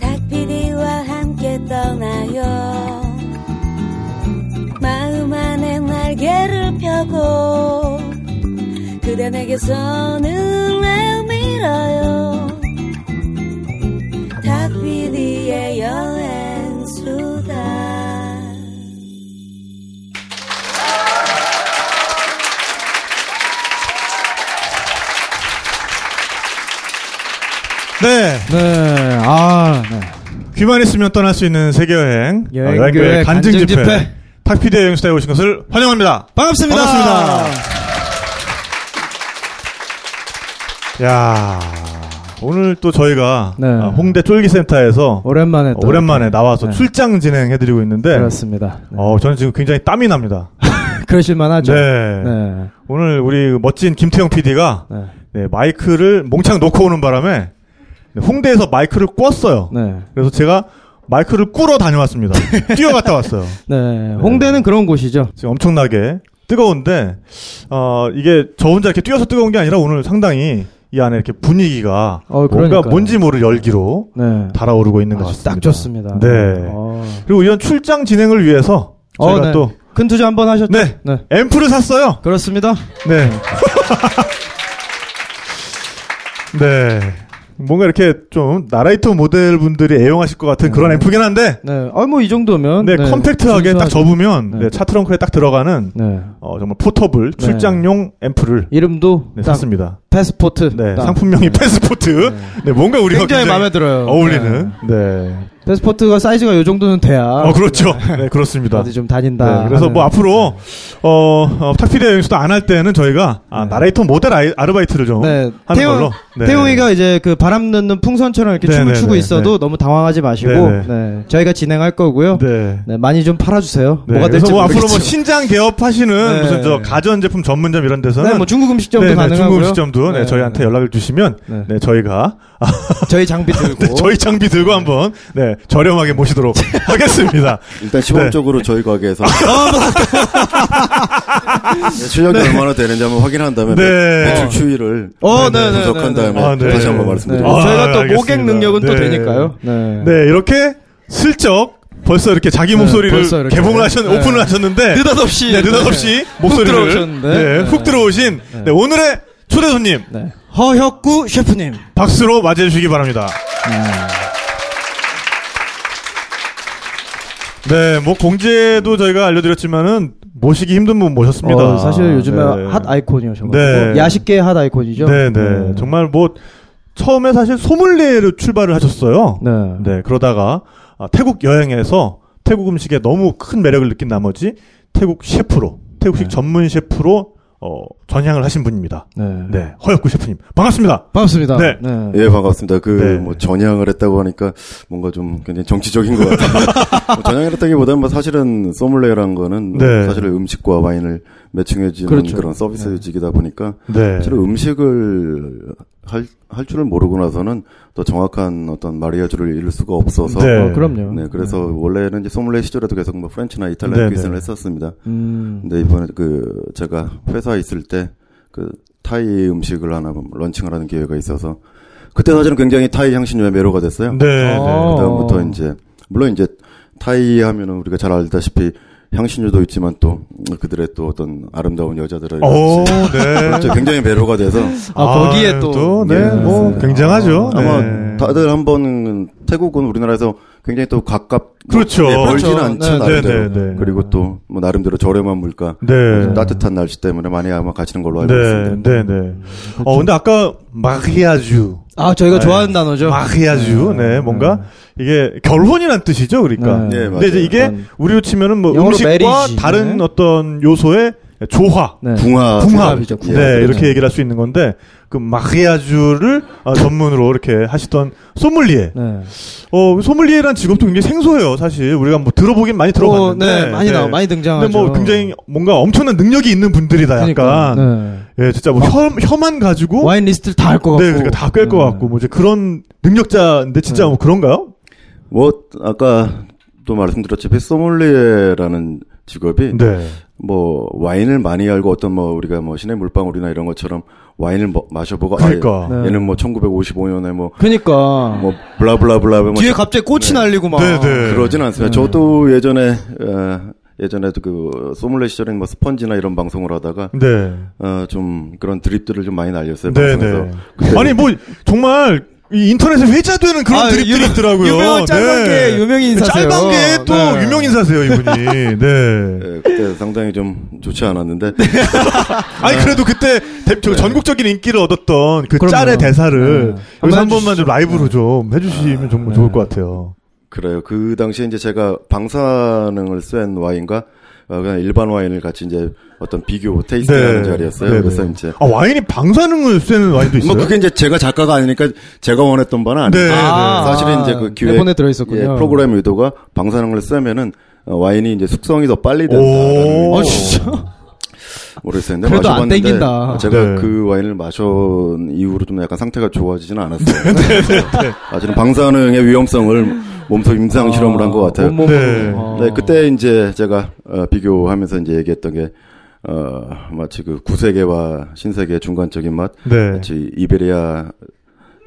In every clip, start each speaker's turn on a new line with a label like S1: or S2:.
S1: 닭피디와 함께 떠나요 마음 안에 날개를 펴고 그대 내게 손을 내밀어요 닭피디의 여행수다
S2: 네.
S3: 네, 아, 네.
S2: 귀만 있으면 떠날 수 있는 세계여행.
S3: 여행
S2: 어, 여행교회
S3: 교회
S2: 간증
S3: 간증
S2: 집회.
S3: 집회.
S2: 탁피디의 여행수다에 오신 것을 환영합니다.
S3: 반갑습니다.
S2: 반갑습니다. 야 오늘 또 저희가
S3: 네.
S2: 아, 홍대 쫄기센터에서
S3: 오랜만에 또
S2: 오랜만에
S3: 이렇게.
S2: 나와서
S3: 네.
S2: 출장 진행해드리고 있는데,
S3: 그렇습니다. 네.
S2: 어, 저는 지금 굉장히 땀이 납니다.
S3: 그러실만하죠.
S2: 네.
S3: 네.
S2: 오늘 우리 그 멋진 김태형 PD가
S3: 네.
S2: 마이크를 몽창 놓고 오는 바람에 네, 홍대에서 마이크를 꿨어요.
S3: 네.
S2: 그래서 제가 마이크를 꾸러 다녀왔습니다. 뛰어갔다 왔어요.
S3: 네. 홍대는 그런 곳이죠.
S2: 지금 엄청나게 뜨거운데 어 이게 저 혼자 이렇게 뛰어서 뜨거운 게 아니라 오늘 상당히 이 안에 이렇게 분위기가
S3: 어,
S2: 뭔가
S3: 그러니까요.
S2: 뭔지 모를 열기로
S3: 네.
S2: 달아오르고 있는 것
S3: 아주
S2: 같습니다.
S3: 딱 좋습니다.
S2: 네.
S3: 어.
S2: 그리고 이런 출장 진행을 위해서 저희가
S3: 어, 네.
S2: 또
S3: 큰 투자 한번 하셨죠?
S2: 네. 앰프를 샀어요.
S3: 그렇습니다.
S2: 네. 네. 뭔가 이렇게 좀 나라이터 모델 분들이 애용하실 것 같은 그런 앰프긴 한데
S3: 네. 어, 뭐 이 정도면.
S2: 네, 컴팩트하게 딱
S3: 순수하죠.
S2: 접으면
S3: 네.
S2: 네, 차 트렁크에 딱 들어가는
S3: 네.
S2: 어, 정말 포터블
S3: 네.
S2: 출장용 앰프를
S3: 이름도
S2: 네,
S3: 딱
S2: 샀습니다.
S3: 패스포트.
S2: 네,
S3: 딱.
S2: 상품명이 패스포트. 네. 뭔가 우리가
S3: 굉장히 마음에 들어요.
S2: 어울리는.
S3: 네.
S2: 네.
S3: 패스포트가 사이즈가 요 정도는 돼야
S2: 어, 그렇죠. 네, 그렇습니다.
S3: 어디 좀 다닌다.
S2: 네, 그래서 뭐
S3: 하는.
S2: 앞으로 어, 어 탁피디 여행수도 안 할 때는 저희가 아,
S3: 네.
S2: 나레이터 모델 아이, 아르바이트를 좀
S3: 네,
S2: 어? 하는
S3: 태용,
S2: 걸로. 네.
S3: 태용이가 이제 그 바람 넣는 풍선처럼 이렇게
S2: 네,
S3: 춤을
S2: 네,
S3: 추고
S2: 네,
S3: 있어도 너무 당황하지 마시고
S2: 네,
S3: 네,
S2: 네.
S3: 저희가 진행할 거고요. 네.
S2: 네.
S3: 많이 좀 팔아주세요.
S2: 네,
S3: 뭐가
S2: 그래서
S3: 될지
S2: 뭐 앞으로 뭐
S3: 모르겠지만.
S2: 신장 개업하시는
S3: 네.
S2: 무슨 저 가전제품 전문점 이런 데서는
S3: 네, 뭐 중국 음식점도
S2: 네, 네,
S3: 가능하고요.
S2: 중국 음식점도 네,
S3: 네,
S2: 저희한테
S3: 네.
S2: 연락을 주시면
S3: 네.
S2: 네, 저희가
S3: 저희 장비 들고
S2: 네, 저희 장비 들고 한번 네, 저렴하게 모시도록 하겠습니다.
S4: 일단 시범적으로 저희 가게에서 네, 실력이 얼마나 되는지 한번 확인한 다음에
S2: 네.
S4: 매- 매출 추이를
S3: 어, 네, 네,
S4: 분석한
S3: 네, 네.
S4: 다음에
S2: 아, 네.
S4: 다시 한번
S3: 네.
S4: 말씀드립니다.
S2: 아,
S3: 저희가 또
S2: 알겠습니다.
S3: 모객 능력은 또
S2: 네.
S3: 되니까요. 네.
S2: 네, 이렇게 슬쩍 벌써 이렇게 자기
S3: 네,
S2: 목소리를
S3: 벌써 이렇게.
S2: 개봉을 하셨
S3: 네.
S2: 오픈을 하셨는데
S3: 느닷없이
S2: 네, 느닷없이
S3: 훅
S2: 목소리를
S3: 들어오셨는데.
S2: 네,
S3: 네.
S2: 훅 들어오신 네, 오늘의 초대 손님
S3: 네. 허혁구 셰프님.
S2: 박수로 맞이해 주시기 바랍니다. 네, 뭐 공지에도 저희가 알려드렸지만은 모시기 힘든 분 모셨습니다.
S3: 어, 사실 요즘에
S2: 네.
S3: 핫 아이콘이셔가지고
S2: 네.
S3: 야식계 핫 아이콘이죠.
S2: 네, 네. 정말 뭐 처음에 사실 소믈리에로 출발을 하셨어요.
S3: 네.
S2: 네, 그러다가 아, 태국 여행에서 태국 음식에 너무 큰 매력을 느낀 나머지 태국 셰프로, 태국식
S3: 네.
S2: 전문 셰프로 어, 전향을 하신 분입니다.
S3: 네.
S2: 네, 허혁구 셰프님 반갑습니다.
S3: 반갑습니다.
S2: 네.
S3: 네.
S4: 예, 반갑습니다. 그,
S2: 네.
S4: 뭐, 전향을 했다고 하니까 뭔가 좀 굉장히 정치적인 것 같아요. 뭐 전향을 했다기보다는 뭐 사실은 소믈리에라는 거는
S2: 네.
S4: 사실 음식과 와인을 매칭해주는
S3: 그렇죠.
S4: 그런 서비스직이다 보니까
S2: 네,
S4: 사실 음식을 할, 할 줄을 모르고 나서는 더 정확한 어떤 마리아주를 잃을 수가 없어서
S2: 네.
S3: 어, 그럼요.
S4: 네, 그래서 원래는 이제 소믈리에 시절에도 계속 뭐 프렌치나 이탈리안
S2: 네,
S4: 퀴즈를
S2: 네.
S4: 했었습니다.
S3: 음.
S4: 근데 이번에 그 제가 회사에 있을 때 그 타이 음식을 하나 뭐 런칭을 하는 기회가 있어서 그때 사실은 굉장히 타이 향신료에 매료가 됐어요.
S2: 네, 네.
S4: 아,
S3: 어.
S4: 그다음부터 이제 물론 이제 타이 하면은 우리가 잘 알다시피 향신료도 있지만 또 그들의 또 어떤 아름다운 여자들의
S2: 오,
S4: 그렇죠.
S2: 네.
S4: 굉장히 매료가 돼서
S3: 아, 거기에 또.
S2: 네,
S4: 예,
S2: 뭐
S4: 맞습니다.
S2: 굉장하죠.
S4: 아마
S2: 네.
S4: 다들 한번 태국은 우리나라에서 굉장히 또 가깝
S2: 그렇죠.
S4: 예, 멀지는
S3: 그렇죠.
S4: 않죠
S3: 네,
S4: 나름대로
S2: 네, 네, 네.
S4: 그리고 또 뭐 나름대로 저렴한 물가
S2: 네.
S4: 따뜻한 날씨 때문에 많이 아마 가시는 걸로 알고
S2: 네,
S4: 있습니다.
S2: 네, 네. 어, 근데 아까 마리아주
S3: 아, 저희가
S2: 네.
S3: 좋아하는 단어죠.
S2: 마리아주, 네, 뭔가 이게 결혼이란 뜻이죠, 그러니까.
S3: 네.
S4: 예,
S2: 근데 이제
S4: 맞아요.
S2: 이게
S3: 약간
S2: 우리로 치면은 뭐
S3: 영어로
S2: 음식과
S3: marriage,
S2: 다른
S3: 네.
S2: 어떤 요소의 조화,
S3: 네.
S4: 궁합.
S2: 궁합,
S3: 궁합이죠,
S2: 네,
S3: 궁합.
S4: 예.
S3: 네.
S2: 이렇게 얘기를 할 수 있는 건데 그 마리아주를 아, 전문으로 이렇게 하시던 소믈리에,
S3: 네.
S2: 어 소믈리에란 직업도 굉장히 생소해요, 사실 우리가 뭐 들어보긴 많이 들어봤는데,
S3: 오, 네, 많이 나와, 많이 등장하죠.
S2: 근데 뭐 굉장히 뭔가 엄청난 능력이 있는 분들이다, 약간.
S3: 그러니까, 네.
S2: 예, 진짜 뭐 혐, 혐한 가지고
S3: 와인 리스트를 다 할 것 같고.
S2: 네, 그러니까 다 꿰 것
S3: 네.
S2: 같고 뭐 이제 그런 능력자인데 진짜 뭐 그런가요?
S4: 뭐 아까 또 말씀드렸지만 소믈리에라는 직업이
S2: 네.
S4: 뭐 와인을 많이 알고 어떤 뭐 우리가 뭐 신의 물방울이나 이런 것처럼 와인을 뭐 마셔보고
S3: 네.
S2: 그러니까.
S4: 아, 얘는 뭐 1955년에 뭐 뭐
S3: 그러니까
S4: 블라블라블라 뭐
S3: 뒤에 갑자기 꽃이 날리고 막.
S2: 네, 네.
S4: 그러진 않습니다. 저도 예전에 어, 예전에도 그 소믈레 시절엔 뭐 스펀지나 이런 방송을 하다가
S2: 네.
S4: 어, 좀 그런 드립들을 좀 많이 날렸어요.
S2: 네,
S4: 방송에서.
S2: 네.
S4: 그때
S2: 아니 뭐 정말 이 인터넷에 회자되는 그런
S3: 아,
S2: 드립들이
S3: 유명-
S2: 있더라고요. 네.
S3: 유명한 짧은 게 유명 인사세요.
S2: 짧은 게 또
S3: 네.
S2: 유명 인사세요 이분이. 네.
S4: 예, 그때 상당히 좀 좋지 않았는데
S2: 아니 그래도 그때 대- 저 전국적인 인기를 얻었던 그
S3: 그럼요.
S2: 짤의 대사를
S3: 네.
S2: 여기서
S3: 한번
S2: 한 번만 좀 라이브로 좀 해주시면 정말 좋을 것 같아요.
S4: 그래요. 그 당시에 이제 제가 방사능을 쓴 와인과 어, 그냥 일반 와인을 같이 이제 어떤 비교 테이스팅하는 자리였어요.
S2: 네,
S4: 그래서
S2: 네.
S4: 이제
S2: 아 와인이 방사능을 쓰는 와인도 있어요.
S4: 뭐 그게 이제 제가 작가가 아니니까 제가 원했던 바는 아니고
S2: 네,
S3: 아,
S2: 네.
S4: 사실은 이제 그 기획
S3: 대본에 들어있었군요.
S4: 예, 프로그램 의도가 방사능을 쓰면은 어, 와인이 이제 숙성이 더 빨리 된다라는
S2: 오.
S3: 아
S2: 어,
S3: 진짜.
S4: 모르겠어요. 근데
S3: 그래도 안
S4: 마셔봤는데
S3: 땡긴다.
S4: 제가
S2: 네. 음.
S4: 그 와인을 마셔온 이후로 좀 약간 상태가 좋아지지는 않았어요.
S2: 네,
S4: 아, 저는 방사능의 위험성을 몸소 임상 실험을 한 것 같아요.
S3: 온몸으로.
S2: 네.
S3: 아.
S4: 네, 그때 이제 제가 어, 비교하면서 이제 얘기했던 게 어, 마치 그 구세계와 신세계의 중간적인 맛,
S2: 네.
S4: 마치 이베리아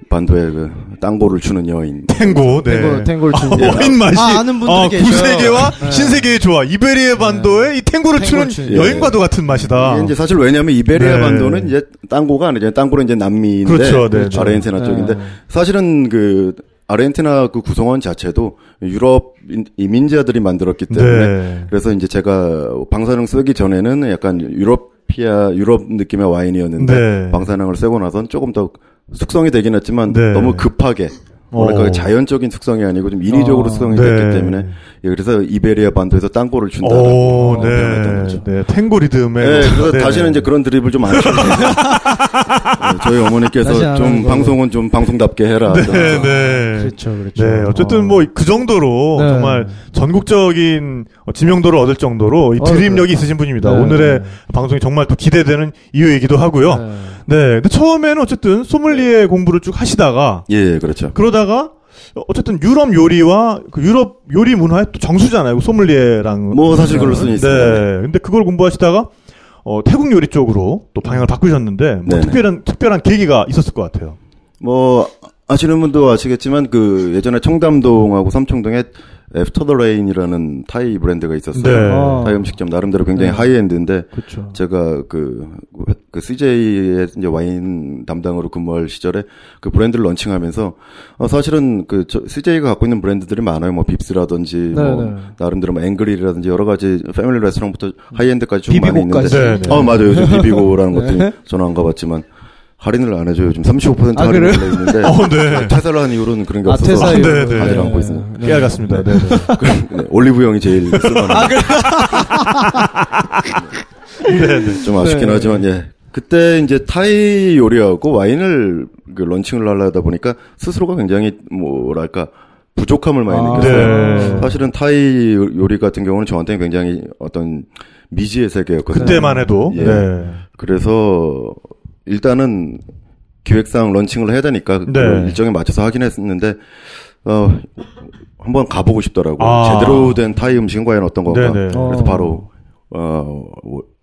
S4: 반도의 그 땅고를 추는 여인.
S2: 탱고. 네.
S3: 탱골 탱골 중.
S2: 아, 와인 맛이
S3: 아, 아는 분들이
S2: 어,
S3: 계셔요.
S2: 구세계와
S3: 네.
S2: 신세계의 조화 이베리아 반도의 이 탱고를
S3: 탱고를
S2: 추는
S3: 추는 예.
S2: 여인과도 같은 맛이다.
S4: 이게 이제 사실 왜냐하면 이베리아
S2: 아. 네.
S4: 반도는 이제 땅고가 아니죠. 땅고는 이제 남미인데
S2: 그렇죠, 네, 네.
S4: 아르헨티나 쪽인데
S3: 네.
S4: 사실은 그 아르헨티나 그 구성원 자체도 유럽 인- 이민자들이 만들었기 때문에
S2: 네.
S4: 그래서 이제 제가 방사능 쓰기 전에는 약간 유로피아 유럽 느낌의 와인이었는데
S2: 네.
S4: 방사능을 쐬고 나선 조금 더 숙성이 되긴 했지만
S2: 네.
S4: 너무 급하게 뭐랄까
S2: 어.
S4: 자연적인 숙성이 아니고 좀 인위적으로
S3: 아,
S4: 숙성이
S2: 네.
S4: 됐기 때문에 예, 그래서 이베리아 반도에서 땅골을 준다.
S2: 오,
S3: 어,
S2: 네. 네. 탱고 리듬에.
S4: 네, 그래서
S2: 네.
S4: 다시는 이제 그런 드립을 좀 안 하시고 저희
S3: 다시 안
S4: 어머니께서
S3: 하는
S4: 좀
S3: 걸로.
S4: 방송은 좀 방송답게 해라.
S2: 네, 네.
S3: 그렇죠, 그렇죠.
S2: 네, 어쨌든 뭐 그 정도로
S3: 네.
S2: 정말 전국적인 어, 지명도를 얻을 정도로 이
S3: 어,
S2: 드립력이
S3: 그래요.
S2: 있으신 분입니다.
S3: 네,
S2: 오늘의
S3: 네.
S2: 방송이 정말 또 기대되는 이유이기도
S3: 어.
S2: 하고요. 네. 근데 처음에는 어쨌든 소믈리에 공부를 쭉 하시다가
S4: 예, 예, 그렇죠.
S2: 그러다가 어, 어쨌든 유럽 요리와 그 유럽 요리 문화의 또 정수잖아요. 그 소믈리에랑
S4: 뭐 사실 그럴 수는
S2: 네.
S4: 있습니다.
S2: 근데 그걸 공부하시다가 어, 태국 요리 쪽으로 또 방향을 바꾸셨는데 뭐
S4: 네네.
S2: 특별한 특별한 계기가 있었을 것 같아요.
S4: 뭐 아시는 분도 아시겠지만 그 예전에 청담동하고 삼청동에 애프터 더 레인이라는 타이 브랜드가 있었어요.
S2: 네.
S3: 어.
S4: 타이 음식점 나름대로 굉장히
S3: 네.
S4: 하이엔드인데
S3: 그렇죠.
S4: 제가 그, 그 CJ의 이제 와인 담당으로 근무할 시절에 그 브랜드를 런칭하면서 어, 사실은 그 저, CJ가 갖고 있는 브랜드들이 많아요. 뭐 빕스라든지 뭐
S3: 네, 네.
S4: 나름대로 뭐 앵그릴이라든지 여러 가지 패밀리 레스토랑부터 하이엔드까지 좀 많이 있는데.
S3: 비비고까지.
S2: 네, 네.
S4: 어 맞아요. 요즘 비비고라는
S3: 네.
S4: 것들이 저는 안 가봤지만 할인을 안 해줘요. 요즘 35%
S3: 아,
S4: 할인을
S3: 그래요?
S4: 있는데 아,
S2: 어, 네.
S4: 퇴사를 한 이후로는 그런 게
S3: 아,
S4: 없어서
S3: 퇴사 이후로.
S2: 네, 네.
S4: 아직 안고
S3: 네.
S4: 있습니다.
S2: 깨알같습니다. 네. 네.
S4: 네, 올리브영이 제일
S3: 아,
S4: 쓸만합니다. 좀 아쉽긴
S3: 네.
S4: 하지만 예. 그때 이제 타이 요리하고 와인을 그 런칭을 하려다 보니까 스스로가 굉장히 뭐랄까 부족함을 많이
S3: 아,
S4: 느꼈어요.
S2: 네.
S4: 사실은 타이 요- 요리 같은 경우는 저한테는 굉장히 어떤 미지의 세계였거든요.
S2: 그때만 해도
S4: 예.
S2: 네.
S4: 그래서 일단은 기획상 런칭을 해야 되니까 그
S2: 네.
S4: 일정에 맞춰서 하긴 했는데 어 한번 가보고 싶더라고요.
S2: 아.
S4: 제대로 된 타이 음식은 과연 어떤 건가.
S2: 네네.
S3: 어.
S4: 그래서 바로 어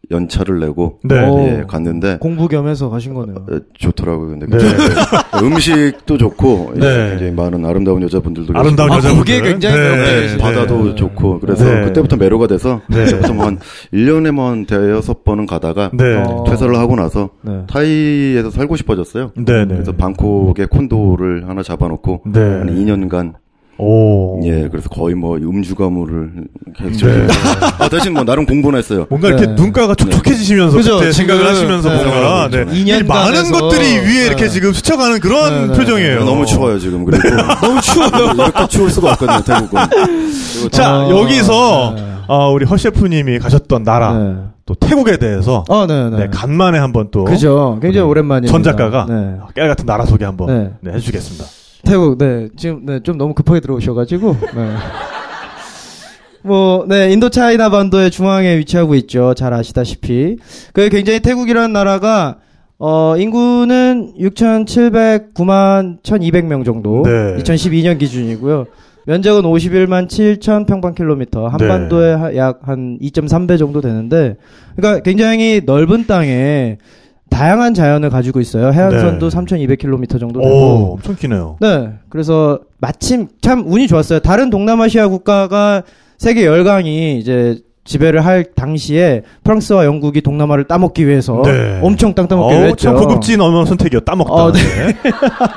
S4: 연차를 내고
S2: 네.
S3: 어.
S4: 예, 갔는데
S3: 공부 겸해서 가신 거네요.
S4: 어, 좋더라고요. 근데
S2: 네.
S4: 음식도 좋고 예,
S2: 네.
S4: 굉장히 많은 아름다운 여자분들도 계시고
S2: 아름다운
S3: 아,
S2: 여자분들.
S3: 그게 굉장히 매력적이시네.
S4: 네, 바다도
S3: 네.
S4: 좋고 그래서
S2: 네.
S4: 그때부터 매료가 돼서
S2: 네.
S4: 그때부터 뭐한 1년에 뭐한 대여섯 번은 가다가
S2: 네.
S3: 어.
S4: 퇴사를 하고 나서
S3: 네.
S4: 타이에서 살고 싶어졌어요.
S2: 네, 네.
S4: 그래서 방콕에 콘도를 하나 잡아놓고
S2: 네.
S4: 한 2년간
S2: 오.
S4: 예 그래서 거의 뭐 음주가물을 계속
S2: 네.
S4: 아, 대신 뭐 나름 공부는 했어요.
S2: 뭔가 이렇게
S3: 네.
S2: 눈가가 촉촉해지시면서
S3: 그죠,
S2: 그때 생각을
S3: 지금,
S2: 하시면서
S3: 네.
S2: 뭔가 네.
S4: 그렇죠.
S2: 이
S3: 2년간
S2: 많은
S3: 해서,
S2: 것들이 위에
S3: 네.
S2: 이렇게 지금 스쳐가는 그런
S3: 네, 네.
S2: 표정이에요.
S4: 너무 추워요 지금 그리고
S3: 너무 추워요.
S4: 이렇게 추울 수가 없거든요 태국은.
S2: 자
S3: 아,
S2: 여기서
S3: 네.
S2: 아, 우리 허 셰프님이 가셨던 나라
S3: 네.
S2: 또 태국에 대해서
S3: 아, 네,
S2: 네.
S3: 네.
S2: 간만에 한번 또
S3: 그죠. 굉장히 오랜만이에요.
S2: 전 작가가
S3: 네.
S2: 깨알 같은 나라 소개 한번
S3: 네.
S2: 네, 해주겠습니다.
S3: 태국, 네. 지금, 네. 좀 너무 급하게 들어오셔가지고, 네. 뭐, 네. 인도 차이나 반도의 중앙에 위치하고 있죠. 잘 아시다시피. 그 굉장히 태국이라는 나라가, 어, 인구는 6,709만 1,200명 정도.
S2: 네.
S3: 2012년 기준이고요. 면적은 51만 7천 평방킬로미터, 한반도에
S2: 네.
S3: 약 한 2.3배 정도 되는데, 그러니까 굉장히 넓은 땅에 다양한 자연을 가지고 있어요. 해안선도
S2: 네.
S3: 3,200km 정도 되고.
S2: 오, 엄청 기네요.
S3: 네, 그래서 마침 참 운이 좋았어요. 다른 동남아시아 국가가 세계 열강이 이제 지배를 할 당시에 프랑스와 영국이 동남아를 따먹기 위해서
S2: 네.
S3: 엄청 땅 따먹기
S2: 어우,
S3: 위해서
S2: 참 고급진 언어 선택이요. 따먹다.
S3: 어, 네.
S2: 네.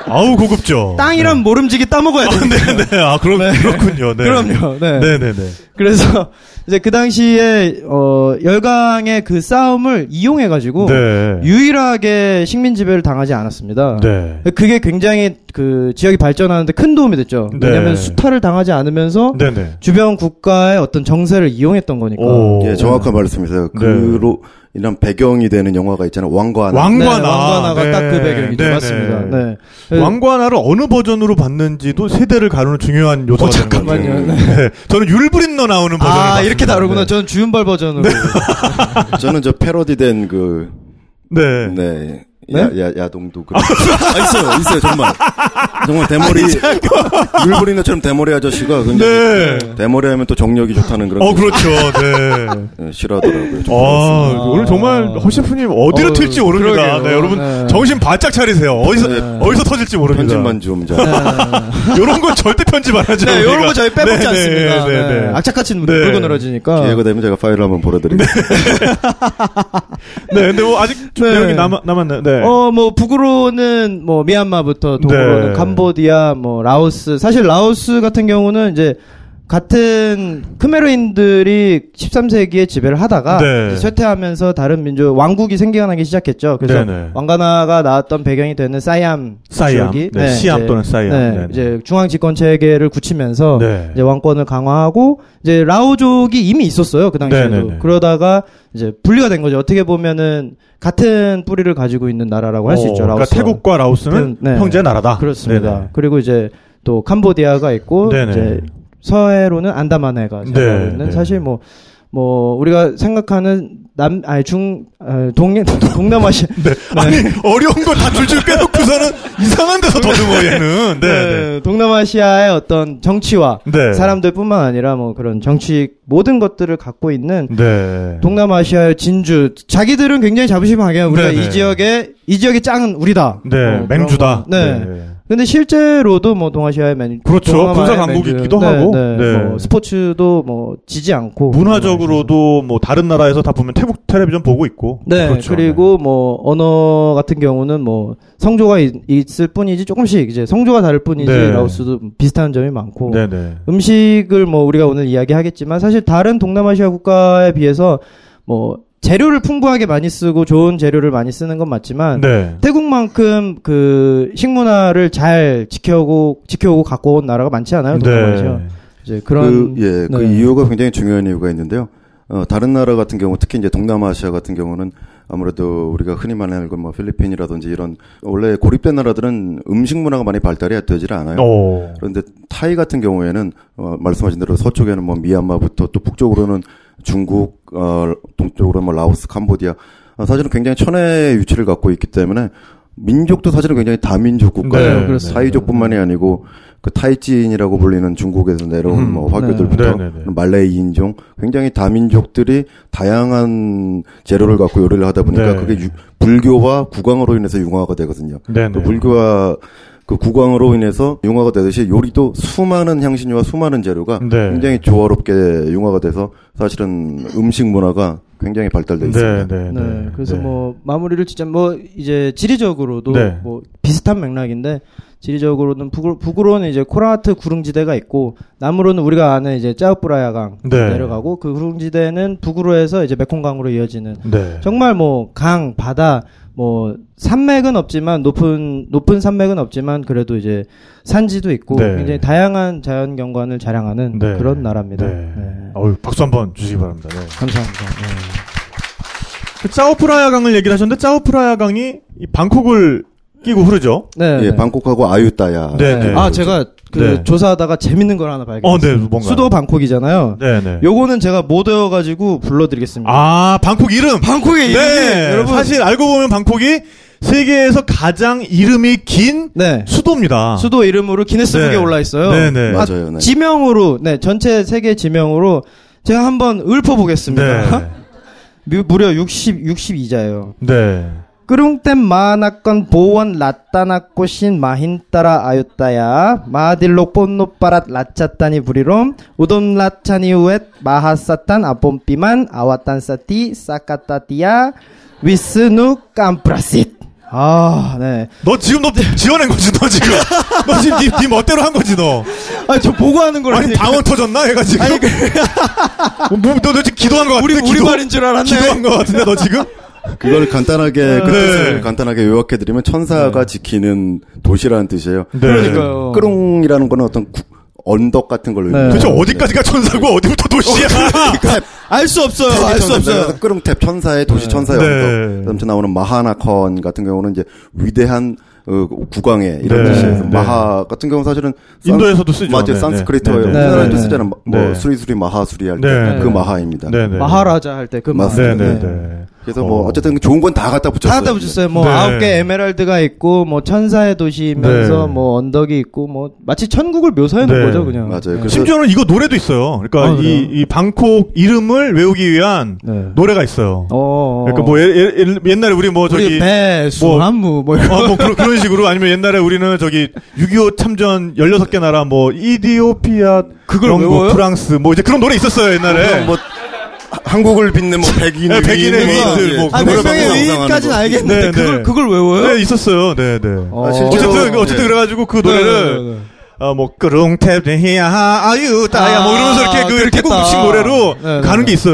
S2: 아우 고급죠.
S3: 땅이란 모름지기 따먹어야 돼.
S2: 네, 네. 아 그럼 그렇군요. 네.
S3: 그럼요. 네.
S2: 네, 네, 네.
S3: 그래서 이제 그 당시에 어 열강의 그 싸움을 이용해 가지고
S2: 네.
S3: 유일하게 식민 지배를 당하지 않았습니다.
S2: 네.
S3: 그게 굉장히 그 지역이 발전하는데 큰 도움이 됐죠.
S2: 네.
S3: 왜냐하면 수탈을 당하지 않으면서
S2: 네, 네.
S3: 주변 국가의 어떤 정세를 이용했던 거니까.
S2: 오.
S4: 예, 정확한 말씀이세요. 그로 이런 배경이 되는 영화가 있잖아요. 왕관.
S3: 네,
S2: 왕관아.
S3: 왕관화가
S2: 네.
S3: 딱 그 배경이죠.
S2: 네,
S3: 맞습니다.
S2: 네.
S3: 네.
S2: 왕관화를 어느 버전으로 봤는지도 세대를 가르는 중요한 요소가
S3: 어,
S2: 되는 거죠.
S3: 잠깐만요. 네.
S2: 네. 저는 율브린너 나오는 버전을
S3: 아,
S2: 봤습니다. 네.
S3: 이렇게 다르구나. 저는 주윤발 버전으로.
S4: 저는 저 패러디된 그,
S2: 네. 네.
S4: 네. 야, 야, 야동도 그렇고. 아, 있어요, 있어요, 정말. 정말 대머리, 물부리너처럼 대머리 아저씨가 굉장히
S2: 네.
S4: 대머리 하면 또 정력이 좋다는 그런
S2: 어,
S4: 걸
S2: 그렇죠. 네.
S4: 예, 싫어하더라고요. 좀.
S2: 아,
S3: 그렇습니다.
S2: 오늘 정말 허셰프님 어디로
S3: 어,
S2: 튈지 모릅니다.
S3: 그러게요.
S2: 네, 여러분
S3: 네.
S2: 정신 바짝 차리세요. 어디서
S4: 네.
S2: 어디서 터질지 모릅니다. 네.
S4: 편집만 좀 잘.
S2: 이런 건 절대 편집 안 하죠.
S3: 네, 요런
S2: 우리가.
S3: 거 저희
S2: 네, 네,
S3: 빼먹지 않습니다.
S2: 네, 네, 네.
S3: 악착같이 물
S2: 네.
S3: 고 늘어지니까.
S4: 기회가 되면 제가 파일을 한번 보내드리겠습니다.
S2: 네, 근데 뭐 아직 좀
S3: 네.
S2: 내용이 남아 남았나요? 네.
S3: 어, 뭐, 북으로는, 뭐, 미얀마부터, 동으로는
S2: 네.
S3: 캄보디아, 뭐, 라오스. 사실 라오스 같은 경우는 이제, 같은 크메르인들이 13세기에 지배를 하다가
S2: 네.
S3: 이제 쇠퇴하면서 다른 민족 왕국이 생겨나기 시작했죠. 그래서
S2: 네네.
S3: 왕가나가 나왔던 배경이 되는 사이암
S2: 사이암,
S3: 지역이
S2: 네, 시암 또는 사이암.
S3: 네,
S2: 네네.
S3: 이제 중앙 집권 체계를 굳히면서
S2: 네.
S3: 이제 왕권을 강화하고 이제 라오족이 이미 있었어요 그 당시에도
S2: 네네네.
S3: 그러다가 이제 분리가 된 거죠 어떻게 보면은 같은 뿌리를 가지고 있는 나라라고 할 수
S2: 어,
S3: 있죠
S2: 그러니까
S3: 라오스
S2: 태국과 라오스는
S3: 네.
S2: 형제 나라다.
S3: 그렇습니다
S2: 네, 네.
S3: 그리고 이제 또 캄보디아가 있고
S2: 네네.
S3: 이제 서해로는 안다만해가
S2: 네,
S3: 자리하고 있는
S2: 네.
S3: 사실 뭐 뭐 우리가 생각하는 남 아니 중 아, 동해 동남아시아
S2: 네. 아니 어려운 거 다 줄줄 빼놓고서는 이상한 데서 더듬어 얘는. 네. 네.
S3: 네, 동남아시아의 어떤 정치와
S2: 네.
S3: 사람들뿐만 아니라 뭐 그런 정치 모든 것들을 갖고 있는
S2: 네.
S3: 동남아시아의 진주 자기들은 굉장히 자부심 강해요. 우리가
S2: 네네.
S3: 이 지역에 이 지역의 짱은 우리다.
S2: 네,
S3: 어, 그런
S2: 맹주다.
S3: 거. 네. 근데 실제로도 뭐 동아시아의 맨
S2: 그렇죠.
S3: 동남아의
S2: 군사 강국이기도
S3: 네,
S2: 하고.
S3: 네.
S2: 네.
S3: 뭐 스포츠도 뭐 지지 않고
S2: 문화적으로도 뭐 다른 나라에서 다 보면 태국 텔레비전 보고 있고.
S3: 네,
S2: 그렇죠.
S3: 그리고뭐 언어 같은 경우는 뭐 성조가 있, 있을 뿐이지 조금씩 이제 성조가 다를 뿐이지
S2: 네.
S3: 라오스도 비슷한 점이 많고
S2: 네, 네.
S3: 음식을 뭐 우리가 오늘 이야기하겠지만 사실 다른 동남아시아 국가에 비해서 뭐 재료를 풍부하게 많이 쓰고 좋은 재료를 많이 쓰는 건 맞지만
S2: 네.
S3: 태국만큼 그 식문화를 잘 지켜오고 지켜오고 갖고 온 나라가 많지 않아요 동남아시아
S2: 네.
S3: 이제 그런
S4: 그, 예, 그
S3: 네.
S4: 이유가 굉장히 중요한 이유가 있는데요. 어, 다른 나라 같은 경우, 특히 이제 동남아시아 같은 경우는 아무래도 우리가 흔히 말하는 뭐 필리핀이라든지 이런 원래 고립된 나라들은 음식 문화가 많이 발달이 되질 않아요.
S2: 어.
S4: 그런데 타이 같은 경우에는 어, 말씀하신 대로 서쪽에는 뭐 미얀마부터 또 북쪽으로는 중국, 어, 동쪽으로는 뭐 라오스, 캄보디아 어, 사실은 굉장히 천혜의 위치를 갖고 있기 때문에 민족도 사실은 굉장히 다민족
S2: 네,
S4: 국가예요.
S3: 그렇습니다.
S4: 타이족뿐만이 아니고 그 타이지인이라고 불리는 중국에서 내려온
S2: 음,
S4: 뭐 화교들부터
S2: 네, 네, 네.
S4: 말레이인종 굉장히 다민족들이 다양한 재료를 갖고 요리를 하다
S2: 네.
S4: 보니까 그게 유- 불교와 국왕으로 인해서 융화가 되거든요.
S2: 네,
S4: 그
S2: 네.
S4: 불교와 그 국왕으로 인해서 융화가 되듯이 요리도 수많은 향신료와 수많은 재료가
S2: 네.
S4: 굉장히 조화롭게 융화가 돼서 사실은 음식 문화가 굉장히 발달돼
S2: 네,
S4: 있습니다.
S2: 네,
S3: 네,
S2: 네.
S3: 그래서
S2: 네.
S3: 뭐 마무리를 진짜 뭐 이제 지리적으로도
S2: 네.
S3: 뭐 비슷한 맥락인데 지리적으로는 북으로, 북으로는 이제 코라하트 구릉지대가 있고 남으로는 우리가 아는 이제 짜오뿌라야강
S2: 네.
S3: 내려가고 그 구릉지대는 북으로 해서 이제 메콩강으로 이어지는
S2: 네.
S3: 정말 뭐 강, 바다, 뭐 산맥은 없지만 높은 높은 산맥은 없지만 그래도 이제 산지도 있고
S2: 네.
S3: 굉장히 다양한 자연 경관을 자랑하는
S2: 네.
S3: 그런 나라입니다.
S2: 네.
S3: 네.
S2: 어우, 박수 한번 주시기 바랍니다. 네.
S3: 감사합니다.
S2: 그 짜오프라야 강을 얘기를 하셨는데 짜오프라야 강이 이 방콕을 끼고 흐르죠.
S3: 네. 네.
S4: 예, 방콕하고 아유따야.
S2: 네, 네.
S3: 아 제가 그
S2: 네.
S3: 조사하다가 재밌는 걸 하나 발견했어요.
S2: 어, 네, 뭔가요?
S3: 수도 방콕이잖아요.
S2: 네, 네.
S3: 요거는 제가 못 외워가지고 불러드리겠습니다.
S2: 아, 방콕 이름.
S3: 방콕의 이름이
S2: 네.
S3: 여러분
S2: 사실 알고 보면 방콕이 세계에서 가장 이름이 긴
S3: 네.
S2: 수도입니다.
S3: 수도 이름으로 기네스북에
S2: 아. 네.
S3: 올라 있어요.
S2: 네네.
S3: 아,
S4: 맞아요, 네.
S3: 지명으로 네 전체 세계 지명으로 제가 한번 읊어보겠습니다.
S2: 네.
S3: 무- 무려 60 62자예요.
S2: 네.
S3: 끄룽땐 마나건 보원 라따나꼬 신 마힌따라 아유따야 마딜록 본노빠랏 라차따니 부리롬 우돔 라차니 우엣 마하사탄 아뽐삐만 아와탄사띠 사까따띠야 위스누 깜프라싯 아네
S2: 너 지금 너 지어낸 거지 너 지금 너 지금 네, 네 멋대로 한 거지 너
S3: 아니 저 보고 하는
S2: 아니 방언 터졌나 얘가 지금
S3: 아니, 그
S2: 뭐, 너, 너 지금 기도한 거 같은데 기도,
S3: 줄 알았네
S2: 기도한 거 같은데 너 지금
S4: 그걸 간단하게 그
S2: 네.
S4: 뜻을 간단하게 요약해드리면 천사가 지키는 도시라는 뜻이에요.
S2: 네.
S3: 네. 그러니까요
S4: 끄릉이라는 거는 어떤 구- 언덕 같은 걸로
S3: 네.
S2: 도대체 어디까지가 천사고 어디부터 도시야
S3: 알 수 없어요 알 수 없어요
S4: 그러니까 끄릉탭 천사의 도시 천사의
S2: 네.
S4: 언덕. 그다음에 나오는 마하나컨 같은 경우는 이제 위대한 어, 국왕의 이런
S2: 네.
S4: 뜻이에요. 그래서
S2: 네.
S4: 마하 같은 경우 사실은 산-
S2: 인도에서도 쓰죠.
S4: 맞아요.
S2: 네, 네.
S4: 산스크리트어
S2: 네, 네.
S4: 우리나라에도
S3: 네.
S4: 쓰잖아요. 뭐
S2: 네.
S4: 수리수리 마하수리 할 때 그
S2: 네.
S4: 마하입니다.
S2: 네네
S3: 마하라자 할 때그
S4: 맞습니다.
S2: 네네네 네.
S4: 그래서 뭐 어쨌든 좋은 건 다 갖다 붙였어요.
S3: 다 갖다 붙였어요. 뭐
S2: 네.
S3: 아홉 개 에메랄드가 있고 뭐 천사의 도시면서
S2: 네.
S3: 뭐 언덕이 있고 뭐 마치 천국을 묘사해 놓은
S2: 네.
S3: 거죠, 그냥.
S4: 맞아요.
S3: 네.
S4: 그래서
S2: 심지어는 이거 노래도 있어요 그러니까
S3: 아,
S2: 이,
S3: 그래요?
S2: 이 방콕 이름을 외우기 위한
S3: 네.
S2: 노래가 있어요
S3: 어.
S2: 그러니까 뭐 예- 예- 예- 옛날에 우리 뭐
S3: 우리
S2: 저기
S3: 배수
S2: 뭐-
S3: 한무 뭐 이런
S2: 어, 뭐 그런, 그런 식으로 아니면 옛날에 우리는 저기 6.25 참전 16개 나라 뭐 이디오피아
S3: 그걸
S2: 영국,
S3: 외워요?
S2: 프랑스 뭐 이제 그런 노래 있었어요 옛날에
S4: 그냥 뭐 하- 한국을 빛낸 뭐 백인
S2: 네, 백인의
S4: 위인,
S2: 위인들 뭐
S3: 아,
S2: 그런 백성의
S4: 그걸 갖고
S3: 명명의
S4: 상상하는
S3: 위까지는
S4: 거.
S3: 알겠는데
S2: 네,
S3: 그걸
S2: 네.
S3: 그걸 외워요?
S2: 네 있었어요 네네
S3: 어.
S4: 아, 실제로-
S2: 어쨌든 그- 어쨌든
S4: 예.
S2: 그래가지고 그
S3: 네,
S2: 노래를
S3: 네, 네.
S2: 아뭐 끄릉탭 히야 아유 따야 뭐 이러면서 이렇게
S3: 아,
S2: 그 태국
S3: 그렇겠다.
S2: 음식 노래로
S3: 네, 네,
S2: 가는
S3: 네.
S2: 게 있어요.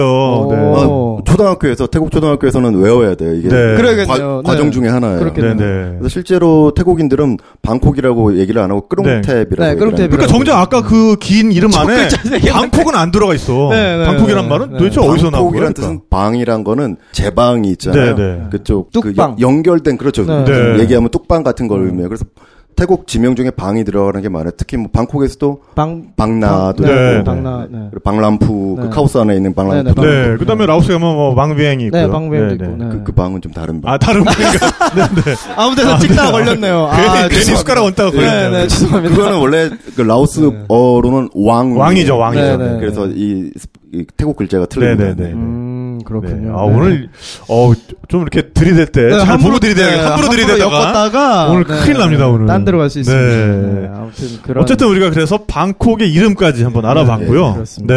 S2: 네.
S3: 오.
S4: 아, 초등학교에서 태국 초등학교에서는 외워야 돼요. 이게
S2: 네.
S3: 그래야겠네요.
S4: 과, 정
S3: 네.
S4: 중에 하나예요.
S3: 그렇게-
S2: 네네.
S4: 그래서 실제로 태국인들은 방콕이라고 얘기를 안 하고 끄롱탭이라고
S3: 네,
S4: 얘기를
S3: 끄롱탭이라고.
S4: 하는데
S2: 그러니까 정작 아까 그 긴 이름 안에
S3: 첫 글자
S2: 방콕은 안 들어가 있어.
S3: 네, 네,
S2: 방콕이란
S3: 네,
S2: 말은
S3: 네.
S2: 도대체 어디서 나온 거야?
S4: 방콕이란 뜻은 방이란 거는 제방이
S2: 네,
S4: 있잖아요.
S2: 네.
S4: 그쪽 그
S3: 뚝방.
S4: 연- 연결된 그렇죠.
S3: 네.
S2: 네. 음.
S4: 얘기하면 뚝방 같은 걸 의미해요. 그래서 태국 지명 중에 방이 들어가는 게 많아요. 특히 뭐 방콕에서도
S3: 방
S4: 방나도
S3: 방- 네,
S2: 네.
S3: 방나. 네.
S4: 그리고 방람푸
S3: 네.
S4: 그 카오스 안에 있는 방람푸
S3: 네, 네, 방-
S2: 네.
S4: 그렇죠.
S2: 그다음에 라오스에 가면 뭐 망비행이 있고요.
S3: 네, 방배도
S2: 네,
S3: 있고.
S2: 네.
S3: 네.
S4: 그, 그 방은 좀 다른 방.
S2: 아 다른 네, 분인가?
S3: 아무데나 찍다 걸렸네요. 아,
S2: 괜히, 괜히
S3: 죄송합니다.
S2: 숟가락 얹다가
S3: 네,
S2: 걸렸네요.
S3: 네, 죄송합니다.
S4: 그거는 원래 그 라오스어로는 왕
S2: 왕이죠,
S3: 네,
S2: 왕이죠.
S3: 네.
S4: 그래서 이, 스- 이 태국 글자가 틀립니다.
S2: 네, 네, 네.
S3: 음,
S2: 네.
S3: 그렇군요.
S2: 아
S3: 네.
S2: 오늘 어좀 이렇게 들이댈 때
S3: 네,
S2: 잘
S3: 함부로-
S2: 보고 들이대야
S3: 네,
S2: 함부로 들이대다가
S3: 엮었다가 네,
S2: 오늘 큰일 납니다, 오늘.
S3: 딴 데로 갈 수 있습니다.
S2: 네.
S3: 네, 아무튼 그런
S2: 어쨌든 우리가 그래서 방콕의 이름까지 한번
S3: 네,
S2: 알아봤고요. 네.
S3: 그렇습니다.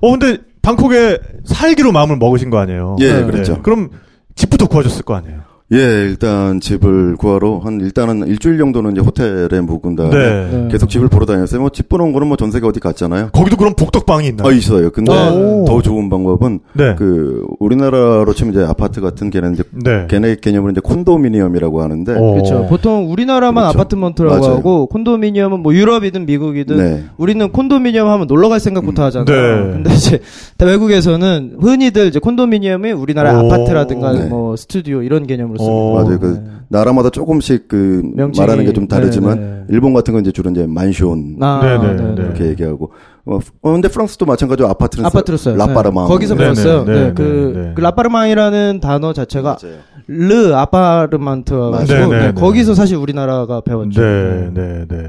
S2: 어 근데 방콕에 살기로 마음을 먹으신 거 아니에요?
S4: 예,
S3: 네.
S4: 그렇죠.
S2: 그럼 집부터 구하셨을 거 아니에요?
S4: 예, 일단 집을 구하러 한 일단은 일주일 정도는 이제 호텔에 묵은 다음에
S2: 네.
S3: 네.
S4: 계속 집을 보러 다녔어요. 뭐 집 보는 거는 뭐 전 세계 어디 갔잖아요.
S2: 거기도 그럼 복덕방이 있나요?
S4: 어 있어요. 근데
S3: 네.
S2: 오.
S4: 더 좋은 방법은
S2: 네.
S4: 그 우리나라로 치면 이제 아파트 같은 걔는 이제
S2: 네. 어.
S4: 걔네 개념으로 이제 콘도미니엄이라고 하는데
S2: 오.
S3: 그렇죠. 보통 우리나라만
S4: 그렇죠.
S3: 아파트먼트라고
S4: 맞아요.
S3: 하고 콘도미니엄은 뭐 유럽이든 미국이든
S4: 네.
S3: 우리는 콘도미니엄 하면 놀러 갈 생각부터 하잖아요.
S2: 네.
S3: 근데 이제 다 외국에서는 흔히들 이제 콘도미니엄이 우리나라
S2: 오.
S3: 아파트라든가
S4: 네.
S3: 뭐 스튜디오 이런 개념으로 씁니다.
S2: 오.
S4: 맞아요. 그
S3: 네.
S4: 나라마다 조금씩 그
S3: 명칭이-
S4: 말하는 게 좀 다르지만
S3: 네, 네.
S4: 일본 같은 건 이제 주로 이제 만시온
S3: 아,
S2: 네, 네,
S3: 네,
S2: 네.
S3: 네.
S4: 이렇게 얘기하고 어, 어, 근데 프랑스도 마찬가지로 아파트는
S3: 아파트로 써요.
S4: 라파르망
S3: 네. 거기서
S2: 네,
S3: 배웠어요.
S2: 네,
S3: 네,
S2: 네, 네,
S3: 그,
S2: 네.
S3: 그 라파르망이라는 단어 자체가
S4: 맞아요.
S3: 르 아파르만트
S2: 네,
S3: 가지고
S2: 네, 네.
S3: 거기서 사실 우리나라가 배웠죠.
S2: 네, 네, 네.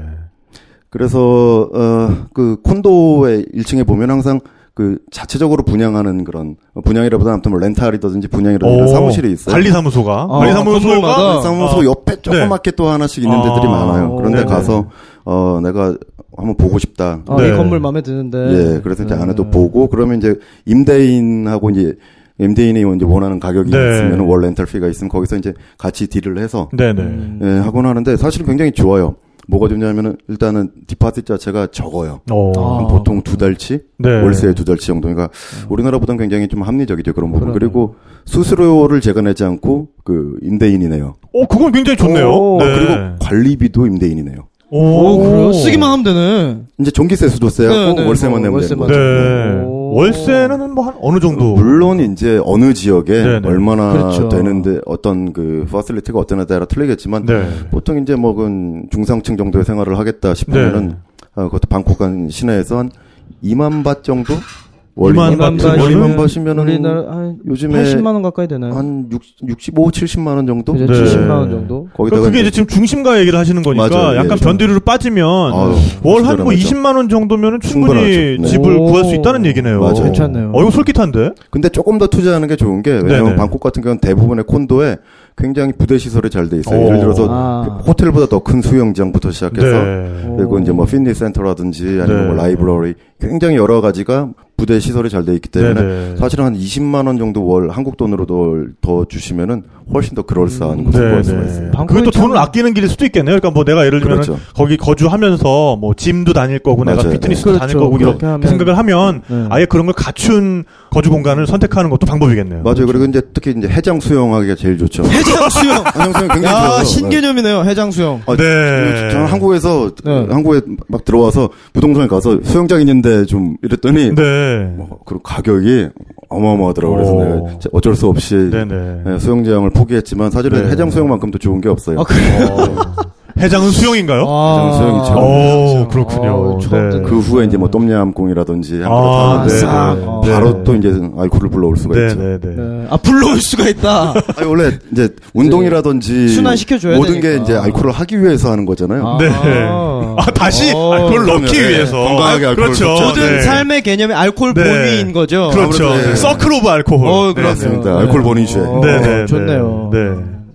S4: 그래서 어, 그 콘도의 1층에 보면 항상 그 자체적으로 분양하는 그런 분양이라보다 아무튼 뭐 렌탈이라든지 분양이라든지 이런
S2: 오.
S4: 사무실이 있어요. 아,
S2: 관리사무소가
S3: 어,
S2: 관리사무소가
S3: 건물마다.
S4: 그 사무소
S2: 아.
S3: 네.
S4: 옆에 조그맣게 또 하나씩 있는
S2: 아.
S4: 데들이 많아요. 그런데
S2: 네네.
S4: 가서 어 내가 한번 보고 싶다.
S3: 어, 이
S2: 네.
S3: 건물 마음에 드는데.
S4: 예, 그래서 이제
S3: 네.
S4: 안에도 보고 그러면 이제 임대인하고 이제 임대인이 이제 원하는 가격이
S2: 네.
S4: 있으면 월 렌탈 피가 있으면 거기서 이제 같이 딜을 해서
S2: 네, 네.
S4: 예, 하곤 하는데 사실은 굉장히 좋아요. 뭐가 좋냐면은 일단은 디파트 자체가 적어요.
S2: 오.
S3: 아.
S4: 한 음, 보통 두 달치
S2: 네.
S4: 월세 두 달치 정도니까 그러니까 우리나라보다는 굉장히 좀 합리적이죠 그런 부분
S3: 음. 그러네요.
S4: 그리고 수수료를 제가 내지 않고 그 임대인이네요
S2: 어, 그건 굉장히 좋네요.
S3: 오,
S2: 네.
S4: 아, 그리고 관리비도 임대인이네요
S3: 오, 그래요? 쓰기만 하면 되네.
S4: 이제 전기세 수도세하고
S3: 네, 네,
S4: 월세만
S3: 뭐,
S4: 내면
S3: 월세만.
S4: 되는
S2: 네.
S4: 거죠
S3: 오.
S2: 월세는 뭐 한 어느 정도?
S4: 그 물론 이제 어느 지역에
S2: 네, 네.
S4: 얼마나
S3: 그렇죠.
S4: 되는데 어떤 그 퍼실리티가 어떠냐에 따라 틀리겠지만
S2: 네.
S4: 보통 이제 뭐그 중상층 정도의 생활을 하겠다 싶으면은
S2: 네.
S4: 아, 그것도 방콕 한 시내에서 한 2만 밭 정도 월리만
S2: 이만
S4: 바-
S2: 바시면
S4: 월리만 받으시면은
S3: 우리나라 한
S4: 요즘에
S3: 80만 원 가까이 되나요?
S4: 한 60, 65, 70만 원 정도?
S3: 그죠?
S2: 네.
S3: 70만 원 정도.
S4: 거기다가
S2: 그러니까 그게 이제 지금 중심가 얘기를 하시는 거니까
S4: 맞아요.
S2: 약간
S4: 예.
S2: 변두리로 빠지면
S4: 아유,
S2: 월
S4: 진짜
S2: 한구
S4: 대단하죠.
S2: 20만 원 정도면 충분히
S4: 충분하죠. 네.
S2: 집을
S3: 오.
S2: 구할 수 있다는 얘기네요.
S4: 맞아요.
S3: 괜찮네요.
S2: 어 이거 솔깃한데?
S4: 근데 조금 더 투자하는 게 좋은 게 왜냐면
S2: 네네.
S4: 방콕 같은 경우는 대부분의 콘도에 굉장히 부대 시설이 잘 돼 있어요.
S2: 오.
S4: 예를 들어서
S3: 아.
S4: 호텔보다 더 큰 수영장부터 시작해서
S2: 네.
S4: 그리고 이제 뭐 피니스 센터라든지 아니면
S2: 네.
S4: 뭐 라이브러리 굉장히 여러 가지가 부대 시설이 잘 돼 있기 때문에
S2: 네네.
S4: 사실은 한 20만 원 정도 월 한국 돈으로도 더 주시면은 훨씬 더
S2: 음.
S4: 음, 그럴싸한
S2: 네,
S4: 곳을 구할 수가 있어요.
S3: 방콕이
S2: 그것도
S3: 참-
S2: 돈을 아끼는 길일 수도 있겠네요. 그러니까 뭐 내가 예를 들면
S4: 그렇죠.
S2: 거기 거주하면서 뭐 짐도 다닐 거고 내가
S4: 맞아요.
S2: 피트니스도 다닐
S3: 그렇죠.
S2: 거고
S3: 그렇게
S2: 이렇게
S3: 하면-
S2: 생각을 하면
S3: 네.
S2: 아예 그런 걸 갖춘 거주 공간을 선택하는 것도 방법이겠네요.
S4: 맞아요. 그리고 이제 특히 이제 해장 수영하기가 제일
S3: 해장
S4: 좋죠.
S3: 수영.
S4: 해장 수영 굉장히
S3: 야
S4: 좋아요.
S3: 신개념이네요. 해장 수영.
S4: 아,
S2: 네.
S4: 저는 한국에서
S3: 네.
S4: 한국에 막 들어와서 부동산에 가서 수영장 있는데 좀 이랬더니
S2: 네.
S4: 뭐, 그리고 가격이 어마어마하더라고 요 그래서
S2: 오.
S4: 내가 어쩔 수 없이
S2: 네네.
S4: 네, 수영장을 포기했지만 사실은
S2: 네.
S4: 해장 수영만큼도 좋은 게 없어요.
S3: 아 그래요?
S2: 해장은 수영인가요?
S3: 아.
S4: 네. 어? 해장 수영이죠.
S2: 오, 그렇군요.
S3: 어,
S2: 네.
S3: 처음 듣는
S4: 그 후에 이제 뭐 똠얌꿍이라든지 한
S2: 아,
S4: 그릇
S3: 네.
S4: 하나
S3: 네.
S4: 네. 바로 또 이제 알코올을 불러올 수가
S2: 네,
S4: 있죠.
S2: 네, 네.
S3: 네. 아 불러올 수가 있다.
S2: 어,
S4: 아니, 원래 이제 운동이라든지
S3: 네. 순환시켜줘야
S4: 모든 게
S3: 되니까.
S4: 이제 알코올을 하기 위해서 하는 거잖아요.
S3: 아.
S2: 네. 아, 다시
S3: 어.
S2: 알코올 넣기
S4: 그럼요. 네.
S2: 위해서.
S4: 건강하게 알코올
S2: 그렇죠.
S4: 섭취.
S3: 모든
S2: 네.
S3: 삶의 개념이 알코올
S2: 네.
S3: 본위인 거죠.
S2: 그렇죠.
S4: 아무래도, 네.
S2: 서클 오브 알코올.
S3: 어,
S2: 네.
S4: 그렇습니다.
S3: 그렇네요.
S4: 알코올 본위주의.
S3: 어,
S2: 네, 네,
S3: 좋네요.
S2: 네.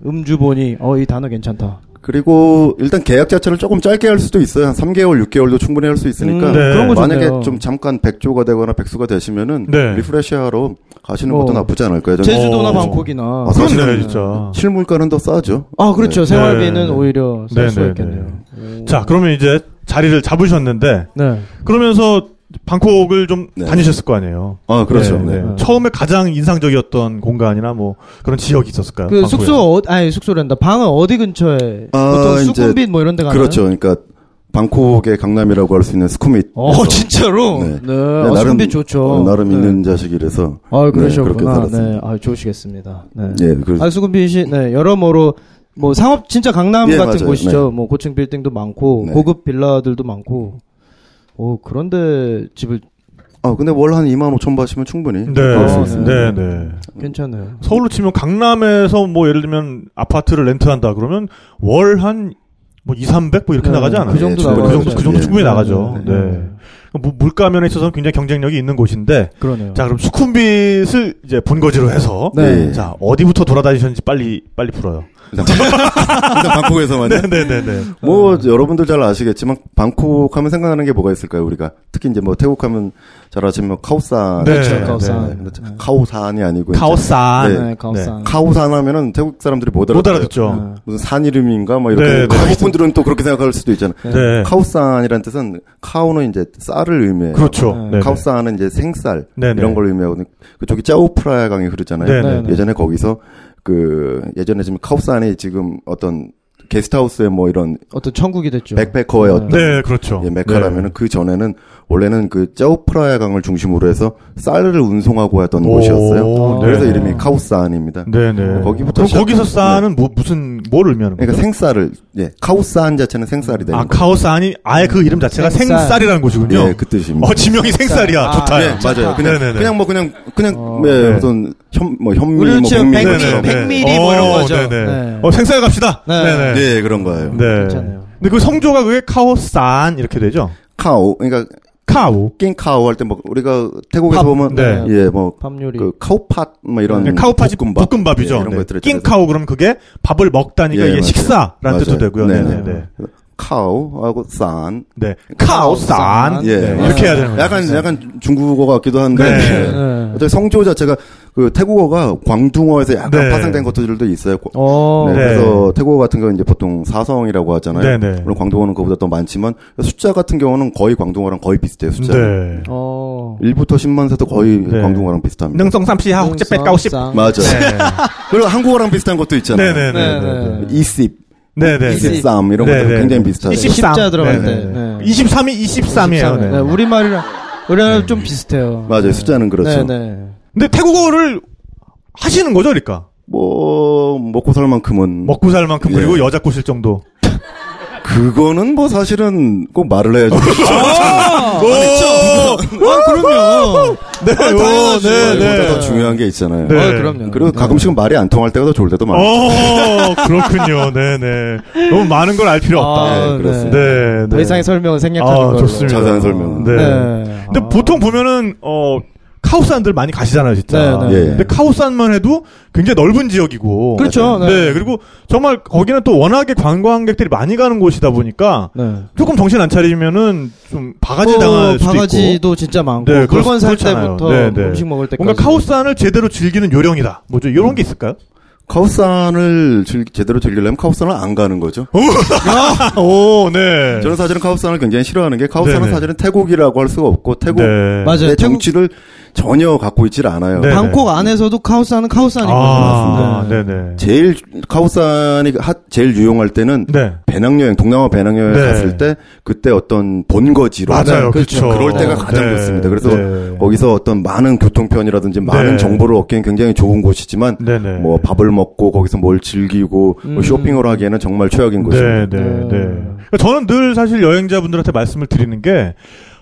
S3: 음주 본위. 어, 이 단어 괜찮다.
S4: 그리고 일단 계약 자체를 조금 짧게 할 수도 있어요. 한 3개월, 6개월도 충분히 할 수 있으니까
S3: 음,
S2: 네.
S3: 그런 거
S4: 그러니까 만약에
S3: 좋네요.
S4: 좀 잠깐 백조가 되거나 백수가 되시면은
S2: 네.
S4: 리프레시하러 가시는
S3: 어.
S4: 것도 나쁘지 않을 거예요. 저는
S3: 제주도나
S2: 어.
S3: 방콕이나.
S4: 아,
S2: 그렇네,
S4: 사실은-
S2: 진짜.
S4: 실물가는 더 싸죠.
S3: 아, 그렇죠.
S4: 네.
S3: 생활비는
S2: 네.
S3: 오히려
S2: 네,
S3: 쌀 수가
S2: 네,
S3: 있겠네요.
S2: 자, 그러면 이제 자리를 잡으셨는데,
S3: 네.
S2: 그러면서 방콕을 좀
S4: 네.
S2: 다니셨을 거 아니에요.
S4: 아, 그렇죠.
S2: 네,
S4: 네.
S2: 네. 처음에 가장 인상적이었던 공간이나 뭐 그런 지역이 있었을까요?
S3: 그
S2: 방콕에?
S3: 숙소 어, 아니 숙소란다. 방은 어디 근처에?
S4: 아,
S3: 보통
S4: 이제-
S3: 수쿰빗 뭐 이런 데 가나요?
S4: 그렇죠. 그러니까 방콕의 강남이라고 할 수 있는 스쿠밋.
S3: 어, 진짜로?
S4: 네.
S3: 네. 아, 수쿰빗 좋죠.
S4: 어, 나름
S3: 네.
S4: 있는 자식이라서.
S3: 아,
S4: 네, 그렇게
S3: 그러셨구나. 네.
S4: 살았습니다.
S3: 아, 좋으시겠습니다. 네.
S4: 예, 그래서
S3: 아, 수금빈씨, 네, 여러모로, 뭐, 상업, 진짜 강남
S4: 예,
S3: 같은
S4: 맞아요.
S3: 곳이죠. 뭐, 고층 빌딩도 많고,
S4: 네.
S3: 고급 빌라들도 많고, 오, 그런데 집을,
S4: 아, 근데 월 한 2만 5천 받으시면 충분히.
S2: 네,
S4: 구할 수
S3: 아,
S4: 있습니다.
S2: 네, 네.
S3: 괜찮아요.
S2: 서울로 치면 강남에서 뭐 예를 들면 아파트를 렌트한다 그러면 월 한 뭐 2, 300뭐 이렇게
S3: 네,
S2: 나가지 않아요?
S3: 그 정도
S4: 예,
S2: 그
S4: 나가죠.
S2: 정도 그 정도
S4: 예.
S2: 충분히 나가죠.
S3: 네.
S2: 네. 뭐 물가면에 있어서 는 굉장히 경쟁력이 있는 곳인데
S3: 그러네요.
S2: 자 그럼 수쿰빗을 이제 본거지로 해서
S4: 네.
S2: 자 어디부터 돌아다니셨는지 빨리 빨리 풀어요.
S4: 일단 일단 방콕에서만. 요
S2: 네네네네.
S4: 뭐 여러분들 잘 아시겠지만 방콕 하면 생각나는 게 뭐가 있을까요 우리가 특히 이제 뭐 태국 하면 잘 아시면 카오산
S2: 네,
S4: 그렇죠,
S2: 네,
S3: 카오산.
S4: 그렇죠. 카오산이 아니고 이제
S2: 카오산
S4: 네.
S3: 네, 가오산.
S4: 카오산 하면은 태국 사람들이 못 알아듣죠
S2: 못 알아듣죠.
S3: 네.
S4: 무슨 산 이름인가 뭐 이렇게
S2: 네, 네.
S4: 한국분들은 또 그렇게 생각할 수도 있잖아 요
S2: 네.
S4: 카오산이라는 뜻은 카오는 이제 쌀을 의미해요
S2: 그렇죠.
S3: 네.
S2: 네네.
S4: 카오산은 이제 생쌀
S2: 네, 네.
S4: 이런 걸 의미하고 그쪽이 짜오프라야 강이 흐르잖아요
S2: 네,
S3: 네, 네.
S4: 예전에 거기서 그 예전에 지금 카오산이 지금 어떤 게스트하우스에 뭐 이런
S3: 어떤 천국이 됐죠.
S4: 백패커의
S3: 네.
S4: 어떤
S2: 네 그렇죠.
S4: 예, 메카라면은 그 전에는 원래는 그 짜오프라야 강을 중심으로 해서 쌀을 운송하고 하던
S2: 오,
S4: 곳이었어요. 아,
S2: 네.
S4: 그래서 이름이 카오산입니다.
S2: 네네.
S4: 거기부터
S2: 그럼 거기서
S4: 시작해서- 네.
S2: 싼은 뭐 무슨 뭘 의미하는 거예요?
S4: 그러니까 생쌀을 예, 카오산 자체는 생쌀이 되는
S2: 아
S4: 거예요.
S2: 카오산이 아예 그 이름 자체가
S3: 생쌀.
S2: 생쌀. 이라는 것이군요.
S4: 예, 그 뜻입니다.
S2: 어 지명이 생쌀이야.
S3: 아,
S2: 좋다.
S4: 예, 맞아요. 그냥
S2: 네네네.
S4: 그냥 뭐 그냥 그냥
S3: 어.
S4: 예,
S2: 네.
S4: 무슨 현뭐 현미 뭐
S3: 우리는 지금
S4: 백미
S3: 백미,
S4: 것처럼.
S3: 백미. 백미리 뭐 이런 거죠.
S2: 네네.
S3: 네.
S2: 어 생쌀 갑시다.
S3: 네.
S2: 네네. 네.
S4: 예, 그런 거예요.
S3: 괜찮아요.
S2: 근데 그 성조가 그게 카오산 이렇게 되죠.
S4: 카오 그러니까
S2: 카오.
S4: 낑카오 할 때 뭐 우리가 태국에서
S3: 밥,
S4: 보면
S2: 네.
S4: 예, 뭐 그
S3: 밥 요리.
S4: 카오팟 뭐 이런
S2: 네, 카오팥이
S4: 볶음밥,
S2: 볶음밥. 이죠 네.
S4: 예, 이런 것들을
S2: 낑카오 그럼 그게 밥을 먹다니까
S4: 예,
S2: 이게
S4: 맞아요.
S2: 식사라는 뜻도
S4: 맞아요.
S2: 되고요.
S4: 네,
S2: 네네네.
S3: 네.
S2: 네.
S4: 카오하고 산
S2: 카오산.
S3: 카오산.
S4: 예.
S2: 네, 이렇게 해야 되는 거예요.
S4: 약간 약간 중국어 같기도 한데
S2: 네.
S3: 네.
S4: 어차피 성조 자체가 그 태국어가 광둥어에서 약간
S2: 네.
S4: 파생된 것들도 있어요. 고-
S3: 어,
S4: 네,
S2: 네.
S4: 그래서 태국어 같은 경우는 이제 보통 사성이라고 하잖아요.
S2: 네네.
S4: 물론 광둥어는 그보다 더 많지만 숫자 같은 경우는 거의 광둥어랑 거의 비슷해요. 숫자.
S2: 네.
S3: 어.
S4: 1부터 10만 세도 거의
S2: 네.
S4: 광둥어랑 비슷합니다.
S2: 능성삼시하옥 찌빼까오십.
S3: 쌍.
S4: 맞아. 요 그리고 한국어랑 비슷한 것도 있잖아요.
S2: 네네네.
S3: 네.
S4: 이십,
S2: 네네.
S3: 이십.
S4: 이십삼 이런
S2: 네,
S4: 것들
S2: 네.
S4: 은 굉장히 비슷하죠.
S3: 이십- 십자 들어갈 때. 네.
S2: 23이 23이에요.
S3: 네. 우리말이랑, 우리랑 좀 비슷해요. 네.
S4: 맞아요. 숫자는 그렇죠.
S3: 네네.
S2: 근데 태국어를 하시는 거죠, 그러니까.
S4: 뭐 먹고 살 만큼은
S2: 먹고 살 만큼 그리고
S4: 예.
S2: 여자 꼬실 정도.
S4: 그거는 뭐
S2: 어,
S4: 그렇죠.
S2: 아,
S4: 사실은 꼭 말을 해야죠.
S2: 오!
S3: 아, 그럼요.
S2: 네, 오, 네,
S4: 이거보다 더
S2: 네.
S4: 중요한 게 있잖아요.
S2: 네.
S5: 어, 그럼요.
S4: 그리고 가끔씩은 말이 안 통할 때가 더 좋을 때도 많아요.
S2: 어, 그렇군요. 네, 네. 너무 많은 걸 알 필요 없다.
S4: 네, 그렇습니다.
S2: 네, 네.
S3: 아, 더 이상의 설명은 생략하는
S2: 아,
S3: 걸로.
S2: 좋습니다.
S4: 자세한 설명은.
S2: 네.
S3: 네.
S2: 근데
S3: 아.
S2: 보통 보면은 어 카오산들 많이 가시잖아요, 진짜.
S3: 네, 네.
S4: 예.
S2: 근데 카오산만 해도 굉장히 넓은 지역이고.
S3: 그렇죠.
S2: 네.
S3: 네.
S2: 그리고 정말 거기는 또 워낙에 관광객들이 많이 가는 곳이다 보니까
S3: 네.
S2: 조금 정신 안 차리면은 좀 바가지
S3: 뭐,
S2: 당할 수도 있고.
S3: 바가지도 진짜 많고
S2: 네,
S3: 물건 살
S2: 그렇잖아요.
S3: 때부터
S2: 네, 네.
S3: 음식 먹을 때까지.
S2: 뭔가 카오산을 제대로 즐기는 요령이다. 뭐죠? 이런 게 있을까요?
S4: 카오산을 즐- 제대로 즐기려면 카오산을 안 가는 거죠.
S2: 어? 오, 네.
S4: 저는 사실은 카오산을 굉장히 싫어하는 게 카오산은
S2: 네네.
S4: 사실은 태국이라고 할 수가 없고 태국
S2: 네.
S3: 맞아요.
S4: 내
S3: 태국
S4: 정치를 전혀 갖고 있질 않아요.
S2: 네.
S3: 방콕 안에서도 카오산은 카오산인
S2: 아,
S3: 거죠.
S2: 네, 네.
S4: 제일 카오산이 핫, 제일 유용할 때는
S2: 네.
S4: 배낭여행, 동남아 배낭여행
S2: 네.
S4: 갔을 때 그때 어떤 본거지로
S2: 맞아요.
S3: 그렇죠.
S2: 그렇죠.
S4: 그럴 때가 가장
S2: 네.
S4: 좋습니다. 그래서
S2: 네.
S4: 거기서 어떤 많은 교통편이라든지 많은
S2: 네.
S4: 정보를 얻기엔 굉장히 좋은 곳이지만
S2: 네네.
S4: 뭐 밥을 먹고 거기서 뭘 즐기고 뭐
S3: 음.
S4: 쇼핑을 하기에는 정말 최악인 곳입니다.
S2: 네, 네,
S3: 음.
S2: 네. 그러니까 저는 늘 사실 여행자분들한테 말씀을 드리는 게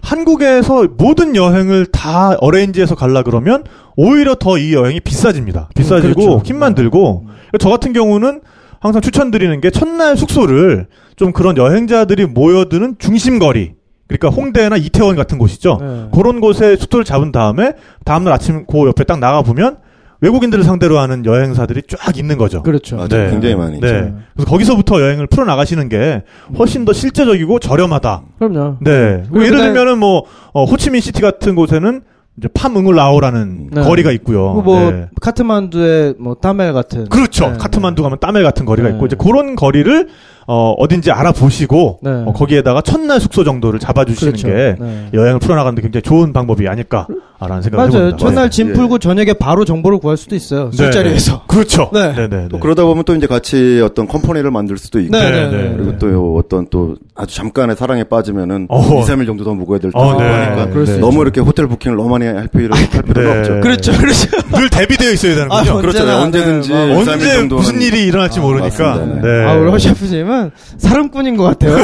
S2: 한국에서 모든 여행을 다 어레인지해서 갈라 그러면 오히려 더 이 여행이 비싸집니다. 비싸지고
S3: 그렇죠.
S2: 힘만 들고 그러니까 저 같은 경우는 항상 추천드리는 게 첫날 숙소를 좀 그런 여행자들이 모여드는 중심거리 그러니까 홍대나 이태원 같은 곳이죠.
S3: 네.
S2: 그런 곳에 숙소를 잡은 다음에 다음날 아침 그 옆에 딱 나가 보면 외국인들을 상대로 하는 여행사들이 쫙 있는 거죠.
S3: 그렇죠.
S4: 맞아요.
S2: 네.
S4: 굉장히 많이.
S2: 네.
S3: 있죠.
S2: 그래서 거기서부터 여행을 풀어 나가시는 게 훨씬 더 실제적이고 저렴하다.
S3: 그럼요.
S2: 네.
S3: 그리고
S2: 뭐 예를
S3: 그다음에-
S2: 들면은 뭐 어, 호치민 시티 같은 곳에는 이제 팜응을라오라는
S3: 네.
S2: 거리가 있고요.
S3: 그리고 뭐
S2: 네.
S3: 카트만두의 뭐 타멜 같은
S2: 그렇죠.
S3: 네,
S2: 카트만두 가면 따멜 같은 거리가
S3: 네.
S2: 있고 이제 그런 거리를 어, 어딘지 알아보시고
S3: 네.
S2: 어, 거기에다가 첫날 숙소 정도를 잡아주시는
S3: 그렇죠.
S2: 게
S3: 네.
S2: 여행을 풀어나가는데 굉장히 좋은 방법이 아닐까라는 생각을
S3: 맞아요.
S2: 해봅니다. 네.
S3: 첫날
S4: 네.
S3: 짐
S4: 예.
S3: 풀고 저녁에 바로 정보를 구할 수도 있어요. 술자리에서.
S2: 그렇죠.
S3: 네.
S2: 네, 네,
S4: 또
S2: 네.
S4: 그러다 보면 또 이제 같이 어떤 컴퍼니를 만들 수도 있고
S3: 네,
S2: 네,
S3: 네, 네.
S2: 네.
S4: 그리고 또 어떤 또 아주 잠깐의 사랑에 빠지면은
S2: 어허.
S4: 2, 3일 정도 더 묵어야 될
S2: 어,
S4: 때가
S2: 네.
S4: 있으니까
S3: 그럴 수
S4: 너무 이렇게 호텔 부킹을 너무 많이 할 필요는 할 필요는
S2: 네.
S4: 없죠.
S3: 그렇죠. 그렇죠.
S2: 늘 대비되어 있어야 되는 거죠.
S3: 아,
S4: 그렇잖아요. 언제든지
S3: 네,
S4: 일, 삼일
S2: 언제
S4: 정도는 아,
S2: 무슨 일이 일어날지 모르니까.
S4: 맞습니다.
S2: 네.
S3: 아, 우리 허샤프님은 사랑꾼인 것 같아요.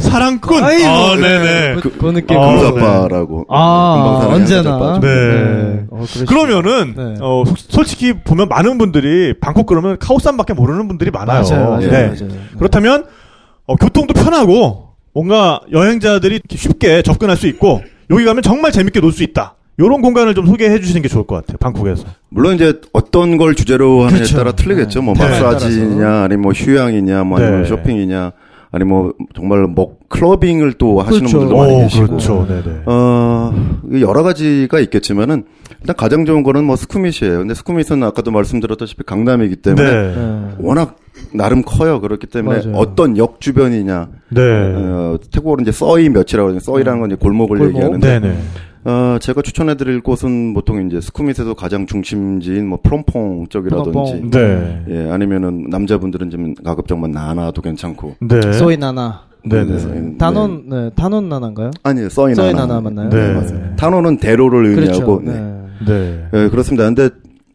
S2: 사랑꾼.
S3: 아이고.
S2: 아, 네네.
S3: 그, 그 느낌.
S2: 아,
S3: 그-
S4: 금사빠라고.
S3: 아,
S4: 금방 사랑이
S3: 언제나.
S4: 아빠죠.
S2: 네.
S3: 어,
S4: 그렇죠.
S3: 그러시-
S2: 그러면은
S3: 네.
S2: 어, 솔- 솔직히 보면 많은 분들이 방콕 그러면 카오산밖에 모르는 분들이 많아요.
S3: 맞아요. 맞아요.
S4: 예.
S2: 네.
S3: 맞아요.
S2: 그렇다면 어, 교통도 편하고 뭔가 여행자들이 이렇게 쉽게 접근할 수 있고 여기 가면 정말 재밌게 놀 수 있다. 요런 공간을 좀 소개해 주시는 게 좋을 것 같아요. 방콕에서.
S4: 물론 이제 어떤 걸 주제로 하느냐에
S3: 그렇죠.
S4: 따라 틀리겠죠. 뭐
S2: 네.
S4: 마사지냐, 아니면 뭐 휴양이냐, 뭐 아니면
S2: 네.
S4: 쇼핑이냐, 아니면 뭐 정말 뭐 클러빙을 또 하시는
S3: 그렇죠.
S4: 분들도 많이
S2: 오,
S4: 계시고.
S2: 그렇죠. 네네.
S4: 어, 여러 가지가 있겠지만은, 일단 가장 좋은 거는 뭐 스쿠밋이에요. 근데 스쿠밋은 아까도 말씀드렸다시피 강남이기 때문에
S2: 네.
S3: 네.
S4: 워낙 나름 커요. 그렇기 때문에
S3: 맞아요.
S4: 어떤 역 주변이냐,
S2: 네.
S4: 어, 태국어로 이제 써이 몇이라고 하죠. 써이라는 건 이제 골목을
S3: 골목.
S4: 얘기하는데,
S2: 네네.
S4: 어, 제가 추천해드릴 곳은 보통 이제 스쿠밋에도 가장 중심지인 뭐 프롬퐁
S3: 프롬퐁.
S4: 쪽이라든지,
S2: 네.
S4: 예, 아니면은 남자분들은 좀 가급적만 나나도 괜찮고.
S2: 네.
S3: 소이 나나.
S2: 네네.
S4: 네.
S3: 단원, 네. 단원 나나인가요?
S4: 아니요, 써이
S3: 소이
S4: 나나.
S3: 나나 맞나요?
S2: 네.
S4: 맞습니다. 단어는 대로를
S3: 그렇죠.
S4: 의미하고, 네.
S3: 네.
S2: 네.
S4: 예, 그렇습니다. 근데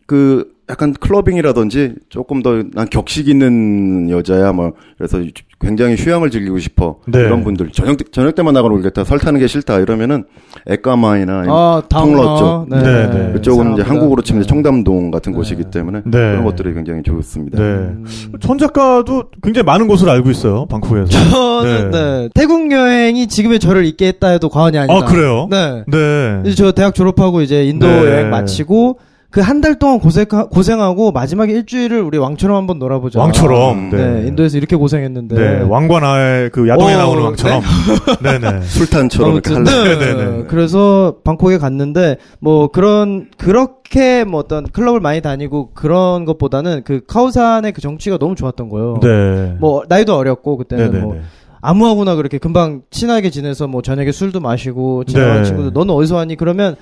S4: 그 약간 클러빙이라든지 조금 더 난 격식 있는 여자야 뭐 그래서 굉장히 휴양을 즐기고 싶어
S2: 네.
S4: 이런 분들 저녁 때- 저녁 때만 나가러 오겠다 설 타는 게 싫다 이러면은 에까마이나
S3: 아,
S4: 통로
S3: 다운러.
S4: 쪽.
S2: 네, 네.
S4: 그쪽은 이제
S3: 사랑합니다.
S4: 한국으로 치면 이제
S3: 네.
S4: 청담동 같은
S3: 네.
S4: 곳이기 때문에
S2: 네.
S4: 그런 것들이 굉장히 좋습니다.
S2: 네.
S3: 음.
S2: 전 작가도 굉장히 많은 곳을 알고 있어요. 방콕에서.
S3: 저는 네. 태국 여행이 지금의 저를 있게 했다 해도 과언이 아니다.
S2: 아, 그래요?
S3: 네.
S2: 네.
S3: 이제 저 대학 졸업하고 이제 인도
S2: 네.
S3: 여행 마치고 그 한 달 동안 고생 고생하고 마지막에 일주일을 우리 왕처럼 한번 놀아보자.
S2: 왕처럼.
S3: 네. 인도에서 이렇게 고생했는데.
S2: 네, 왕과 나의 그 야동에
S3: 어,
S2: 나오는 왕처럼. 네, 네.
S4: 술탄처럼 이렇게
S3: 아무튼
S4: 할래.
S3: 네,
S2: 네, 네, 네.
S3: 그래서 방콕에 갔는데 뭐 그런 그렇게 뭐 어떤 클럽을 많이 다니고 그런 것보다는 그 카오산의 그 정취가 너무 좋았던 거예요.
S2: 네.
S3: 뭐 나이도 어렸고 그때는
S2: 네네네.
S3: 뭐 아무하고나 그렇게 금방 친하게 지내서 뭐 저녁에 술도 마시고 지나가는
S2: 네.
S3: 친구들 너는 어디서 왔니 그러면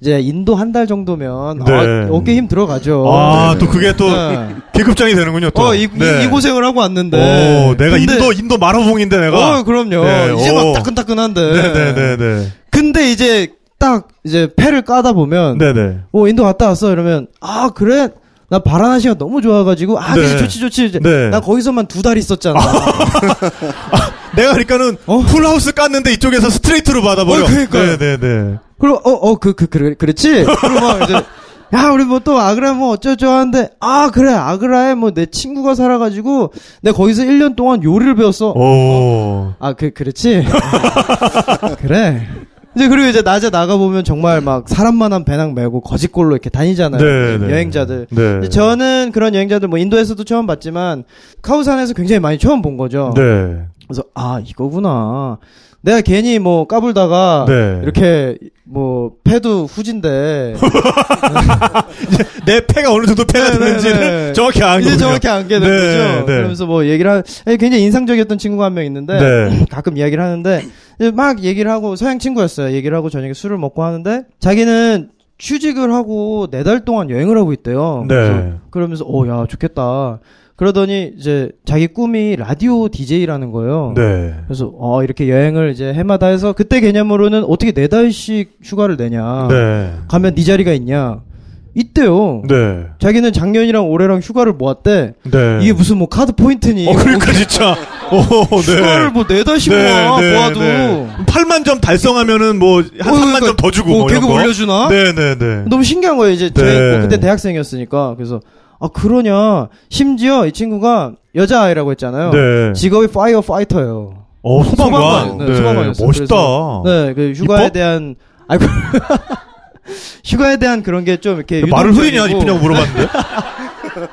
S3: 이제 인도 한 달 정도면
S2: 네.
S3: 아, 어깨 힘 들어가죠.
S2: 아,
S4: 네,
S2: 또
S4: 네.
S2: 그게 또
S3: 네.
S2: 계급장이 되는군요, 또.
S3: 어, 이, 이-
S2: 네.
S3: 이 고생을 하고 왔는데.
S2: 오, 내가
S3: 근데-
S2: 인도, 인도 마라봉인데, 내가.
S3: 어, 그럼요.
S2: 네,
S3: 이제
S2: 오.
S3: 막 따끈따끈한데.
S2: 네네네네.
S3: 근데 이제 딱 이제 패를 까다 보면
S2: 네네.
S3: 어 인도 갔다 왔어 이러면 아 그래 나 바라나시가 너무 좋아가지고 아 그래
S2: 네.
S3: 좋지 좋지 이제
S2: 네.
S3: 나 거기서만 두 달 있었잖아.
S2: 내가 그러니까는
S3: 어?
S2: 풀하우스 깠는데 이쪽에서 스트레이트로 받아버려.
S3: 어, 그러니까요.
S2: 네네네.
S3: 그리고 어어그 그 그, 그, 렇지 그리고 막 이제 야 우리 뭐 또 아그라 뭐 어쩌죠 하는데 아 그래 아그라에 뭐 내 친구가 살아가지고 내가 거기서 1년 동안 요리를 배웠어.
S2: 오.
S3: 아 그 그렇지. 그래. 이제 그리고 이제 낮에 나가 보면 정말 막 사람만한 배낭 메고 거짓골로 이렇게 다니잖아요.
S2: 네, 네.
S3: 여행자들.
S2: 네.
S3: 근데 저는 그런 여행자들 뭐 인도에서도 처음 봤지만 카오산에서 굉장히 많이 처음 본 거죠.
S2: 네.
S3: 그래서 아 이거구나. 내가 괜히 뭐 까불다가
S2: 네.
S3: 이렇게 뭐 패도 후진데
S2: 내 패가 어느 정도 패가
S3: 네, 네,
S2: 되는지를
S3: 네.
S2: 정확히 아는
S3: 이제
S2: 거군요.
S3: 정확히 안게 된
S2: 네,
S3: 거죠.
S2: 네.
S3: 그러면서 뭐 얘기를 하, 아니, 굉장히 인상적이었던 친구가 한 명 있는데
S2: 네.
S3: 가끔 이야기를 하는데 이제 막 얘기를 하고 서양 친구였어요. 얘기를 하고 저녁에 술을 먹고 하는데 자기는 취직을 하고 네 달 동안 여행을 하고 있대요. 그래서
S2: 네.
S3: 그러면서 어, 오야 좋겠다. 그러더니 이제 자기 꿈이 라디오 DJ라는 거예요.
S2: 네.
S3: 그래서 어 이렇게 여행을 이제 해마다 해서 그때 개념으로는 어떻게 네 달씩 휴가를 내냐.
S2: 네.
S3: 가면 네 자리가 있냐. 있대요.
S2: 네.
S3: 자기는 작년이랑 올해랑 휴가를 모았대.
S2: 네.
S3: 이게 무슨 뭐 카드 포인트니.
S2: 어, 그러니까 진짜. 오, 네.
S3: 휴가를 뭐 네 달씩 모아 모아도.
S2: 8만 점 달성하면은 뭐, 한
S3: 어,
S2: 3만
S3: 그러니까
S2: 점 더 주고.
S3: 뭐
S2: 뭐 이런
S3: 계급
S2: 거.
S3: 올려주나?
S2: 네네네.
S3: 너무 신기한 거예요. 이제
S2: 네.
S3: 저희 뭐 그때 대학생이었으니까. 그래서 아 그러냐. 심지어 이 친구가 여자아이라고 했잖아요.
S2: 네.
S3: 직업이 파이어 파이터예요.
S2: 어, 소방관.
S3: 소방관. 네, 소방관이었어요.
S2: 멋있다.
S3: 네, 그 휴가에
S2: 입법?
S3: 대한 아이고 휴가에 대한 그런 게 좀 이렇게
S2: 네, 말을 흐리냐,
S3: 유동적이고. 아,
S2: 이쁘냐고 물어봤는데.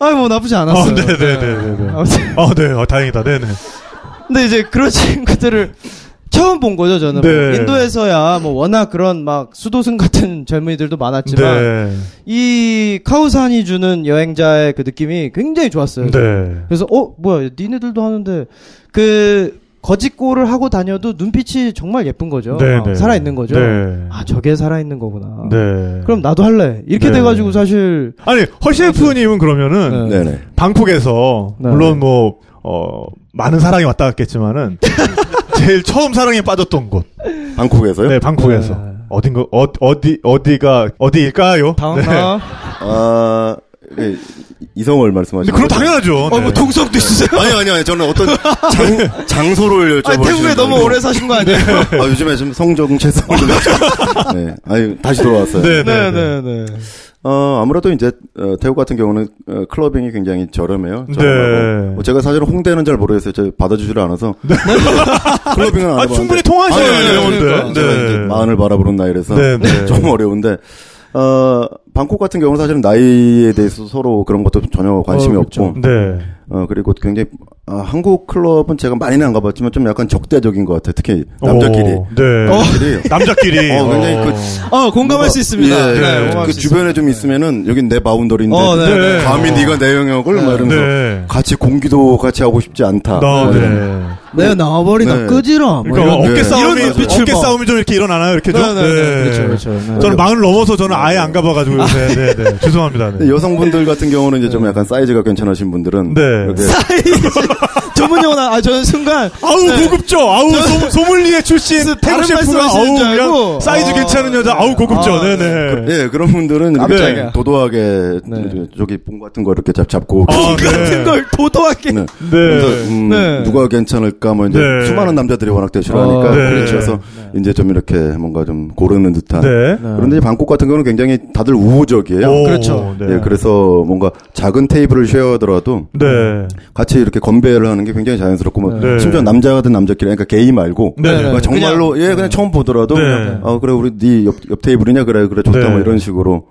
S3: 아이 뭐 나쁘지 않았어요.
S2: 아, 네네네네네.
S3: 아무튼
S2: 아, 네. 아, 다행이다. 네네.
S3: 근데 이제 그런 친구들을 처음 본 거죠 저는.
S2: 네.
S3: 뭐 인도에서야 뭐 워낙 그런 막 수도승 같은 젊은이들도 많았지만
S2: 네.
S3: 이 카우산이 주는 여행자의 그 느낌이 굉장히 좋았어요.
S2: 네.
S3: 그래서 어 뭐야 니네들도 하는데 그 거짓골을 하고 다녀도 눈빛이 정말 예쁜 거죠.
S2: 네,
S3: 아,
S2: 네.
S3: 살아 있는 거죠.
S2: 네.
S3: 아 저게 살아 있는 거구나.
S2: 네.
S3: 그럼 나도 할래. 이렇게
S2: 네.
S3: 돼가지고 사실
S2: 아니, 허셰프님은 그러면은,
S3: 네.
S4: 네네.
S2: 방콕에서
S3: 네.
S2: 물론 뭐 어, 많은 사랑이 왔다 갔겠지만은 제일 처음 사랑에 빠졌던 곳.
S4: 방콕에서요?
S2: 네, 방콕에서.
S3: 네.
S2: 어딘가 어, 어디 어디가 네. 어디일까요?
S3: 당황나.
S4: 아, 예, 이성을
S2: 근데
S4: 말씀하시는
S2: 그럼
S4: 거죠?
S2: 당연하죠. 네.
S3: 어, 뭐 동석도 있으세요?
S4: 아니 아니 아니 저는 어떤 장, 장소를 여쭤보시는
S3: 아니, 태국에 너무
S4: 거고.
S3: 오래 사신 거 아니에요?
S4: 아, 요즘에 좀 성정체성.
S3: 아,
S4: 네. 아유, 다시 돌아왔어요.
S2: 네, 네, 네.
S3: 네네네.
S4: 어, 아무래도 이제, 어, 태국 같은 경우는, 어, 클러빙이 굉장히 저렴해요.
S2: 네.
S4: 저렴하고. 어, 제가 사실은 홍대는 잘 모르겠어요. 제가 받아주지를 않아서. 클러빙은
S2: 네.
S4: 안
S2: 아,
S4: 해봤는데.
S2: 충분히 통하셔야
S4: 아니, 아니,
S2: 돼요,
S4: 아니,
S2: 근데.
S4: 그러니까 제가
S2: 네.
S4: 이제 마흔을 바라보는 나이라서.
S2: 네, 네.
S4: 좀 어려운데. 어, 방콕 같은 경우는 사실은 나이에 대해서 서로 그런 것도 전혀 관심이
S3: 어, 그렇죠.
S4: 없고.
S2: 네.
S4: 어, 그리고 굉장히, 아, 한국 클럽은 제가 많이는 안 가봤지만 좀 약간 적대적인 것 같아요. 특히 남자끼리.
S2: 오, 네.
S4: 남자끼리.
S2: 남자끼리.
S4: 어, 굉장히 그-
S3: 어 공감할 수 있습니다.
S4: 예, 예.
S2: 네, 공감할
S4: 그 주변에 좀 있으면은 여긴 내 바운더리인데
S3: 어, 네,
S2: 네.
S4: 감히
S2: 어.
S4: 네가 내 영역을 막 이러면서
S2: 네.
S4: 같이 공기도 같이 하고 싶지 않다.
S2: 나, 네.
S4: 네.
S3: 내가 나와버리다
S4: 네.
S3: 끄지러. 뭐
S2: 그러니까
S3: 이런-
S2: 어깨
S4: 네.
S2: 싸움이
S3: 이런 눈빛을
S2: 어깨
S3: 봐.
S2: 싸움이 좀 이렇게 일어나나요, 이렇게 좀?
S3: 네, 네, 네. 그렇죠, 그렇죠. 네.
S2: 저는 마흔 넘어서 저는 아예 안 가봐가지고 요새 네, 네. 죄송합니다. 네.
S4: 여성분들 같은 경우는 이제 좀 약간 사이즈가 괜찮으신 분들은
S2: 네.
S4: 이렇게
S3: 전문 용어 나. 아 저는 순간
S2: 아우
S3: 네.
S2: 고급져 아우 소, 소믈리에 출신
S3: 무슨
S2: 태국
S3: 다른
S2: 셰프가 아우
S3: 말씀하시는 줄
S2: 그냥
S3: 알고.
S2: 사이즈
S3: 아,
S2: 괜찮은 여자 아우 고급져
S3: 아,
S2: 네네
S4: 예, 그런 분들은 이렇게
S3: 깜짝이야.
S4: 도도하게
S3: 네.
S4: 저기 봉 같은 거 이렇게 잡, 잡고
S2: 아, 네.
S3: 같은 걸 도도하게.
S4: 네.
S2: 네.
S4: 그래서 음,
S3: 네.
S4: 누가 괜찮을까 뭐 이제
S2: 네.
S4: 수많은 남자들이 워낙 대 싫어하니까
S3: 어,
S2: 네.
S4: 그래서 이제 좀 이렇게 뭔가 좀 고르는 듯한
S2: 네.
S4: 그런데 이 방콕 같은 경우는 굉장히 다들 우호적이에요.
S2: 오,
S3: 그렇죠.
S2: 네.
S4: 예, 그래서 뭔가 작은 테이블을 쉐어하더라도
S2: 네.
S3: 음.
S4: 같이 이렇게 건배를 하는 게 굉장히 자연스럽고 뭐
S2: 네.
S4: 심지어 남자든 남자끼리 그러니까 게이 말고
S2: 네.
S4: 그러니까
S3: 네.
S4: 정말로 예 그냥 처음 보더라도
S2: 네.
S4: 그냥, 아 그래 우리 네옆 옆 테이블이냐 그래 그래 좋다
S2: 네.
S4: 뭐 이런 식으로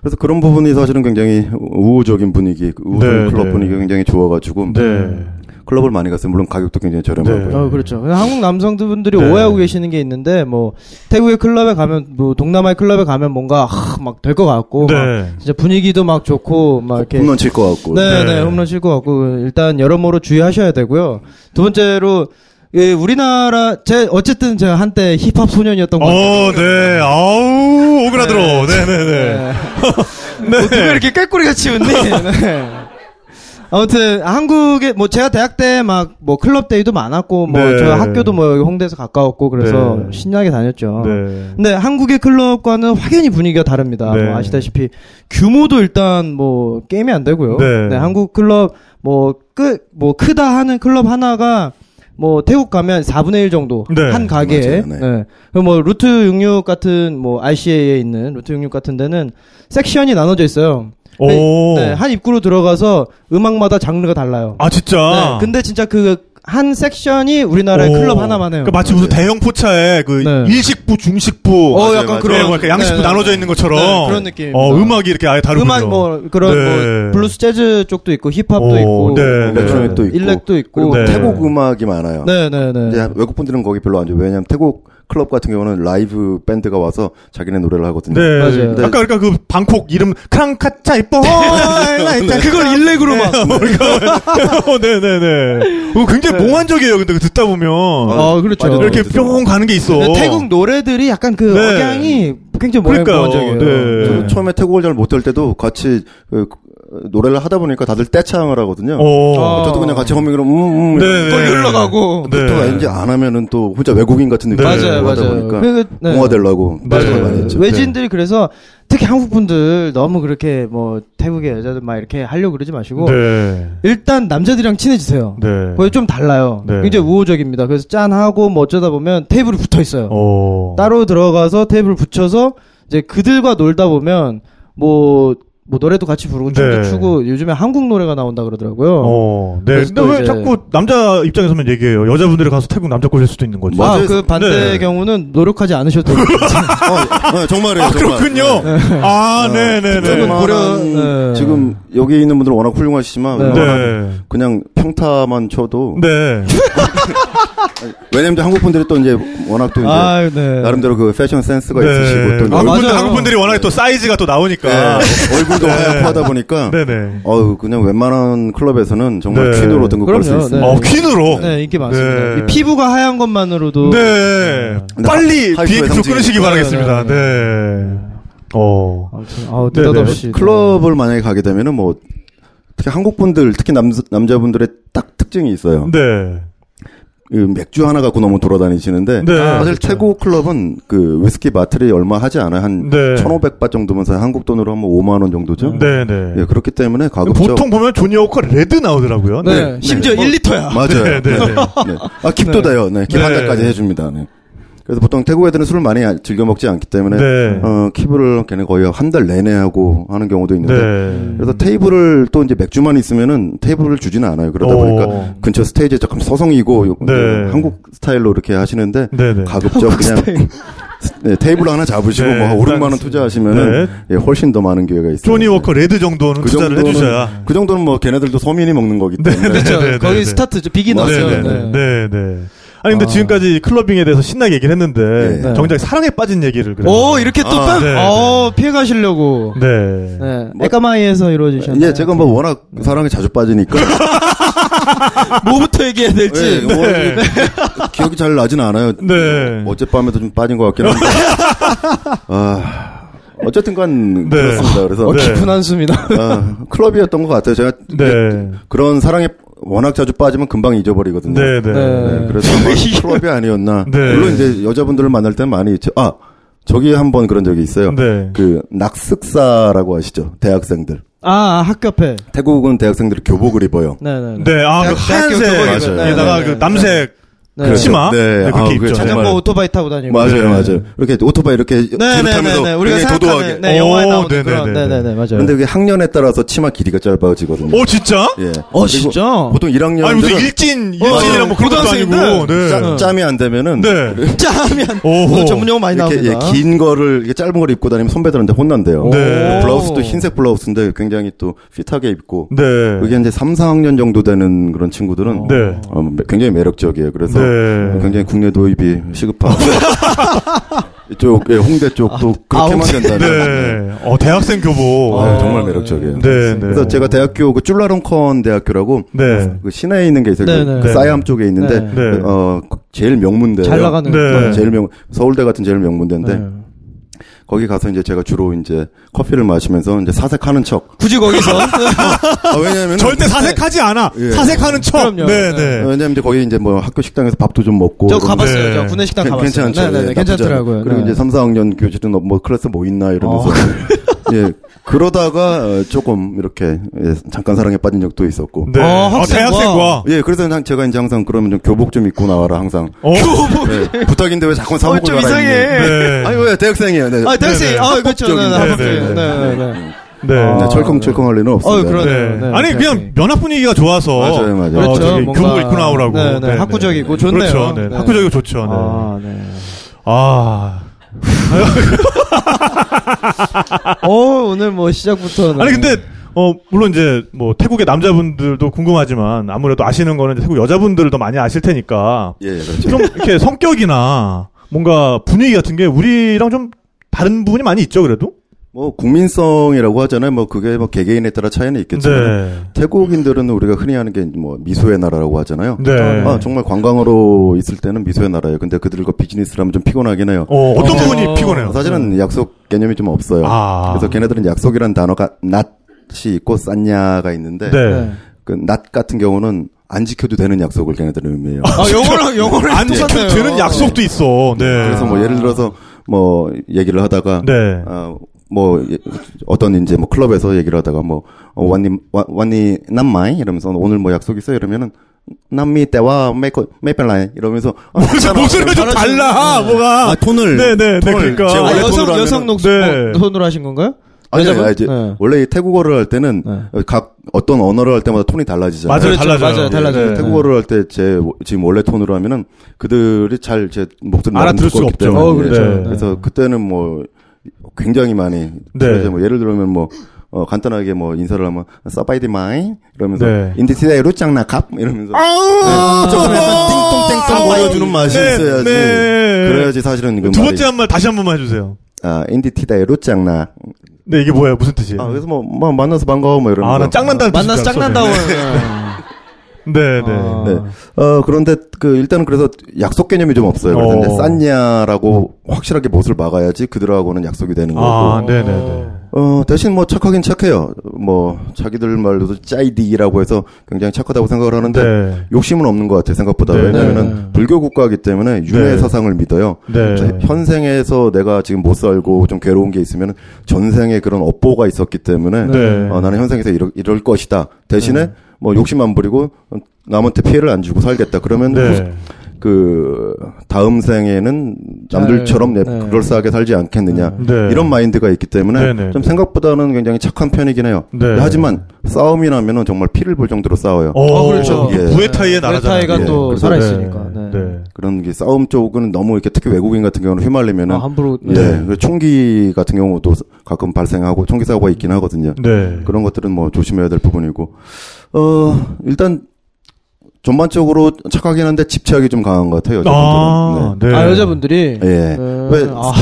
S4: 그래서 그런 부분이 사실은 굉장히 우호적인 분위기 그 우호적인
S2: 네,
S4: 클럽
S2: 네.
S4: 분위기가 굉장히 좋아가지고
S2: 네.
S3: 음.
S4: 클럽을 많이 갔어요 물론 가격도 굉장히 저렴하고요
S2: 네.
S3: 어 그렇죠. 그냥 한국 남성분들이
S2: 네.
S3: 오해하고 계시는 게 있는데 뭐 태국의 클럽에 가면 뭐 동남아의 클럽에 가면 뭔가 막 될 것 같고 막
S2: 네.
S3: 진짜 분위기도 막 좋고 막 이렇게
S4: 홈런 칠 것 같고
S3: 네,
S2: 네.
S3: 네, 홈런 칠 것 같고 일단 여러모로 주의하셔야 되고요. 두 번째로 예, 우리나라 제 어쨌든 제가 한때 힙합 소년이었던 것 같아요.
S2: 어, 네. 아우, 오그라들어. 네네네.
S3: 네. 어떻게 이렇게 깔꼬리 같이 웃니? 네. 아무튼 한국에 뭐 제가 대학 때 막 뭐 클럽 데이도 많았고 뭐
S2: 네.
S3: 저 학교도 뭐 여기 홍대에서 가까웠고 그래서
S2: 네.
S3: 신나게 다녔죠.
S2: 네.
S3: 근데 한국의 클럽과는 확연히 분위기가 다릅니다.
S2: 네.
S3: 뭐 아시다시피 규모도 일단 뭐 게임이 안 되고요.
S2: 네.
S3: 뭐 한국 클럽 뭐끝뭐 크다 하는 클럽 하나가 뭐 태국 가면 4분의 1 정도
S2: 네,
S3: 한 가게에
S4: 맞아요, 네.
S3: 네. 그리고 뭐 루트 66 같은 뭐 RCA에 있는 루트 66 같은 데는 섹션이 나눠져 있어요.
S2: 오.
S3: 네, 한 입구로 들어가서 음악마다 장르가 달라요.
S2: 아 진짜.
S3: 네, 근데 진짜 그 한 섹션이 우리나라의
S2: 오.
S3: 클럽 하나만 해요.
S2: 그러니까 마치 무슨 대형 포차에 그
S3: 네.
S2: 일식부, 중식부,
S3: 어,
S4: 맞아요,
S3: 약간
S4: 맞아요.
S2: 그런
S3: 그런
S2: 거 이렇게 뭐 양식부
S3: 네, 네.
S2: 나눠져 있는 것처럼
S3: 네, 그런 느낌.
S2: 어, 음악이 이렇게 아예 다르군요.
S3: 음악 뭐 그런
S2: 네.
S3: 뭐 블루스 재즈 쪽도 있고 힙합도
S2: 오,
S3: 있고
S2: 네,
S4: 네. 일렉도 있고.
S3: 일렉도 있고
S4: 그리고
S2: 네.
S4: 태국 음악이 많아요.
S3: 네네네.
S4: 이제 외국 분들은 거기 별로 안 좋아해요. 왜냐면 태국 클럽 같은 경우는 라이브 밴드가 와서 자기네 노래를 하거든요.
S2: 네.
S3: 맞아요. 네.
S2: 아까 그러니까 그 방콕 이름 크랑카차 이뻐. 그걸 일렉으로 막. 뭐 어, 네, 네네네. 어, 굉장히 몽환적이에요. 근데 그 듣다 보면
S3: 어 그렇죠.
S4: 맞아요.
S2: 이렇게
S4: 그렇죠.
S2: 뿅 가는 게 있어.
S3: 네, 태국 노래들이 약간 그
S2: 네.
S3: 억양이 굉장히 모양-
S2: 그러니까요.
S3: 모양적이에요.
S2: 네.
S4: 저도 처음에 태국어를 잘 못 들 때도 같이 그, 그, 노래를 하다 보니까 다들 떼창을 하거든요.
S2: 어.
S3: 아.
S4: 저도 그냥 같이 허밍으로 음, 음.
S2: 네.
S3: 또 흘러가고.
S2: 네.
S4: 또 왠지 안 하면은 또 혼자 외국인 같은 느낌이
S3: 맞아요,
S4: 하다
S3: 맞아요.
S4: 보니까
S3: 그, 네.
S4: 공화되려고
S2: 맞아요.
S4: 노력을 많이 했죠.
S2: 네.
S3: 외지인들이 그래서 특히 한국 분들 너무 그렇게 뭐 태국의 여자들 막 이렇게 하려고 그러지 마시고
S2: 네.
S3: 일단 남자들이랑 친해지세요.
S2: 네.
S3: 거의 뭐 좀 달라요.
S2: 네.
S3: 굉장히 우호적입니다. 그래서 짠하고 뭐 어쩌다 보면 테이블이 붙어 있어요.
S2: 어.
S3: 따로 들어가서 테이블 붙여서 이제 그들과 놀다 보면 뭐, 뭐 노래도 같이 부르고 춤도
S2: 네.
S3: 추고 요즘에 한국 노래가 나온다 그러더라고요. 아,
S2: 어. 네.
S3: 그래서
S2: 근데
S3: 또
S2: 왜
S3: 이제-
S2: 자꾸 남자 입장에서만 얘기해요. 여자분들이 가서 태국 남자 꼴릴 수도 있는 거죠.
S4: 맞아요.
S3: 아, 그 반대의
S2: 네. 그렇죠,
S3: 경우는 노력하지 않으셔도 돼요.
S4: 어, 네, 정말이에요.
S2: 아,
S4: 정말.
S2: 그렇군요. 아, 네네네.
S4: 네.
S3: 그쪽은 고려- 네.
S4: 지금 여기 있는 분들은 워낙 훌륭하시지만
S3: 네.
S4: 웬만한
S2: 네.
S4: 그냥 평타만 쳐도
S2: 네.
S4: 왜냐면 이제 한국 분들이 또 이제 워낙 또 이제
S3: 아, 네.
S4: 나름대로 그 패션
S2: 네.
S4: 센스가 있으시고 또 이제
S3: 아,
S4: 얼굴,
S3: 맞아요.
S2: 한국 분들이 워낙에 또 사이즈가 또 나오니까.
S4: 네, 얼굴도 하얗고 하다 보니까
S2: 네네.
S4: 어우 그냥 웬만한 클럽에서는 정말
S2: 네.
S4: 퀸으로 등극할 수
S3: 그럼요,
S4: 있습니다.
S2: 어, 퀸으로.
S3: 네, 인기 많습니다.
S2: 네.
S3: 이 피부가 하얀 것만으로도
S2: 네. 빨리
S4: 하이브의
S2: 비행기 좀
S4: 상징이-
S2: 끊으시기
S3: 네,
S2: 바라겠습니다.
S3: 네,
S2: 네. 어.
S3: 아무튼 아우
S2: 네, 네.
S3: 느닷없이
S4: 클럽을 만약에 가게 되면은 뭐 특히 한국 분들 특히 남 남자분들의 딱 특징이 있어요.
S2: 네.
S4: 그 맥주 하나 갖고 너무 돌아다니시는데
S2: 네.
S3: 아,
S4: 사실
S3: 그렇죠.
S4: 태국 클럽은 그 위스키 바틀이 얼마 하지 않아요. 한
S2: 네.
S4: 1,500바 정도면 사실 한국 돈으로 하면 5만 원 정도죠.
S2: 네네.
S4: 예, 그렇기 때문에 가급적
S2: 보통 보면 존 여우커 레드 나오더라고요.
S3: 네. 심지어 1리터야.
S4: 맞아요.
S2: 네, 네, 네.
S4: 네. 아, 킵도 다요. 네, 킵
S2: 네.
S4: 한 잔까지 해줍니다. 네. 그래서 보통 태국 애들은 술을 많이 안- 즐겨 먹지 않기 때문에
S2: 네.
S4: 어, 킵을 걔네 거의 한 달 내내 하고 하는 경우도 있는데
S2: 네.
S4: 그래서 테이블을 또 이제 맥주만 있으면은 테이블을 주지는 않아요. 그러다 보니까
S2: 어.
S4: 근처 스테이지에 조금 서성이고 요-
S2: 네.
S4: 한국 스타일로 이렇게 하시는데
S2: 네네.
S4: 그 가급적
S3: 그렇죠.
S4: 그냥 네, 테이블 하나 잡으시고
S2: 네,
S4: 뭐 5, 6만 원
S2: 일단-
S4: 투자하시면은 예, 훨씬 더 많은 기회가 있어요. 네.
S2: 조니 워커 레드 정도는 투자를 해주셔야.
S4: 그 정도는 뭐 걔네들도 서민이 먹는 거기 때문에
S3: 그렇죠.
S2: 네, 네,
S3: 거기
S2: 네.
S3: 스타트죠. 비기너죠.
S4: 맞아요.
S2: 네네. 네. 네. 아니 근데
S3: 아.
S2: 지금까지 클러빙에 대해서 신나게 얘기를 했는데
S4: 네.
S2: 정작 사랑에 빠진 얘기를 그래요.
S3: 오 어, 이렇게 또
S4: 아,
S3: 빵.
S2: 네, 네.
S3: 어 피해 가시려고.
S2: 네.
S3: 네.
S4: 뭐-
S3: 에까마이에서 이루어지셨네요.
S4: 예, 제가 뭐 워낙 사랑에 자주 빠지니까
S3: 뭐부터 얘기해야
S4: 예,
S3: 될지.
S4: 뭐 기억이 잘 나진 않아요.
S2: 네.
S4: 어젯밤에도 좀 빠진 것 같긴 한데. 아, 어쨌든간
S2: 네.
S4: 그렇습니다. 그래서
S2: 어, 네.
S3: 깊은 한숨이다.
S4: 아, 클럽이었던 것 같아요. 제가
S2: 네.
S4: 그런 사랑에 워낙 자주 빠지면 금방 잊어버리거든요.
S2: 네. 네.
S3: 네.
S4: 네, 그래서 아마 클럽이 아니었나.
S2: 네.
S4: 물론 이제 여자분들을 만날 때는 많이 있죠. 아, 저기 한 번 그런 적이 있어요.
S2: 네.
S4: 그 낙습사라고 아시죠? 대학생들.
S3: 아, 학교 앞에.
S4: 태국은 대학생들이 교복을 입어요.
S3: 네, 네.
S2: 네, 아, 그
S3: 대학- 대학교
S4: 교복이죠. 네,
S2: 하얀색에다가
S3: 네,
S2: 그
S3: 네.
S2: 남색
S3: 네.
S2: 그
S4: 그렇죠.
S2: 치마
S4: 네.
S2: 네, 그렇게
S4: 아, 그게
S2: 입죠.
S4: 정말-
S3: 자전거 오토바이 타고 다니고.
S4: 맞아요,
S2: 네.
S4: 맞아요. 이렇게 오토바이 이렇게
S3: 예, 네,
S4: 뒤로
S3: 네, 네,
S4: 타면서
S3: 네. 우리가
S4: 굉장히
S3: 생각하는
S4: 도도하게.
S3: 네, 영화에
S2: 오,
S3: 나오는
S2: 네네네.
S3: 그런 네, 네, 네. 맞아요.
S4: 근데 그게 학년에 따라서 치마 길이가 짧아지거든요.
S2: 오 진짜?
S4: 예.
S3: 어,
S4: 그리고
S3: 진짜?
S4: 보통 1학년들은 어,
S2: 아니 무슨 일진 일진이랑 뭐 그런 것도 아니고.
S3: 어, 고등학생인데.
S2: 네.
S4: 짬이 안 되면은
S2: 네.
S3: 짜면
S2: 오호.
S3: 오늘 전문 용어 많이
S4: 이렇게
S3: 나옵니다.
S4: 예, 긴 거를 이렇게 짧은 걸 입고 다니면 선배들한테 혼난대요.
S2: 네.
S4: 그 블라우스도 흰색 블라우스인데 굉장히 또 핏하게 입고
S2: 네.
S4: 그게 이제 3, 4학년 정도 되는 그런 친구들은
S2: 네.
S4: 어, 굉장히 매력적이에요. 그래서
S2: 네.
S4: 굉장히 국내 도입이 시급하고 이쪽 예, 홍대 쪽도 그렇게만
S3: 홍대.
S4: 된다면
S2: 네. 어 대학생 교복.
S4: 네,
S3: 아,
S4: 정말 매력적이에요.
S2: 네. 네.
S4: 그래서 제가 대학교 그 쭐라롱컨 대학교라고
S2: 네.
S4: 그 시내에 있는 게 있어요.
S3: 네,
S4: 그,
S3: 네.
S4: 그 사이암 쪽에 있는데
S3: 네.
S2: 네.
S4: 어 제일 명문대예요.
S3: 잘 나가는.
S2: 네.
S4: 네, 제일 명 서울대 같은 제일 명문대인데
S3: 네.
S4: 거기 가서 이제 제가 주로 이제 커피를 마시면서 이제 사색하는 척.
S3: 굳이 거기서
S4: 아, 왜냐면
S2: 절대 사색하지 않아.
S4: 예.
S2: 사색하는 척.
S3: 그럼요.
S2: 네,
S4: 네.
S2: 네.
S4: 왜냐면 이제 거기 이제 뭐 학교 식당에서 밥도 좀 먹고.
S3: 저
S4: 그런-
S3: 가봤어요.
S2: 네.
S3: 저 구내식당
S4: 괜-
S3: 가봤어요.
S4: 괜찮죠.
S3: 네, 네,
S4: 예,
S3: 네. 어.
S4: 나쁘지 않아요.
S3: 괜찮더라고요.
S4: 그리고
S3: 네.
S4: 이제 3, 4학년 교실은 뭐 클래스 뭐 있나 이러면서 뭐 예, 그러다가 어, 조금 이렇게 예, 잠깐 사랑에 빠진 적도 있었고.
S2: 네.
S5: 아,
S2: 아,
S5: 학생과.
S2: 대학생과.
S4: 예, 그래서 그냥 제가 이제 항상 그러면 좀 교복 좀 입고 나와라 항상.
S2: 어?
S5: 그
S4: 예, 부탁인데 왜 자꾸 사먹고
S5: 어, 좀
S4: 가라
S5: 이상해.
S4: 했는데.
S2: 네.
S4: 아니 왜 대학생이에요? 네.
S5: 아, 대학생. 아, 그렇죠. 네, 네,
S2: 합법적인.
S5: 합법적인. 네,
S2: 네,
S5: 네, 네.
S2: 네.
S3: 아,
S4: 네, 철컹철컹 할 리는 없습니다.
S5: 어, 그러네.
S2: 네.
S3: 네,
S2: 아니
S3: 네,
S2: 그냥
S3: 네.
S2: 면학 분위기가 좋아서
S4: 맞아요, 맞아요.
S2: 어,
S5: 그렇죠.
S2: 저기
S5: 뭔가-
S2: 교복 입고 나오라고
S5: 네, 네. 학구적이고 좋네요.
S2: 그렇죠. 네.
S5: 네.
S2: 학구적이고 좋죠. 네.
S3: 아, 네.
S2: 아.
S5: 어, 오늘 뭐 시작부터.
S2: 아니 근데 어 물론 이제 뭐 태국의 남자분들도 궁금하지만 아무래도 아시는 거는 이제 태국 여자분들을 더 많이 아실 테니까
S4: 예, 예, 그렇죠.
S2: 좀 이렇게 성격이나 뭔가 분위기 같은 게 우리랑 좀 다른 부분이 많이 있죠 그래도.
S4: 뭐 국민성이라고 하잖아요. 뭐 그게 뭐 개개인에 따라 차이는 있겠지만
S2: 네.
S4: 태국인들은 우리가 흔히 하는 게 뭐 미소의 나라라고 하잖아요.
S2: 네.
S4: 아, 정말 관광으로 있을 때는 미소의 나라예요. 근데 그들과 비즈니스를 하면 좀 피곤하긴 해요.
S2: 어 어떤
S5: 어. 네.
S2: 부분이 피곤해요.
S4: 사실은 약속 개념이 좀 없어요.
S2: 아.
S4: 그래서 걔네들은 약속이라는 단어가 낫이 있고 쌌냐가 있는데
S2: 네.
S4: 그 낫 같은 경우는 안 지켜도 되는 약속을 걔네들은 의미해요.
S5: 아, 영어랑, 영어를
S2: 안
S5: 똑같네요.
S2: 지켜지는 약속도 있어. 네.
S4: 그래서 뭐 예를 들어서 뭐 얘기를 하다가
S2: 네.
S4: 아, 뭐 예, 어떤 이제 뭐 클럽에서 얘기를 하다가 뭐 어, 완니 와- 완니 남마이 이러면서 오늘 뭐 약속 있어 이러면은 남미 때와 메코 메펠라이 이러면서 아,
S2: 무슨
S4: 괜찮아.
S2: 어, 뭐, 목소리가 좀 달라 뭐가.
S6: 아, 톤을.
S2: 네네. 네,
S4: 톤을
S2: 그러니까.
S4: 제
S5: 아,
S4: 원래
S5: 여성,
S4: 톤으로
S5: 여성
S4: 하면은-
S5: 녹수
S2: 네.
S5: 네. 손으로 하신 건가요?
S4: 아니,
S5: 여자분?
S4: 아니, 이제 뭐
S5: 네.
S4: 원래 이 태국어를 할 때는
S5: 네.
S4: 각 어떤 언어를 할 때마다 톤이 달라지잖아요.
S2: 맞아요,
S5: 그렇죠.
S2: 달라져요.
S5: 맞아요, 달라져요.
S2: 네.
S4: 태국어를 할 때 제 뭐, 지금 원래 톤으로 하면은 그들이 잘 제 목소리
S2: 알아들을 수가 없죠.
S5: 어, 그렇죠. 네.
S4: 래서 그때는 뭐 굉장히 많이
S2: 네.
S4: 그래서 뭐 예를 들면 뭐 어, 간단하게 뭐 인사를 하면 서바이디 마이 이러면서
S2: 네.
S4: 인디티다이 루짱나 갑 이러면서
S2: 아우!
S4: 조금 네. 약간 띵똥땡땅 보여주는 맛이
S2: 네,
S4: 있어야지.
S2: 네.
S4: 그래야지 사실은 그
S2: 두
S4: 말이-
S2: 번째 한 말 다시 한 번만 해주세요.
S4: 아 인디티다이 루짱나
S2: 네, 이게 뭐예요? 무슨 뜻이에요?
S4: 아, 그래서 뭐, 뭐 만나서 반가워 뭐 이러면서
S2: 아, 나 짱난다는 뜻.
S5: 만나서 짝난다고.
S2: 네, 네.
S4: 네. 어, 그런데 그 일단은 그래서 약속 개념이 좀 없어요. 그래서
S2: 어.
S4: 이제 쌌냐라고 확실하게 못을 막아야지 그들하고는 약속이 되는 거고.
S2: 아, 네, 네, 네.
S4: 어, 대신 뭐 착하긴 착해요. 뭐 자기들 말로도 짜이디라고 해서 굉장히 착하다고 생각을 하는데
S2: 네.
S4: 욕심은 없는 것 같아요. 생각보다.
S2: 네,
S4: 왜냐면은
S3: 네.
S4: 불교 국가이기 때문에 윤회
S2: 네.
S4: 사상을 믿어요.
S2: 네.
S4: 자, 현생에서 내가 지금 못 살고 좀 괴로운 게 있으면 전생에 그런 업보가 있었기 때문에
S2: 네.
S4: 어, 나는 현생에서 이럴, 이럴 것이다. 대신에 뭐 욕심 안 부리고 남한테 피해를 안 주고 살겠다. 그러면
S2: 네.
S4: 그 다음 생에는 남들처럼 내
S3: 네.
S4: 그럴싸하게 살지 않겠느냐
S2: 네.
S4: 이런 마인드가 있기 때문에
S2: 네네.
S4: 좀 생각보다는 굉장히 착한 편이긴 해요.
S2: 네.
S4: 근데 하지만 싸움이 나면은 정말 피를 볼 정도로 싸워요.
S2: 어,
S5: 그렇죠.
S2: 이게
S4: 예.
S2: 부에타이의 나라잖아요.
S5: 부에타이가
S2: 예.
S5: 또
S2: 그래서
S5: 살아있으니까.
S2: 네.
S5: 네.
S2: 네.
S4: 그런 게 싸움 쪽은 너무 이렇게 특히 외국인 같은 경우는
S5: 아,
S4: 휘말리면은
S5: 함부로.
S4: 네. 그리고 총기 같은 경우도 가끔 발생하고 총기 사고가 있긴 하거든요.
S2: 네.
S4: 그런 것들은 뭐 조심해야 될 부분이고. 어, 일단 전반적으로 착하긴 한데 집착이 좀 강한 것 같아요.
S2: 아,
S4: 여자분들은.
S2: 네.
S5: 아, 여자분들이.
S4: 네. 예.
S5: 네.
S4: 왜
S5: 아,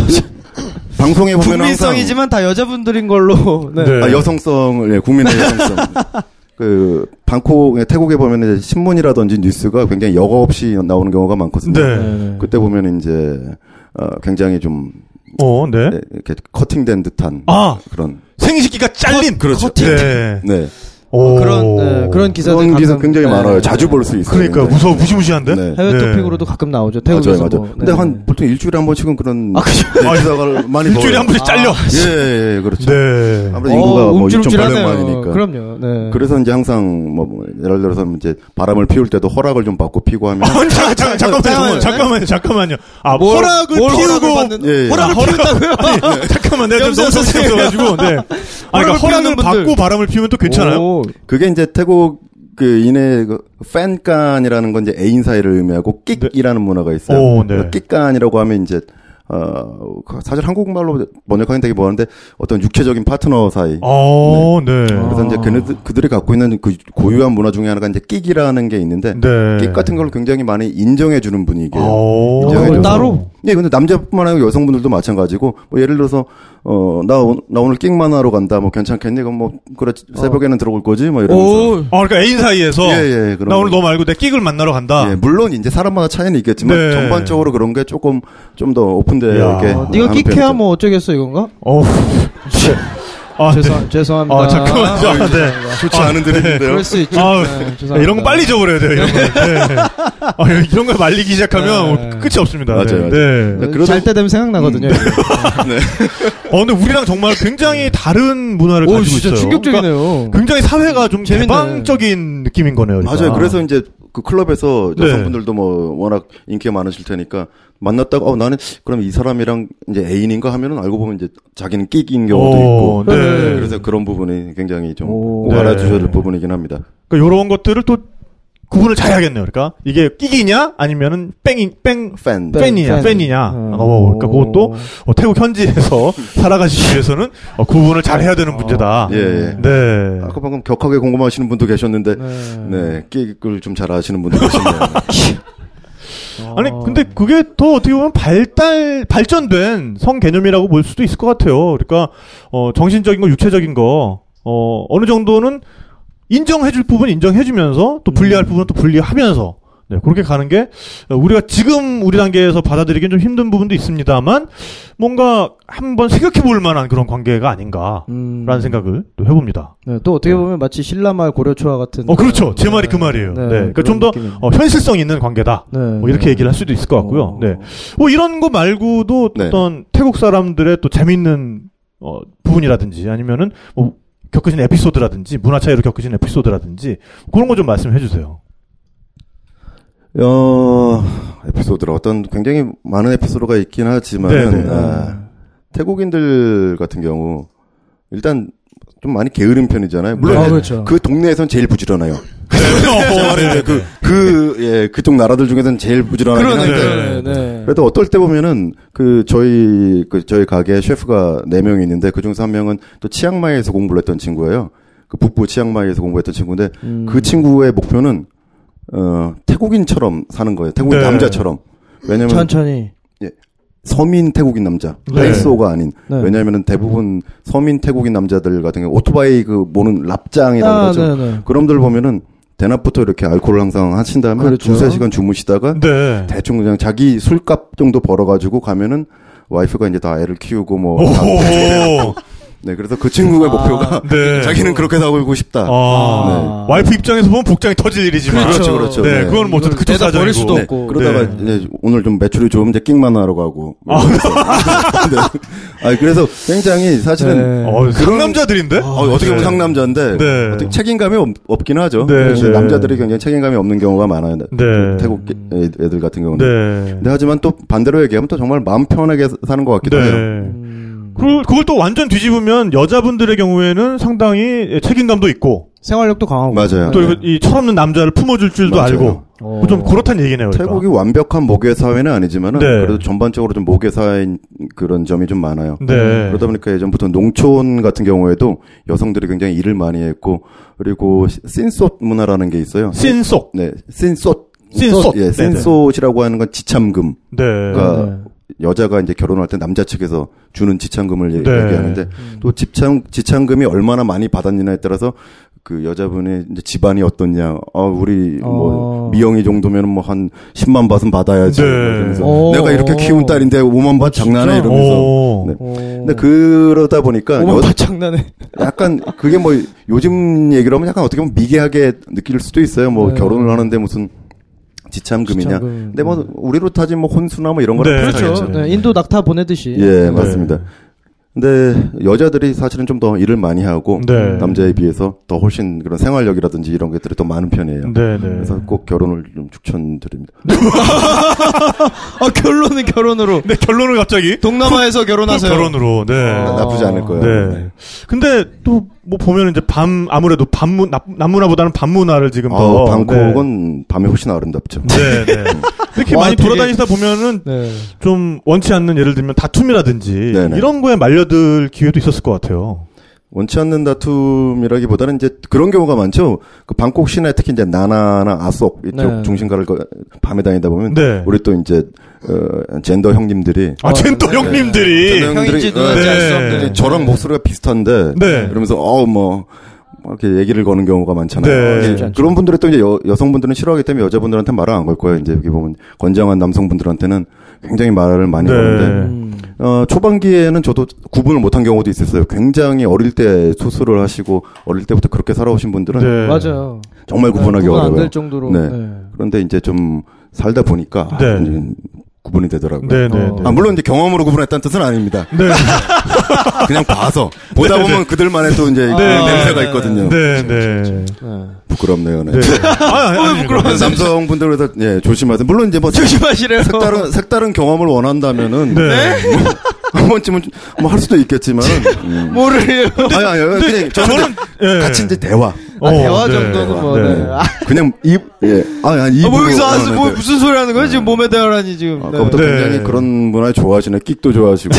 S4: 방송에 보면 항상
S5: 국민성이지만 다 여자분들인 걸로. 네.
S2: 네.
S4: 아, 여성성을 예, 국민의 여성성. 그 방콕 태국에 보면 이제 신문이라든지 뉴스가 굉장히 여과 없이 나오는 경우가 많거든요.
S2: 네.
S4: 그때 보면 이제 어, 굉장히 좀
S2: 어, 네.
S4: 예, 이렇게 커팅된 듯한
S2: 아,
S4: 그런
S2: 생식기가 잘린. 그렇죠. 네.
S4: 네.
S2: 오.
S5: 그런, 네, 그런 기사들.
S4: 그런 기사
S5: 가끔-
S4: 굉장히
S5: 네.
S4: 많아요. 자주 볼 수 있어요.
S2: 그러니까
S4: 굉장히.
S2: 무서워 무시무시한데.
S4: 네.
S5: 해외
S2: 네.
S5: 토픽으로도 가끔 나오죠. 태국에서.
S4: 맞아요, 맞아요.
S5: 뭐.
S4: 근데
S5: 네.
S4: 한 보통 일주일에 한 번씩은 그런
S5: 아, 그죠?
S4: 네, 기사가 많이
S2: 일주일에
S4: 넣어요.
S2: 한
S5: 아,
S2: 번씩 잘려.
S4: 예, 예, 예, 그렇죠.
S2: 네.
S4: 아무래도
S3: 어,
S4: 인구가 뭐
S5: 어, 움찔움찔하네요.
S4: 6,800만이니까.
S5: 그럼요. 네.
S4: 그래서 이제 항상 뭐, 뭐 예를 들어서 이제 바람을 피울 때도 허락을 좀 받고 피고 하면
S2: 아, 잠깐, 잠깐, 잠깐만요.
S5: 잠깐만요.
S2: 잠깐만요. 잠깐만요. 아,
S5: 네. 뭘-
S2: 허락을
S5: 뭘
S2: 피우고
S5: 허락을 받는-
S4: 예, 예.
S2: 허락을 피운다고요? 잠깐만, 내가 좀
S5: 염소
S2: 너무
S5: 선생님.
S2: 성격해가지고. 네. 아, 그러니까
S5: 허락을
S2: 허락을
S5: 피우는 분들.
S2: 받고 바람을 피우면 또 괜찮아요. 예,
S5: 오.
S4: 그게 이제 태국 그 인의 그 팬간이라는 건 이제 애인 사이를 의미하고 끽이라는 문화가 있어요.
S2: 오, 네.
S4: 끽간이라고 하면 이제 어 사실 한국말로 번역하기는 되게 뭐하는데 어떤 육체적인 파트너 사이.
S2: 어, 네.
S5: 아.
S4: 그래서 이제 그네들, 그들이 갖고 있는 그 고유한 문화 중에 하나가 이제 끽이라는 게 있는데
S2: 네. 아.
S4: 끽 같은 걸 굉장히 많이 인정해 주는 분위기예요.
S2: 오.
S4: 인정해줘서.
S5: 따로?
S4: 예, 근데 남자뿐만 아니고 여성분들도 마찬가지고, 뭐 예를 들어서, 어, 나, 오- 나 오늘 끽만 하러 간다, 뭐 괜찮겠니? 그럼 뭐, 그래, 새벽에는 들어올 거지? 뭐 이러면서.
S5: 오.
S2: 아, 그러니까 애인 사이에서.
S4: 예, 예, 그런
S2: 나 오늘
S4: 거.
S2: 너 말고 내 끽을 만나러 간다.
S4: 예, 물론 이제 사람마다 차이는 있겠지만,
S2: 네.
S4: 전반적으로 그런 게 조금, 좀 더 오픈되어
S2: 야.
S4: 이렇게.
S2: 어,
S5: 네가
S4: 하는
S5: 끼케야
S4: 편이죠.
S5: 뭐 어쩌겠어 이건가?
S2: 어우. 아, 네.
S5: 죄송 죄송합니다.
S2: 아, 잠깐만요. 아, 네.
S4: 좋지
S2: 아,
S4: 않은
S2: 네.
S4: 드립인데요.
S5: 그럴 수 있죠.
S2: 아우,
S5: 네, 죄송합니다.
S2: 이런 거 빨리 잊어버려야 돼요. 이런 거. 네. 아, 이런 걸 말리기 시작하면
S5: 네.
S2: 끝이 없습니다.
S4: 맞아요,
S2: 네.
S4: 맞아요.
S2: 네.
S4: 그러다-
S5: 잘때 되면
S2: 음,
S5: 생각나거든요.
S2: 어, 근데 우리랑 정말 굉장히 다른 문화를
S5: 오
S2: 가지고
S5: 진짜
S2: 있어요. 그러니까
S5: 충격적이네요.
S2: 굉장히 사회가 좀
S5: 재밌네.
S2: 개방적인 느낌인 거네요. 그러니까.
S4: 맞아요. 그래서 이제 그 클럽에서
S2: 네.
S4: 여성분들도 뭐 워낙 인기가 많으실 테니까 만났다가 어 나는 그럼 이 사람이랑 이제 애인인가 하면은 알고 보면 이제 자기는 끼기인 경우도
S2: 오,
S4: 있고.
S2: 네.
S4: 네, 그래서 그런 부분이 굉장히 좀
S5: 오.
S4: 꼭 알아주셔야
S2: 네.
S4: 될 부분이긴 합니다.
S2: 그러니까 요런 것들을 또 구분을 잘 해야겠네요. 그러니까 이게 끼기냐 아니면은 뺑이 뺑
S4: 팬.
S5: 네.
S2: 팬이냐
S5: 팬.
S2: 팬이냐.
S5: 음.
S2: 어, 그러니까 그것도 어, 태국 현지에서 살아가시기 위해서는 어, 구분을 잘 해야 되는 문제다.
S4: 예, 예.
S2: 네.
S4: 아까 방금 격하게 궁금하시는 분도 계셨는데 네, 끼기를 좀 잘 아시는 분도 계시네요.
S2: 아니
S5: 어.
S2: 근데 그게 더 어떻게 보면 발달 발전된 성 개념이라고 볼 수도 있을 것 같아요. 그러니까 어 정신적인 거, 육체적인 거 어, 어느 정도는 인정해줄 부분 인정해주면서 또 분리할 부분 또 분리하면서 네 그렇게 가는 게 어, 우리가 지금 우리 단계에서 받아들이기는 좀 힘든 부분도 있습니다만 뭔가 한번 생각해 볼 만한 그런 관계가 아닌가라는
S5: 음.
S2: 생각을 또 해봅니다.
S5: 네, 또 어떻게
S2: 네.
S5: 보면 마치 신라말 고려초와 같은.
S2: 어 그렇죠 제 말이 그 말이에요. 네, 그러니까 좀 더 현실성 있는 관계다.
S5: 네.
S2: 뭐 이렇게 얘기를 할 수도 있을 것 같고요.
S5: 어.
S2: 네. 뭐 이런 거 말고도
S4: 네.
S2: 어떤 태국 사람들의 또 재밌는 어, 부분이라든지 아니면은 뭐 겪으신 에피소드라든지 문화 차이로 겪으신 에피소드라든지 그런 거 좀 말씀해 주세요.
S4: 어, 에피소드라 어떤 굉장히 많은 에피소드가 있긴
S2: 네,
S4: 하지만
S2: 네.
S4: 아, 태국인들 같은 경우 일단 좀 많이 게으른 편이잖아요. 물론
S2: 네.
S5: 아,
S4: 이제
S5: 그렇죠.
S4: 그 동네에선 제일 부지런해요.
S5: 어,
S2: 네.
S4: 그, 그, 예, 그쪽 나라들 중에서는 제일 부지런하긴
S5: 그러네. 네.
S4: 한데.
S5: 네.
S4: 그래도 어떨 때 보면은 그 저희 그 저희 가게 셰프가 네 명이 있는데 그 중에서 한 명은 또 치앙마이에서 공부를 했던 친구예요. 그 북부 치앙마이에서 공부했던 친구인데
S5: 음.
S4: 그 친구의 목표는 어 태국인처럼 사는 거예요. 태국인
S2: 네.
S4: 남자처럼. 왜냐면
S5: 천천히.
S4: 서민 태국인 남자,
S2: 네.
S4: 페이소가 아닌.
S5: 네.
S4: 왜냐면은 대부분 서민 태국인 남자들 같은 경우 오토바이 그 모는 랍장이라고
S5: 아,
S4: 그러죠.
S5: 네.
S4: 그런들 보면은 대낮부터 이렇게 알코올을 항상 하신 다음에
S5: 그렇죠.
S4: 두세 시간 주무시다가
S2: 네.
S4: 대충 그냥 자기 술값 정도 벌어가지고 가면은 와이프가 이제 다 애를 키우고 뭐. 다-
S2: 오호.
S4: 네, 그래서 그 친구의
S5: 아.
S4: 목표가
S2: 네.
S4: 자기는 그렇게 살고 싶다.
S2: 아,
S5: 네.
S2: 와이프 입장에서 보면 복장이 터질 일이지만
S4: 그렇죠, 그렇죠.
S2: 네,
S4: 네.
S2: 그건 뭐 어쨌든
S5: 이걸
S2: 그쪽
S5: 내다 버릴 수도
S2: 사정이고.
S5: 없고.
S4: 네, 그러다가 이제 오늘 좀 매출이 좋은데 끽만 하러 가고. 아, 네. 아 그래서 굉장히 사실은
S5: 네.
S2: 어, 상남자들인데?
S4: 어, 어떻게 보면
S2: 네.
S4: 상남자인데
S2: 네.
S4: 어떻게 책임감이 없, 긴 하죠.
S2: 네,
S4: 사실
S2: 네.
S4: 남자들이 굉장히 책임감이 없는 경우가 많아요.
S2: 네.
S4: 태국 애들 같은 경우는.
S2: 네.
S4: 근데 하지만 또 반대로 얘기하면 또 정말 마음 편하게 사는 것 같기도 해요.
S2: 네.
S5: 음.
S2: 그, 그걸 또 완전 뒤집으면 여자분들의 경우에는 상당히 책임감도 있고
S5: 생활력도 강하고.
S4: 맞아요.
S2: 또 이 철없는 남자를 품어줄 줄도
S4: 네. 맞아요.
S2: 알고
S5: 어.
S2: 뭐좀 그렇단 얘기네요. 그러니까.
S4: 태국이 완벽한 모계 사회는 아니지만은
S2: 네.
S4: 그래도 전반적으로 좀 모계 사회인 그런 점이 좀 많아요.
S2: 네.
S4: 그러다 보니까 예전부터 농촌 같은 경우에도 여성들이 굉장히 일을 많이 했고 그리고 씬솥 문화라는 게 있어요.
S2: 씬속.
S4: 네, 씬솥.
S2: 씬솥.
S4: 예,
S2: 네네.
S4: 씬솥이라고 하는 건 지참금.
S2: 네.
S4: 그러니까 여자가 이제 결혼할 때 남자 측에서 주는 지참금을 얘-
S2: 네.
S4: 얘기하는데 또 지참 지참금이 얼마나 많이 받았느냐에 따라서 그 여자분의 이제 집안이 어떻냐. 아 우리
S5: 어.
S4: 뭐 미영이 정도면 뭐 한 10만 받은 받아야지.
S2: 네.
S4: 이러면서
S5: 오.
S4: 내가 이렇게 키운 딸인데 5만 받 장난해
S5: 어. 진짜?
S4: 이러면서.
S2: 오.
S4: 네.
S5: 오.
S4: 근데 그러다 보니까
S5: 어. 오만
S4: 여-
S5: 다 장난해.
S4: 약간 그게 뭐 요즘 얘기로 하면 약간 어떻게 보면 미개하게 느낄 수도 있어요. 뭐
S5: 네.
S4: 결혼을 하는데 무슨 지참금이냐.
S5: 지참금. 음.
S4: 근데 뭐 우리로 따지면 뭐 혼수나 뭐 이런 거랑
S2: 네,
S4: 비슷하겠죠.
S5: 그렇죠.
S2: 당연히.
S5: 네, 인도 낙타 보내듯이. 네.
S2: 네.
S4: 예, 맞습니다. 근데 여자들이 사실은 좀 더 일을 많이 하고
S2: 네.
S4: 남자에 비해서 더 훨씬 그런 생활력이라든지 이런 것들이 더 많은 편이에요.
S2: 네, 네.
S4: 그래서 꼭 결혼을 좀 추천드립니다.
S5: 아, 결론은 결혼으로.
S2: 근데 네, 결론을 갑자기
S5: 동남아에서 결혼하세요.
S2: 결혼으로. 네.
S5: 아,
S4: 나쁘지 않을 거예요.
S2: 네. 근데 또 뭐 보면 이제 밤 아무래도 밤문 남문화보다는 밤문화를 지금 더
S4: 아, 방콕은 밤이 훨씬 아름답죠.
S2: 네, 네. 네. 이렇게
S5: 와,
S2: 많이
S5: 되게-
S2: 돌아다니다 보면은
S5: 네.
S2: 좀 원치 않는 예를 들면 다툼이라든지
S4: 네네.
S2: 이런 거에 말려들 기회도 있었을 것 같아요.
S4: 원치 않는 다툼이라기보다는 이제 그런 경우가 많죠. 그 방콕 시내 특히 이제 나나나 아속 이쪽
S5: 네.
S4: 중심가를 거- 밤에 다니다 보면
S2: 네.
S4: 우리 또 이제 어, 젠더 형님들이
S2: 아, 젠더
S4: 네,
S2: 네. 형님들이
S4: 젠더
S5: 형인지
S4: 형들이-
S5: 누나인지 알
S2: 네.
S5: 수 없는.
S4: 이제 저랑 목소리가 비슷한데
S2: 네.
S4: 그러면서 어뭐 이렇게 얘기를 거는 경우가
S2: 네.
S4: 많잖아요.
S2: 쉽지
S4: 이제 그런 분들이 또 이제 여, 여성분들은 싫어하기 때문에 여자분들한테 말을 안 걸 거예요. 이제 여기 보면 건장한 남성분들한테는 굉장히 말을 많이
S2: 네.
S4: 거는데
S5: 음.
S4: 어, 초반기에는 저도 구분을 못한 경우도 있었어요. 굉장히 어릴 때 수술을 하시고 어릴 때부터 그렇게 살아오신 분들은
S2: 네.
S3: 맞아요.
S4: 정말 구분하기
S3: 구분 안
S4: 어려워요.
S3: 될 정도로.
S4: 네. 그런데 이제 좀 살다 보니까 아,
S2: 네.
S4: 이제 구분이 되더라고요.
S2: 네, 네,
S3: 어.
S2: 네.
S4: 아, 물론 이제 경험으로 구분했다는 뜻은 아닙니다.
S2: 네.
S4: 그냥 봐서 보다 보면 그들만의 또 이제
S2: 네,
S5: 네,
S4: 냄새가
S5: 네.
S4: 있거든요.
S2: 네, 네.
S4: 부끄럽네요. 그렇죠, 네.
S2: 네. 아, 아니, 아니,
S5: 부끄러워?
S2: 아니.
S4: 네, 남성분들에서 예, 조심하세요. 물론 이제 뭐
S5: 조심하시래요.
S4: 색다른 색다른 경험을 원한다면은
S2: 네.
S4: 한 번쯤은 뭐 할 수도 있겠지만 음.
S5: 모를
S4: 아니 아니 그냥 저는
S2: 예.
S4: 같이 이제 대화
S2: 어,
S5: 대화
S2: 네.
S5: 정도는 뭐. 네. 아,
S4: 그냥 입예아니 네.
S5: 뭐 여기서 아스 뭐 무슨 소리 하는 거야 지금 몸에 대하라니 지금.
S4: 아,
S5: 네.
S4: 그것도
S2: 네.
S4: 굉장히 그런 문화 좋아하시네. 끽도 좋아하시고.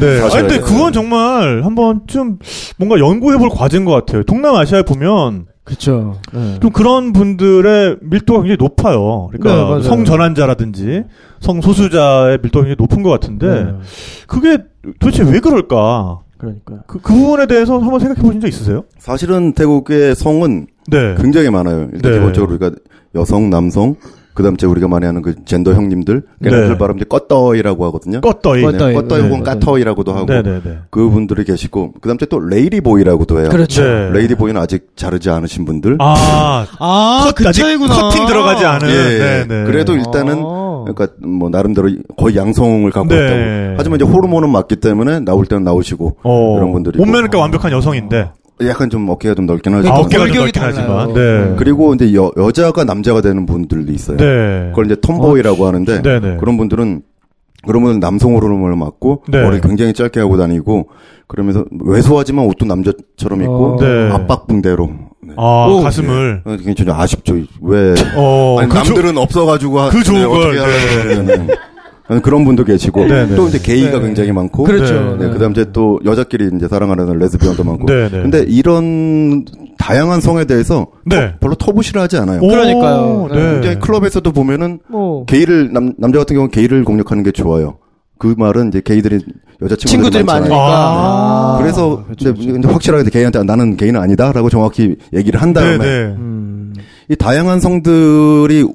S2: 네. 아니,
S4: 사셔야
S2: 근데
S4: 돼요.
S2: 그건 정말 한번 좀 뭔가 연구해볼 과제인 것 같아요. 동남아시아에 보면
S3: 그쵸. 네.
S2: 좀 그런 분들의 밀도가 굉장히 높아요.
S3: 네,
S2: 그러니까
S3: 맞아요.
S2: 성전환자라든지 성소수자의 밀도가 굉장히 높은 것 같은데
S3: 네.
S2: 그게 도대체 왜 그럴까?
S3: 그러니까.
S2: 그, 그 부분에 대해서 한번 생각해 보신 적 있으세요?
S4: 사실은 태국의 성은
S2: 네.
S4: 굉장히 많아요. 일단
S2: 네.
S4: 기본적으로 우리가 여성, 남성, 그다음에 이제 우리가 많이 하는 그 젠더 형님들,
S2: 네.
S4: 걔네들 발음 이제 껐더이라고 하거든요.
S2: 껐더이.
S3: 껐더이. 네,
S4: 껐더이 혹은
S3: 네.
S4: 까터이라고도 하고
S2: 네네네.
S4: 그분들이 계시고 그다음에 또 레이디보이라고 해요.
S3: 그렇죠.
S2: 네.
S4: 레이디보이는 아직 자르지 않으신 분들.
S2: 아,
S5: 아, 그
S2: 아직
S5: 차이구나. 어.
S2: 커팅 들어가지 않은.
S4: 예, 예.
S2: 네네.
S4: 그래도 일단은
S3: 아.
S4: 그러니까 뭐 나름대로 거의 양성을 갖고
S2: 네.
S4: 있다고. 하지만 이제 호르몬은 맞기 때문에 나올 때는 나오시고
S2: 어,
S4: 그런 분들이 어,
S2: 몸매는 꽤 완벽한 여성인데
S4: 약간 좀 어깨가 좀 넓긴 하죠.
S2: 아,
S5: 그러니까
S2: 어깨가 좀
S5: 골격이 음.
S2: 넓긴 하지만.
S3: 달라요.
S2: 네.
S4: 그리고 이제 여, 여자가 남자가 되는 분들도 있어요.
S2: 네. 아,
S4: 그걸 이제 톰보이라고 하는데
S2: 네네.
S4: 그런 분들은 그러면 남성 호르몬을 맞고
S2: 네.
S4: 머리를 굉장히 짧게 하고 다니고 그러면서 왜소하지만 옷도 남자처럼 입고
S3: 어.
S2: 네.
S4: 압박 붕대로 네.
S2: 아,
S5: 오,
S2: 가슴을.
S4: 어, 굉장히 좀 아쉽죠. 왜
S2: 어,
S4: 아니,
S2: 그 조-
S4: 남들은 없어가지고 하-
S2: 그 좋은
S4: 네,
S2: 걸,
S4: 어떻게 하려고 그러냐는. 저는 그런 분도 계시고
S2: 네네.
S4: 또 이제 게이가 굉장히 많고
S3: 그렇죠.
S4: 네, 그다음 이제 또 여자끼리 이제 사랑하는 레즈비언도 많고
S2: 네네.
S4: 근데 이런 다양한 성에 대해서
S2: 네.
S4: 별로 터부실하지 않아요.
S2: 오,
S3: 그러니까요.
S2: 네.
S4: 굉장히 클럽에서도 보면은
S3: 뭐.
S4: 게이를 남, 남자 같은 경우는 게이를 공략하는 게 좋아요. 그 말은 이제 게이들이 여자친구들이
S5: 친구들이 많으니까.
S4: 많잖아요.
S2: 아.
S3: 아.
S4: 그래서 근데, 근데 확실하게 이제 게이한테 나는 게이는 아니다라고 정확히 얘기를 한 다음에
S2: 네네.
S3: 음.
S4: 이 다양한 성들이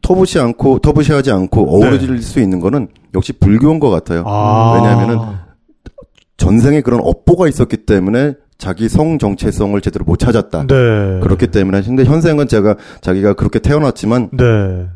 S4: 터부시 않고 터부시하지 않고 어우러질 수 있는 거는 역시 불교인 것 같아요.
S2: 네. 아.
S4: 왜냐하면은 전생에 그런 업보가 있었기 때문에 자기 성 정체성을 제대로 못 찾았다.
S2: 네.
S4: 그렇기 때문에 근데 현생은 제가 자기가 그렇게 태어났지만
S2: 네.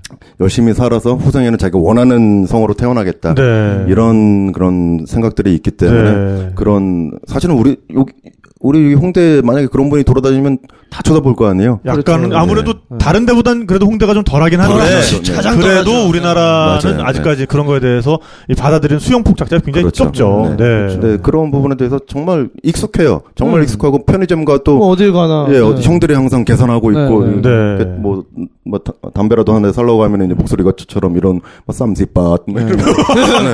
S4: 열심히 살아서 후생에는 자기가 원하는 성으로 태어나겠다.
S2: 네.
S4: 이런 그런 생각들이 있기 때문에
S2: 네.
S4: 그런 사실은 우리 여기 우리 여기 홍대 만약에 그런 분이 돌아다니면 다 쳐다볼 거 아니에요.
S2: 약간
S3: 그렇죠.
S2: 아무래도 다른 데보단 그래도 홍대가 좀 덜하긴 한데
S4: 덜하죠. 네.
S5: 가장
S2: 그래도
S5: 덜하죠.
S2: 우리나라는
S4: 맞아요. 네.
S2: 아직까지 그런 거에 대해서 이 받아들이는 수용폭 자체가 굉장히
S4: 그렇죠.
S2: 좁죠.
S4: 네.
S2: 네.
S4: 네, 그런 부분에 대해서 정말 익숙해요. 정말
S3: 음.
S4: 익숙하고 편의점과 또
S3: 뭐 어딜 가나.
S4: 예,
S3: 네.
S4: 어디 형들이 항상 계산하고
S3: 네,
S4: 있고
S3: 네.
S2: 네.
S4: 이렇게 뭐, 뭐 다- 담배라도 하나 살라고 하면 이제 목소리가 저처럼 이런 뭐 쌈지빠 뭐 이런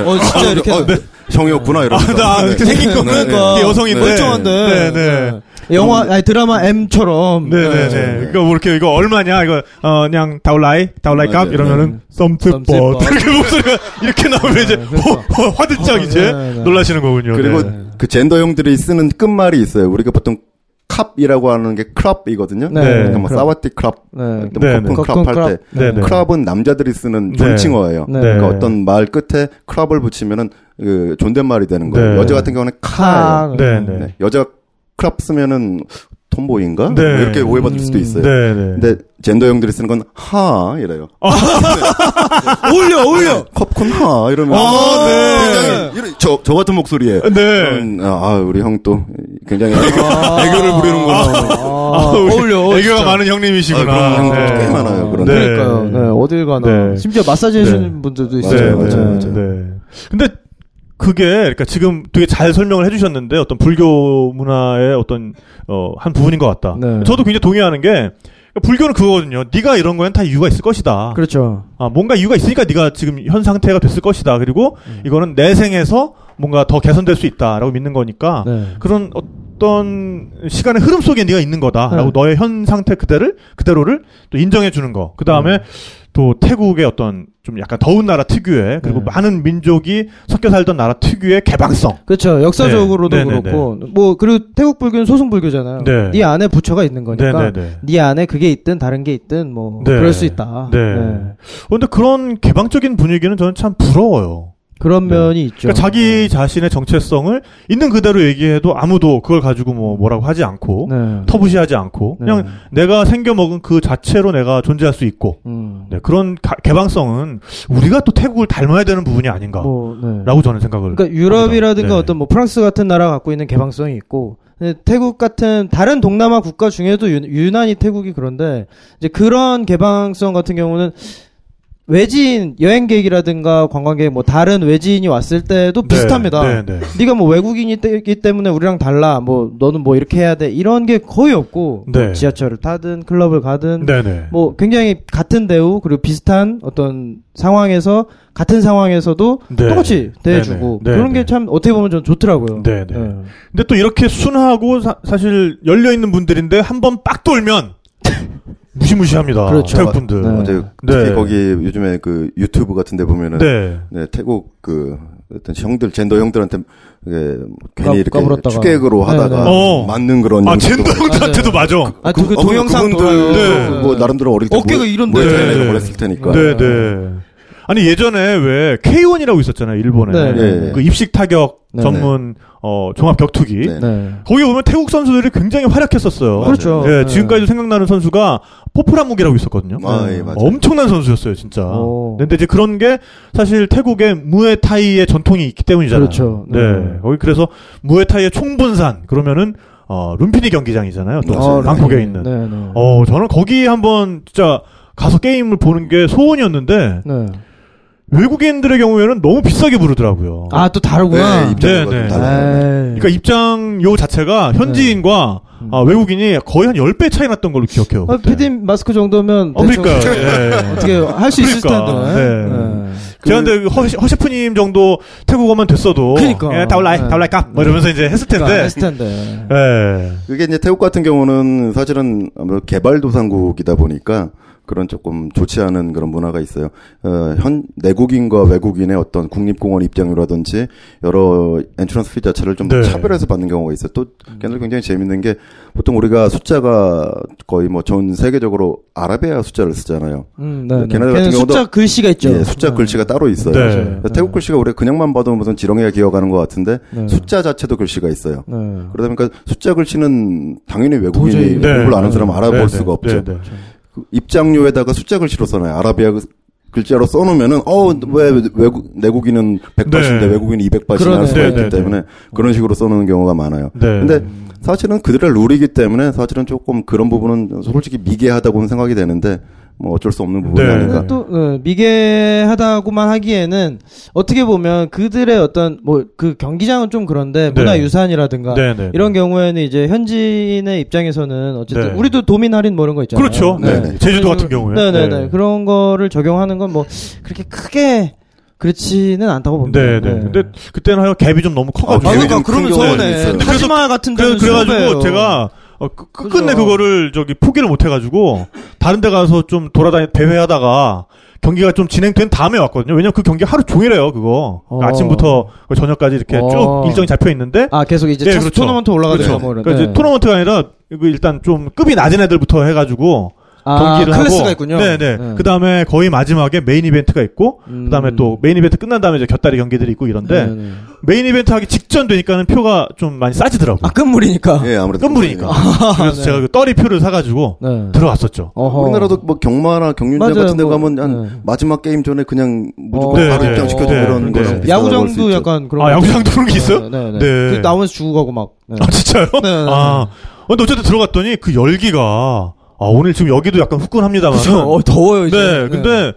S5: 어, 진짜 이렇게.
S4: 아, 네. 형이었구나 네. 이런.
S2: 아, 나 이렇게 생긴 거는
S5: 그러니까.
S2: 이게 여성인데.
S5: 멀쩡한데.
S2: 네, 네.
S3: 영화, 아니, 드라마 M처럼.
S2: 네, 네, 네. 그러니까 뭐 이렇게 이거 얼마냐? 이거 어 그냥 다울라이, 다울라이 값
S4: 맞아요.
S2: 이러면은 썸트버
S3: 썸트버.
S2: 이렇게 목소리가 이렇게 나오면 이제
S3: 그래서-
S2: 허, 허, 화들짝
S3: 어,
S2: 이제
S3: 네, 네.
S2: 놀라시는 거군요.
S4: 그리고
S2: 네.
S4: 그 젠더 형들이 쓰는 끝말이 있어요. 우리가 보통 컵이라고 하는 게 크랍이거든요.
S3: 네.
S4: 그러니까 뭐
S3: 크랍.
S4: 사와티 크랍,
S3: 네.
S4: 또
S2: 네,
S4: 거품
S3: 네.
S4: 크랍
S3: 거품
S4: 할 때.
S2: 네, 네.
S4: 크랍은 남자들이 쓰는
S2: 네.
S4: 존칭어예요.
S3: 네.
S4: 그러니까 어떤 말 끝에 크랍을 붙이면은 그 존댓말이 되는 거예요.
S2: 네.
S4: 여자 같은 경우는
S3: 카.
S4: 카예요.
S2: 네,
S4: 네.
S2: 네.
S4: 여자 크랍 쓰면은 톰보이인가?
S2: 네.
S4: 뭐 이렇게 오해받을 수도 있어요.
S2: 네, 네.
S4: 근데 젠더 형들이 쓰는 건 하, 이래요.
S2: 아,
S4: 네.
S5: 어울려, 어울려.
S4: 컵콘 하, 이러면.
S2: 아, 네.
S4: 굉장히 이런- 저, 저 같은 목소리에.
S2: 네.
S4: 그런- 아, 우리 형 또 굉장히 애교, 를 부리는구나.
S2: 아,
S3: 아,
S2: 우리
S5: 어울려, 어울려,
S2: 애교가
S5: 진짜.
S2: 많은
S4: 아,
S2: 형님이시구나.
S4: 그런 형들
S2: 네.
S4: 꽤 많아요. 그런데.
S2: 네.
S3: 그러니까요. 네, 어딜 가나.
S2: 네.
S3: 심지어 마사지 해주는 분들도 있어요.
S4: 맞아요,
S2: 네,
S4: 맞아요,
S2: 네,
S4: 맞아요.
S2: 네. 근데 그게 그러니까 지금 되게 잘 설명을 해주셨는데 어떤 불교 문화의 어떤 어, 한 부분인 것 같다.
S3: 네.
S2: 저도 굉장히 동의하는 게 그러니까 불교는 그거거든요. 네가 이런 거엔 다 이유가 있을 것이다.
S3: 그렇죠.
S2: 아, 뭔가 이유가 있으니까 네가 지금 현 상태가 됐을 것이다. 그리고 이거는 내 생에서 뭔가 더 개선될 수 있다라고 믿는
S4: 아.
S2: 거니까
S3: 네.
S2: 그런 어떤 시간의 흐름 속에 네가 있는 거다라고
S3: 네.
S2: 너의 현 상태 그대를 그대로를 또 인정해 주는 거. 그 다음에
S3: 네.
S2: 또 태국의 어떤 좀 약간 더운 나라 특유의 그리고
S3: 네.
S2: 많은 민족이 섞여 살던 나라 특유의 개방성.
S3: 그렇죠. 역사적으로도
S2: 네, 네, 네,
S3: 그렇고 뭐 그리고 태국 불교는 소승 불교잖아요.
S2: 네.
S3: 네. 안에 부처가 있는 거니까 네,
S2: 네네네.
S3: 안에 그게 있든 다른 게 있든 뭐
S2: 네.
S3: 그럴 수 있다.
S2: 네. 그런데 그런 개방적인 분위기는 저는 참 부러워요.
S3: 그런
S2: 네.
S3: 면이 있죠.
S2: 그러니까 자기 자신의 정체성을 있는 그대로 얘기해도 아무도 그걸 가지고 뭐 뭐라고 하지 않고
S3: 네.
S2: 터부시하지 않고
S3: 네.
S2: 그냥 내가 생겨 먹은 그 자체로 내가 존재할 수 있고
S3: 음.
S2: 네, 그런 가- 개방성은 우리가 또 태국을 닮아야 되는 부분이 아닌가라고
S3: 뭐, 네.
S2: 저는 생각을.
S3: 그러니까 유럽이라든가
S2: 음. 네.
S3: 어떤 뭐 프랑스 같은 나라가 갖고 있는 개방성이 있고 근데 태국 같은 다른 동남아 국가 중에도 유, 유난히 태국이 그런데 이제 그런 개방성 같은 경우는 외지인 여행객이라든가 관광객 뭐 다른 외지인이 왔을 때도
S2: 네,
S3: 비슷합니다.
S2: 네, 네.
S3: 네가 뭐 외국인이기 때문에 우리랑 달라. 뭐 너는 뭐 이렇게 해야 돼. 이런 게 거의 없고
S2: 네.
S3: 지하철을 타든 클럽을 가든
S2: 네, 네.
S3: 뭐 굉장히 같은 대우 그리고 비슷한 어떤 상황에서 같은 상황에서도
S2: 네.
S3: 똑같이 대해주고
S2: 네, 네,
S3: 그런
S2: 네.
S3: 게 참 어떻게 보면 좀 좋더라고요.
S2: 네, 네. 근데 또 이렇게 순하고 사, 실 열려 있는 분들인데 한 번 빡 돌면 무시무시합니다.
S3: 그렇죠.
S2: 태국 분들.
S3: 네.
S4: 어제
S2: 네.
S4: 특히 거기 요즘에 그 유튜브 같은 데 보면은
S2: 네.
S4: 네, 태국 그 어떤 형들 젠더 형들한테 예, 괜히
S3: 까-
S4: 이렇게
S3: 까불었다가.
S4: 축객으로
S3: 네,
S4: 하다가
S2: 네. 어.
S4: 맞는 그런
S2: 아,
S4: 영상도 어,
S2: 젠더 형들한테도 맞아.
S3: 아, 그, 그 동영상
S4: 그분들
S3: 돌아요.
S2: 네.
S4: 뭐 나름대로 어릴 때
S5: 어깨가
S4: 모-
S5: 이런데.
S4: 모에 대한
S2: 네.
S4: 애가 몰랐을 테니까
S2: 네, 네. 아니 예전에 왜 K1이라고 있었잖아요, 일본에.
S3: 네.
S4: 네.
S2: 그 입식 타격
S3: 네.
S2: 전문 어 종합 격투기.
S4: 네.
S3: 네.
S2: 거기 보면 태국 선수들이 굉장히 활약했었어요.
S3: 그렇죠.
S2: 예,
S3: 네.
S2: 지금까지도 생각나는 선수가 포프라무기라고 있었거든요. 네.
S4: 아, 예, 맞아요.
S2: 엄청난 선수였어요, 진짜.
S3: 오.
S2: 근데 이제 그런 게 사실 태국의 무에타이의 전통이 있기 때문이잖아요.
S3: 그렇죠.
S2: 네.
S3: 네.
S2: 거기 그래서 무에타이의 총분산 그러면은 어, 룸피니 경기장이잖아요. 또
S4: 맞아요.
S2: 방콕에 있는.
S3: 네, 네.
S2: 어, 저는 거기 한번 진짜 가서 게임을 보는 게 소원이었는데
S3: 네.
S2: 외국인들의 경우에는 너무 비싸게 부르더라고요.
S3: 아, 또 다르구나. 아,
S4: 네, 입장료가
S2: 네, 네.
S4: 좀 달라요.
S2: 그러니까
S3: 네.
S2: 입장료 자체가 현지인과
S3: 음.
S2: 아, 외국인이 거의 한 10배 차이 났던 걸로 기억해요.
S3: 아,
S2: 그때.
S3: 피디 마스크 정도면
S2: 어,
S3: 대충
S2: 그러니까요. 예.
S3: 어떻게 할 수 있을
S2: 그러니까.
S3: 텐데.
S2: 네. 제가 근데 허시, 허셰프님 정도 태국어만 됐어도
S3: 그러니까.
S2: 예, 다올라이,
S3: 네.
S2: 다올라이 깝! 뭐 이러면서 이제 했을 텐데.
S3: 그러니까 했을 텐데.
S2: 예.
S4: 그게 이제 태국 같은 경우는 사실은 아무래도 개발도상국이다 보니까 그런 조금 좋지 않은 그런 문화가 있어요. 어, 현 내국인과 외국인의 어떤 국립공원 입장료라든지 여러 엔트런스 피 자체를 좀
S2: 네.
S4: 차별해서 받는 경우가 있어요. 또 걔네들 굉장히 재밌는 게 보통 우리가 숫자가 거의 뭐 전 세계적으로 아라비아 숫자를 쓰잖아요.
S3: 음, 네, 네.
S4: 걔네들
S3: 걔는
S4: 같은 경우도-
S3: 숫자 글씨가 있죠.
S4: 예, 숫자
S3: 네.
S4: 글씨가 따로 있어요.
S2: 네.
S3: 맞아요.
S4: 그래서 태국 글씨가 우리가 그냥만 봐도 무슨 지렁이가 기어가는 것 같은데
S3: 네.
S4: 숫자 자체도 글씨가 있어요.
S3: 네.
S4: 그러다 보니까 숫자 글씨는 당연히
S3: 도저히.
S4: 외국인이
S2: 네.
S4: 공부를 아는 사람 알아볼
S2: 네,
S4: 수가
S2: 네, 네,
S4: 없죠.
S2: 네.
S3: 그렇죠.
S4: 그 입장료에다가 숫자 글씨로 써놔요. 아라비아 그- 글자로 써놓으면은 어왜 외국 내국인은 100바신데
S2: 네.
S4: 외국인은 200바신
S3: 그러네.
S4: 할 수가
S2: 네,
S4: 있기
S2: 네,
S4: 때문에 그런 식으로 써놓는 경우가 많아요.
S2: 네.
S4: 근데 사실은 그들의 룰이기 때문에 사실은 조금 그런 부분은 솔직히 미개하다고는 생각이 되는데 뭐 어쩔 수 없는 부분이
S2: 네.
S4: 아닌가.
S2: 네.
S3: 또 어, 미개하다고만 하기에는 어떻게 보면 그들의 어떤 뭐 그 경기장은 좀 그런데
S2: 네.
S3: 문화유산이라든가
S2: 네, 네, 네.
S3: 그러니까 이런 경우에는 이제 현지인의 입장에서는 어쨌든
S2: 네.
S3: 우리도 도민 할인 뭐 이런 거 있잖아요.
S2: 그렇죠.
S4: 네.
S2: 네. 제주도 같은 경우에.
S3: 네네네 그런 거를 적용하는 건 뭐 그렇게 크게 그렇지는 않다고 봅니다.
S2: 네, 네. 근데 그때는 하여 갭이 좀 너무 커가지고.
S4: 아,
S5: 아,
S4: 갭이
S5: 그러니까
S4: 좀
S5: 그러면
S4: 큰 경우는
S5: 서운해.
S4: 있어요.
S5: 타지마 같은
S2: 그래,
S5: 데는
S2: 그래가지고
S5: 실패예요.
S2: 제가 어, 끝- 끝끝내
S3: 그죠.
S2: 그거를 저기 포기를 못해가지고 다른 데 가서 좀 돌아다니 대회하다가 경기가 좀 진행된 다음에 왔거든요. 왜냐면 그 경기 하루 종일해요 그거
S3: 어.
S2: 아침부터 그 저녁까지 이렇게
S3: 어.
S2: 쭉 일정이 잡혀 있는데
S3: 아 계속 이제
S2: 예,
S3: 차스
S2: 그렇죠.
S3: 토너먼트 올라가죠.
S2: 그렇죠.
S3: 뭐 이런.
S2: 그러니까 이제
S3: 네.
S2: 토너먼트가 아니라 이거 일단 좀 급이 낮은 애들부터 해가지고
S3: 아,
S2: 경기를 하고
S3: 클래스가 있군요.
S2: 네네. 그 다음에 거의 마지막에 메인 이벤트가 있고
S3: 음.
S2: 그 다음에 또 메인 이벤트 끝난 다음에 이제 곁다리 경기들이 있고 이런데
S3: 네, 네.
S2: 메인 이벤트 하기 직전 되니까는 표가 좀 많이 싸지더라고요.
S3: 아 네. 끝물이니까.
S4: 예, 아무래도
S2: 끝물이니까. 그래서
S4: 아,
S2: 제가 그 떠리 표를 사가지고
S3: 네.
S2: 들어갔었죠.
S3: 어허.
S4: 우리나라도 뭐 경마나 경륜대
S3: 맞아요,
S4: 같은 데
S3: 뭐,
S4: 가면 한
S3: 네.
S4: 마지막 게임 전에 그냥 무조건
S3: 어.
S2: 네,
S4: 바로
S2: 네.
S4: 입장시켜주고
S2: 네.
S4: 그런
S2: 네.
S4: 거랑 비슷하다고 볼수
S3: 야구장도
S4: 있죠.
S3: 약간 그런.
S2: 아,
S3: 거
S2: 야구장도 그런 게 있어요?
S3: 네, 네.
S2: 네.
S3: 그 나오면서 주고 가고 막. 네.
S2: 아, 진짜요?
S3: 네, 네, 네.
S2: 아. 근데 어쨌든 들어갔더니 그 열기가, 아, 오늘 지금 여기도 약간 후끈합니다만.
S5: 그쵸? 어, 더워요 이제.
S2: 네, 근데,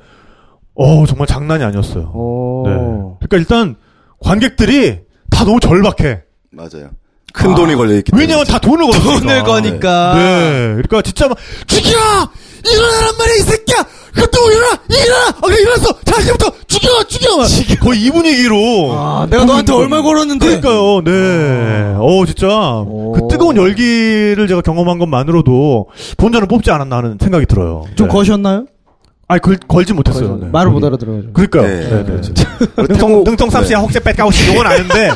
S2: 어, 정말 장난이 아니었어요.
S3: 오.
S2: 네. 그러니까 일단 관객들이 다 너무 절박해.
S4: 맞아요. 큰 돈이 걸려있기 때문에.
S2: 왜냐면 다 돈을 걸었어.
S5: 돈을 거니까.
S2: 네. 그러니까 진짜 막, 죽여! 일어나란 말이야, 이 새끼야! 그또 일어나! 일어나! 아, 그래, 일어났어! 자, 이제부터 죽여! 죽여! 막 거의 이 분위기로.
S5: 아, 내가 너한테 얼마 걸었는데.
S2: 그러니까요, 네. 어, 진짜. 그 뜨거운 열기를 제가 경험한 것만으로도 본전을 뽑지 않았나 하는 생각이 들어요.
S3: 좀
S2: 네.
S3: 거셨나요?
S2: 아니, 걸, 걸지 못했어요. 네.
S3: 말을 못 알아들어가지고.
S2: 그러니까요.
S4: 네,
S2: 네, 네.
S4: 그렇죠.
S2: 능통, 능통 삼시야 혹시 뺏가고 싶은 건 아는데.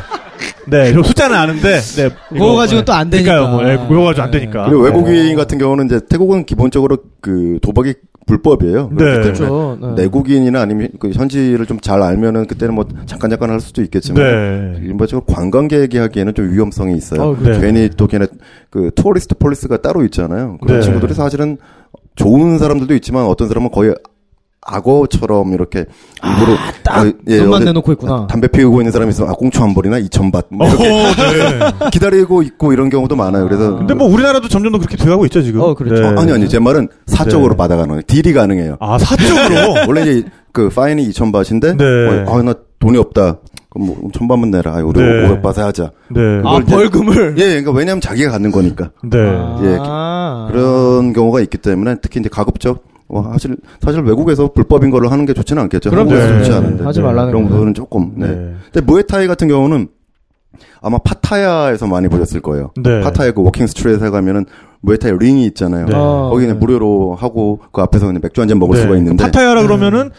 S2: 네, 저 숫자는 아는데, 네.
S5: 그거 가지고 또안 되니까.
S2: 그러니까요, 뭐, 예, 그거 가지고 안
S5: 네.
S2: 되니까.
S4: 그리고
S2: 네.
S4: 외국인 같은 경우는 이제 태국은 기본적으로 그 도박이 불법이에요.
S2: 네.
S4: 그렇기 때문에
S3: 그렇죠. 네.
S4: 내국인이나 아니면 그 현지를 좀 잘 알면은 그때는 뭐 잠깐 잠깐 할 수도 있겠지만
S2: 네.
S4: 일반적으로 관광객이 하기에는 좀 위험성이 있어요.
S3: 어,
S2: 네.
S4: 괜히 또 걔네 그 투어리스트 폴리스가 따로 있잖아요. 그런
S2: 네.
S4: 친구들이 사실은 좋은 사람들도 있지만 어떤 사람은 거의 악어처럼 이렇게 일부러
S3: 딱
S4: 어, 예,
S3: 돈만
S4: 어디
S3: 내놓고 있구나.
S4: 담배 피우고 있는 사람이 있으면 아 꽁초 한 벌이나 이천 밭
S2: 어,
S4: 뭐 이렇게
S2: 네.
S4: 기다리고 있고 이런 경우도 많아요. 그래서
S2: 근데 뭐 우리나라도 점점 더 그렇게 돼가고 있죠, 지금.
S3: 어, 그렇죠.
S2: 네.
S4: 어, 아니 아니 제 말은 사적으로
S2: 네.
S4: 받아가는 거예요. 딜이 가능해요.
S2: 아, 사적으로?
S4: 원래 이제 그 파인이 2천 바트인데
S2: 네.
S4: 어, 아나 돈이 없다. 그럼 뭐 천바만 내라. 우리
S2: 네.
S4: 500 바트 하자.
S2: 네.
S5: 아,
S4: 그걸 이제-
S5: 벌금을.
S4: 예, 그러니까 왜냐하면 자기가 갖는 거니까
S2: 네.
S4: 예.
S3: 아.
S4: 그런 경우가 있기 때문에 특히 이제 가급적 와, 사실 사실 외국에서 불법인 거를 하는 게 좋지는 않겠죠.
S3: 그럼요.
S4: 한국에서
S2: 네.
S4: 좋지 않은데
S3: 하지 말라는
S4: 그런
S3: 거죠.
S4: 부분은 조금. 네.
S2: 네.
S4: 근데 무에타이 같은 경우는 아마 파타야에서 많이 보셨을 거예요.
S2: 네.
S4: 파타야 그 워킹 스트리트에 가면은 무에타이 링이 있잖아요.
S2: 네.
S3: 어,
S4: 거기는
S3: 네.
S4: 무료로 하고 그 앞에서 그냥 맥주 한 잔 먹을
S2: 네.
S4: 수가 있는데
S3: 음.
S2: 파타야라 그러면은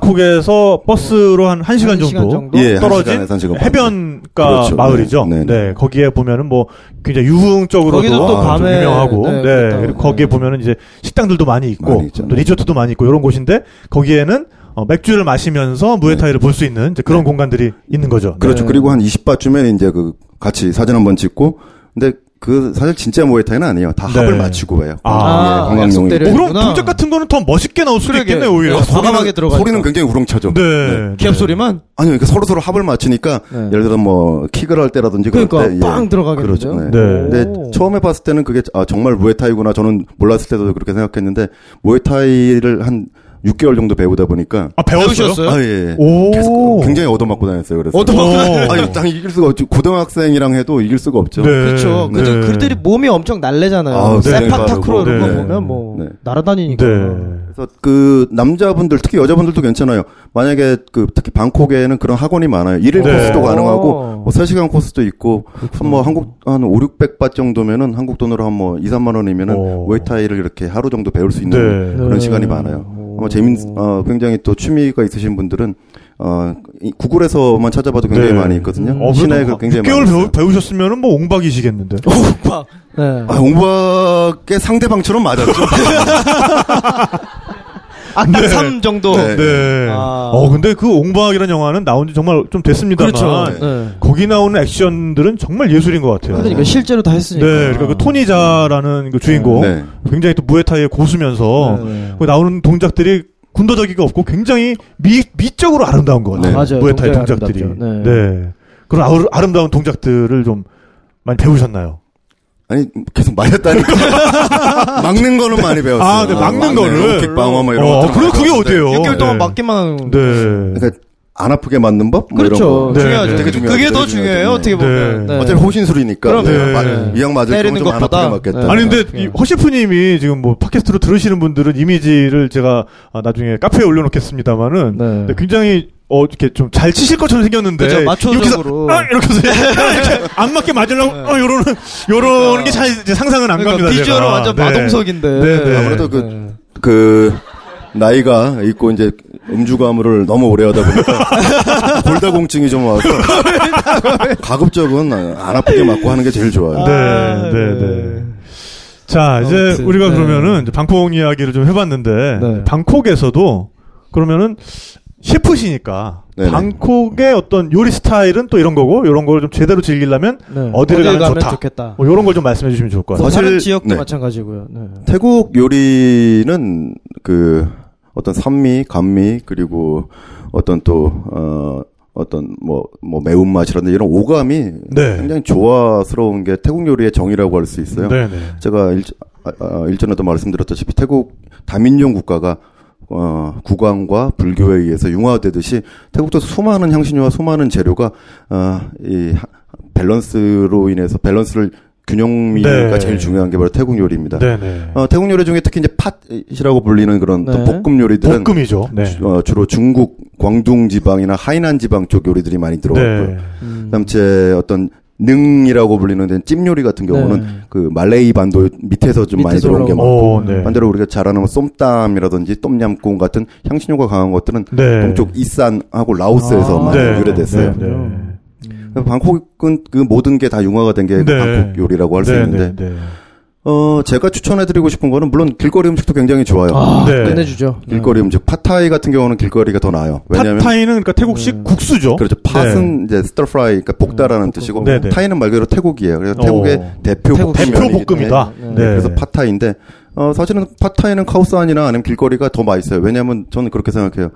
S2: 방콕에서 버스로 한 1시간
S3: 한 시간
S2: 정도,
S3: 정도? 네.
S4: 예, 한
S2: 떨어진
S4: 시간에서 한 시간 반.
S2: 해변가
S4: 그렇죠.
S2: 마을이죠. 네,
S4: 네, 네, 네.
S2: 거기에 보면은 뭐 굉장히 유흥적으로도 아,
S3: 거기도 또
S2: 좀
S3: 밤에,
S2: 유명하고
S3: 네,
S2: 네,
S3: 그렇다고.
S2: 그리고 거기에 보면은 이제 식당들도 많이 있고
S4: 많이 있죠.
S2: 또 리조트도 많이 있고 이런 곳인데 거기에는 어, 맥주를 마시면서 무에타이를 볼 수 있는 이제 그런 공간들이 있는 거죠.
S4: 네. 그렇죠.
S3: 네.
S4: 그리고 한 20바 주면 이제 그 같이 사진 한 번 찍고 근데 그 사실 진짜 무에타이는 아니에요. 다
S2: 네.
S4: 합을 맞추고 해요.
S2: 아,
S4: 예, 관광용이고.
S2: 뭐 그럼
S3: 때리는구나.
S2: 동작 같은 거는 더 멋있게 나올 수도
S3: 그러게.
S2: 있겠네 오히려.
S3: 야, 과감하게 들어가.
S4: 소리는 굉장히 우렁차죠.
S2: 네.
S3: 기합 소리만
S4: 아니 그러니까 서로 서로 합을 맞추니까
S3: 네.
S4: 예를 들어 뭐 킥을 할 때라든지 그럴
S3: 그러니까
S4: 때, 예.
S3: 빵 들어가겠죠.
S4: 그렇죠. 네.
S2: 네.
S4: 근데 처음에 봤을 때는 그게 아 정말 무에타이구나 저는 몰랐을 때도 그렇게 생각했는데 무에타이를 한 6개월 정도 배우다 보니까
S2: 아 배웠어요?
S5: 배우셨어요?
S4: 아 예. 예.
S2: 오.
S4: 계속 굉장히 얻어맞고 다녔어요. 그래서
S2: 얻어맞고
S4: 아니 딱 이길 수가 없죠. 고등학생이랑 해도 이길 수가 없죠.
S2: 네.
S3: 그렇죠.
S2: 네.
S3: 그죠. 그들이 몸이 엄청 날래잖아요.
S4: 아, 네.
S3: 세파타크로 이런 거
S2: 네.
S3: 보면 뭐
S4: 네.
S3: 날아다니니까.
S2: 네.
S4: 그래서 그 남자분들 특히 여자분들도 괜찮아요. 만약에 그 특히 방콕에는 그런 학원이 많아요. 일일
S2: 네.
S4: 코스도
S3: 어.
S4: 가능하고 뭐 3시간 코스도 있고 한 뭐 한국 한 5, 600바 정도면은 한국 돈으로 한 뭐 2, 3만 원이면은
S2: 오.
S4: 웨이타이를 이렇게 하루 정도 배울 수 있는
S2: 네.
S4: 그런
S3: 네.
S4: 시간이 많아요. 아마 재밌 어 굉장히 또 취미가 있으신 분들은 어 이- 구글에서만 찾아봐도 굉장히
S2: 네.
S4: 많이 있거든요.
S3: 음. 어,
S4: 시내에
S2: 그래도
S4: 굉장히 많이
S2: 6개월
S4: 있어요.
S2: 배우, 배우셨으면은 뭐 옹박이시겠는데.
S5: 오빠.
S3: 네.
S4: 아, 옹박의 상대방처럼 맞았죠.
S5: 아딱 3 정도.
S4: 네.
S2: 네.
S5: 아.
S2: 어 근데 그 옹박이라는 영화는 나온 지 정말 좀 됐습니다만
S5: 그렇죠.
S3: 네.
S2: 거기 나오는 액션들은 정말 예술인 것 같아요.
S3: 그러니까 실제로 다
S2: 네,
S3: 했으니까.
S2: 그러니까 그 토니자라는 그 주인공
S4: 음. 네.
S2: 굉장히 또 무에타이의 고수면서
S3: 네.
S2: 그 나오는 동작들이 군더더기가 없고 굉장히 미 미적으로 아름다운 것 같아요.
S4: 네.
S3: 맞아요.
S2: 무에타이
S3: 동작이
S2: 동작들이.
S3: 아름답죠.
S2: 네. 그런 아우- 아름다운 동작들을 좀 많이 배우셨나요?
S4: 아니 계속 맞았다니까 막는 거는 많이 배웠어요.
S2: 아, 네, 막는 거를.
S4: 킥방어 뭐 이런
S2: 어,
S4: 것들
S2: 그래 그게
S4: 많이 배웠는데.
S2: 어때요?
S3: 6개월 동안
S2: 네.
S3: 맞기만 하는
S2: 네.
S4: 그러니까 안 아프게 맞는 법? 뭐
S3: 그렇죠.
S4: 이런 거.
S2: 네,
S3: 중요하죠.
S2: 네.
S4: 되게 중요하죠.
S5: 그게 더
S4: 되게 중요하죠.
S5: 중요해요. 어떻게
S4: 네.
S5: 보면.
S3: 네.
S5: 네.
S4: 어차피 호신술이니까
S5: 그럼요.
S4: 네. 맞-
S3: 네.
S4: 이왕 맞을
S5: 때리는
S4: 경우 좀안 아프게
S5: 것보다.
S4: 맞겠다.
S3: 네.
S2: 아니 근데
S3: 그냥.
S2: 이 허셰프님이 지금 뭐 팟캐스트로 들으시는 분들은 이미지를 제가 아, 나중에 카페에 올려놓겠습니다만은
S3: 네.
S2: 근데 굉장히 어 이렇게 좀 잘 치실 것처럼 생겼는데
S3: 그죠,
S2: 이렇게서
S3: 마초적으로.
S2: 아, 이렇게 해서 이렇게 안 맞게 맞으려고
S3: 네.
S2: 어, 요런 요런 게 잘 상상은 안
S3: 그러니까
S2: 갑니다.
S3: 비주얼은
S2: 제가.
S3: 완전
S2: 네.
S3: 마동석인데.
S2: 네, 네.
S4: 아무래도 그-
S3: 네.
S4: 그 나이가 있고 이제 음주 가무를 너무 오래 하다 보니까 골다공증이 좀 와서 가급적은 안 아프게 맞고 하는 게 제일 좋아요.
S2: 네,
S3: 아,
S2: 네,
S3: 네.
S2: 네. 자 이제
S3: 아무튼,
S2: 우리가
S3: 네.
S2: 그러면은 이제 방콕 이야기를 좀 해봤는데
S3: 네.
S2: 방콕에서도 그러면은 셰프시니까
S4: 네네.
S2: 방콕의 어떤 요리 스타일은 또 이런 거고 이런 걸 좀 제대로 즐기려면
S3: 네.
S2: 어디를 가면 좋다.
S3: 좋겠다.
S2: 뭐 이런 걸 좀 말씀해 주시면 좋을 것 같아요.
S4: 어, 사실-
S3: 다른 지역도
S4: 네.
S3: 마찬가지고요. 네.
S4: 태국 요리는 그 어떤 산미, 감미 그리고 어떤 또어 어떤 뭐 뭐 매운 맛이라든지 이런 오감이
S2: 네.
S4: 굉장히 조화스러운 게 태국 요리의 정의라고 할 수 있어요.
S2: 네, 네.
S4: 제가 일, 아, 아, 일전에도 말씀드렸다시피 태국 다민족 국가가 어, 국왕과 불교에 의해서 융화되듯이 태국도 수많은 향신료와 수많은 재료가 어, 이 하- 밸런스로 인해서 밸런스를 균형미가
S2: 네.
S4: 제일 중요한 게 바로 태국 요리입니다.
S2: 네, 네.
S4: 어, 태국 요리 중에 특히 이제 팥이라고 불리는 그런
S3: 네.
S4: 또 볶음 요리들은
S2: 볶음이죠. 네.
S4: 주- 어, 주로 중국 광둥 지방이나 하이난 지방 쪽 요리들이 많이 들어갔고요.
S2: 네.
S3: 음.
S4: 그다음 제 어떤 능이라고 불리는 데는 찜 요리 같은 경우는
S3: 네.
S4: 그 말레이 반도 밑에서 좀 많이
S3: 밑에서
S4: 들어온 게 많고
S2: 오, 네.
S4: 반대로 우리가 잘 아는 뭐 쏨땀이라든지 똠얌꿍 같은 향신료가 강한 것들은
S2: 네.
S4: 동쪽 이산하고 라오스에서
S3: 아.
S4: 많이
S2: 네.
S4: 유래됐어요.
S2: 네, 네.
S3: 음.
S4: 방콕은 그 모든 게 다 융화가 된 게그
S2: 네.
S4: 방콕 요리라고 할 수
S2: 네,
S4: 있는데
S2: 네, 네.
S4: 어 제가 추천해드리고 싶은 거는 물론 길거리 음식도 굉장히 좋아요.
S3: 아,
S2: 네.
S3: 끝내주죠.
S4: 길거리 음식 팟타이 같은 경우는 길거리가 더 나아요. 왜냐하면
S2: 팟타이는 그러니까 태국식
S3: 네.
S2: 국수죠.
S4: 그렇죠. 팟은 이제 스터프라이, 그러니까 볶다라는 뜻이고
S2: 네, 네.
S4: 타이는 말 그대로 태국이에요. 그래서
S2: 어.
S4: 태국의 대표
S3: 태국
S2: 대표
S4: 볶음면이기 때문에
S2: 볶음이다.
S3: 네.
S2: 네.
S4: 그래서 팟타이인데 어, 사실은 팟타이는 카오산이나 아니면 길거리가 더 맛있어요. 왜냐하면 저는 그렇게 생각해요.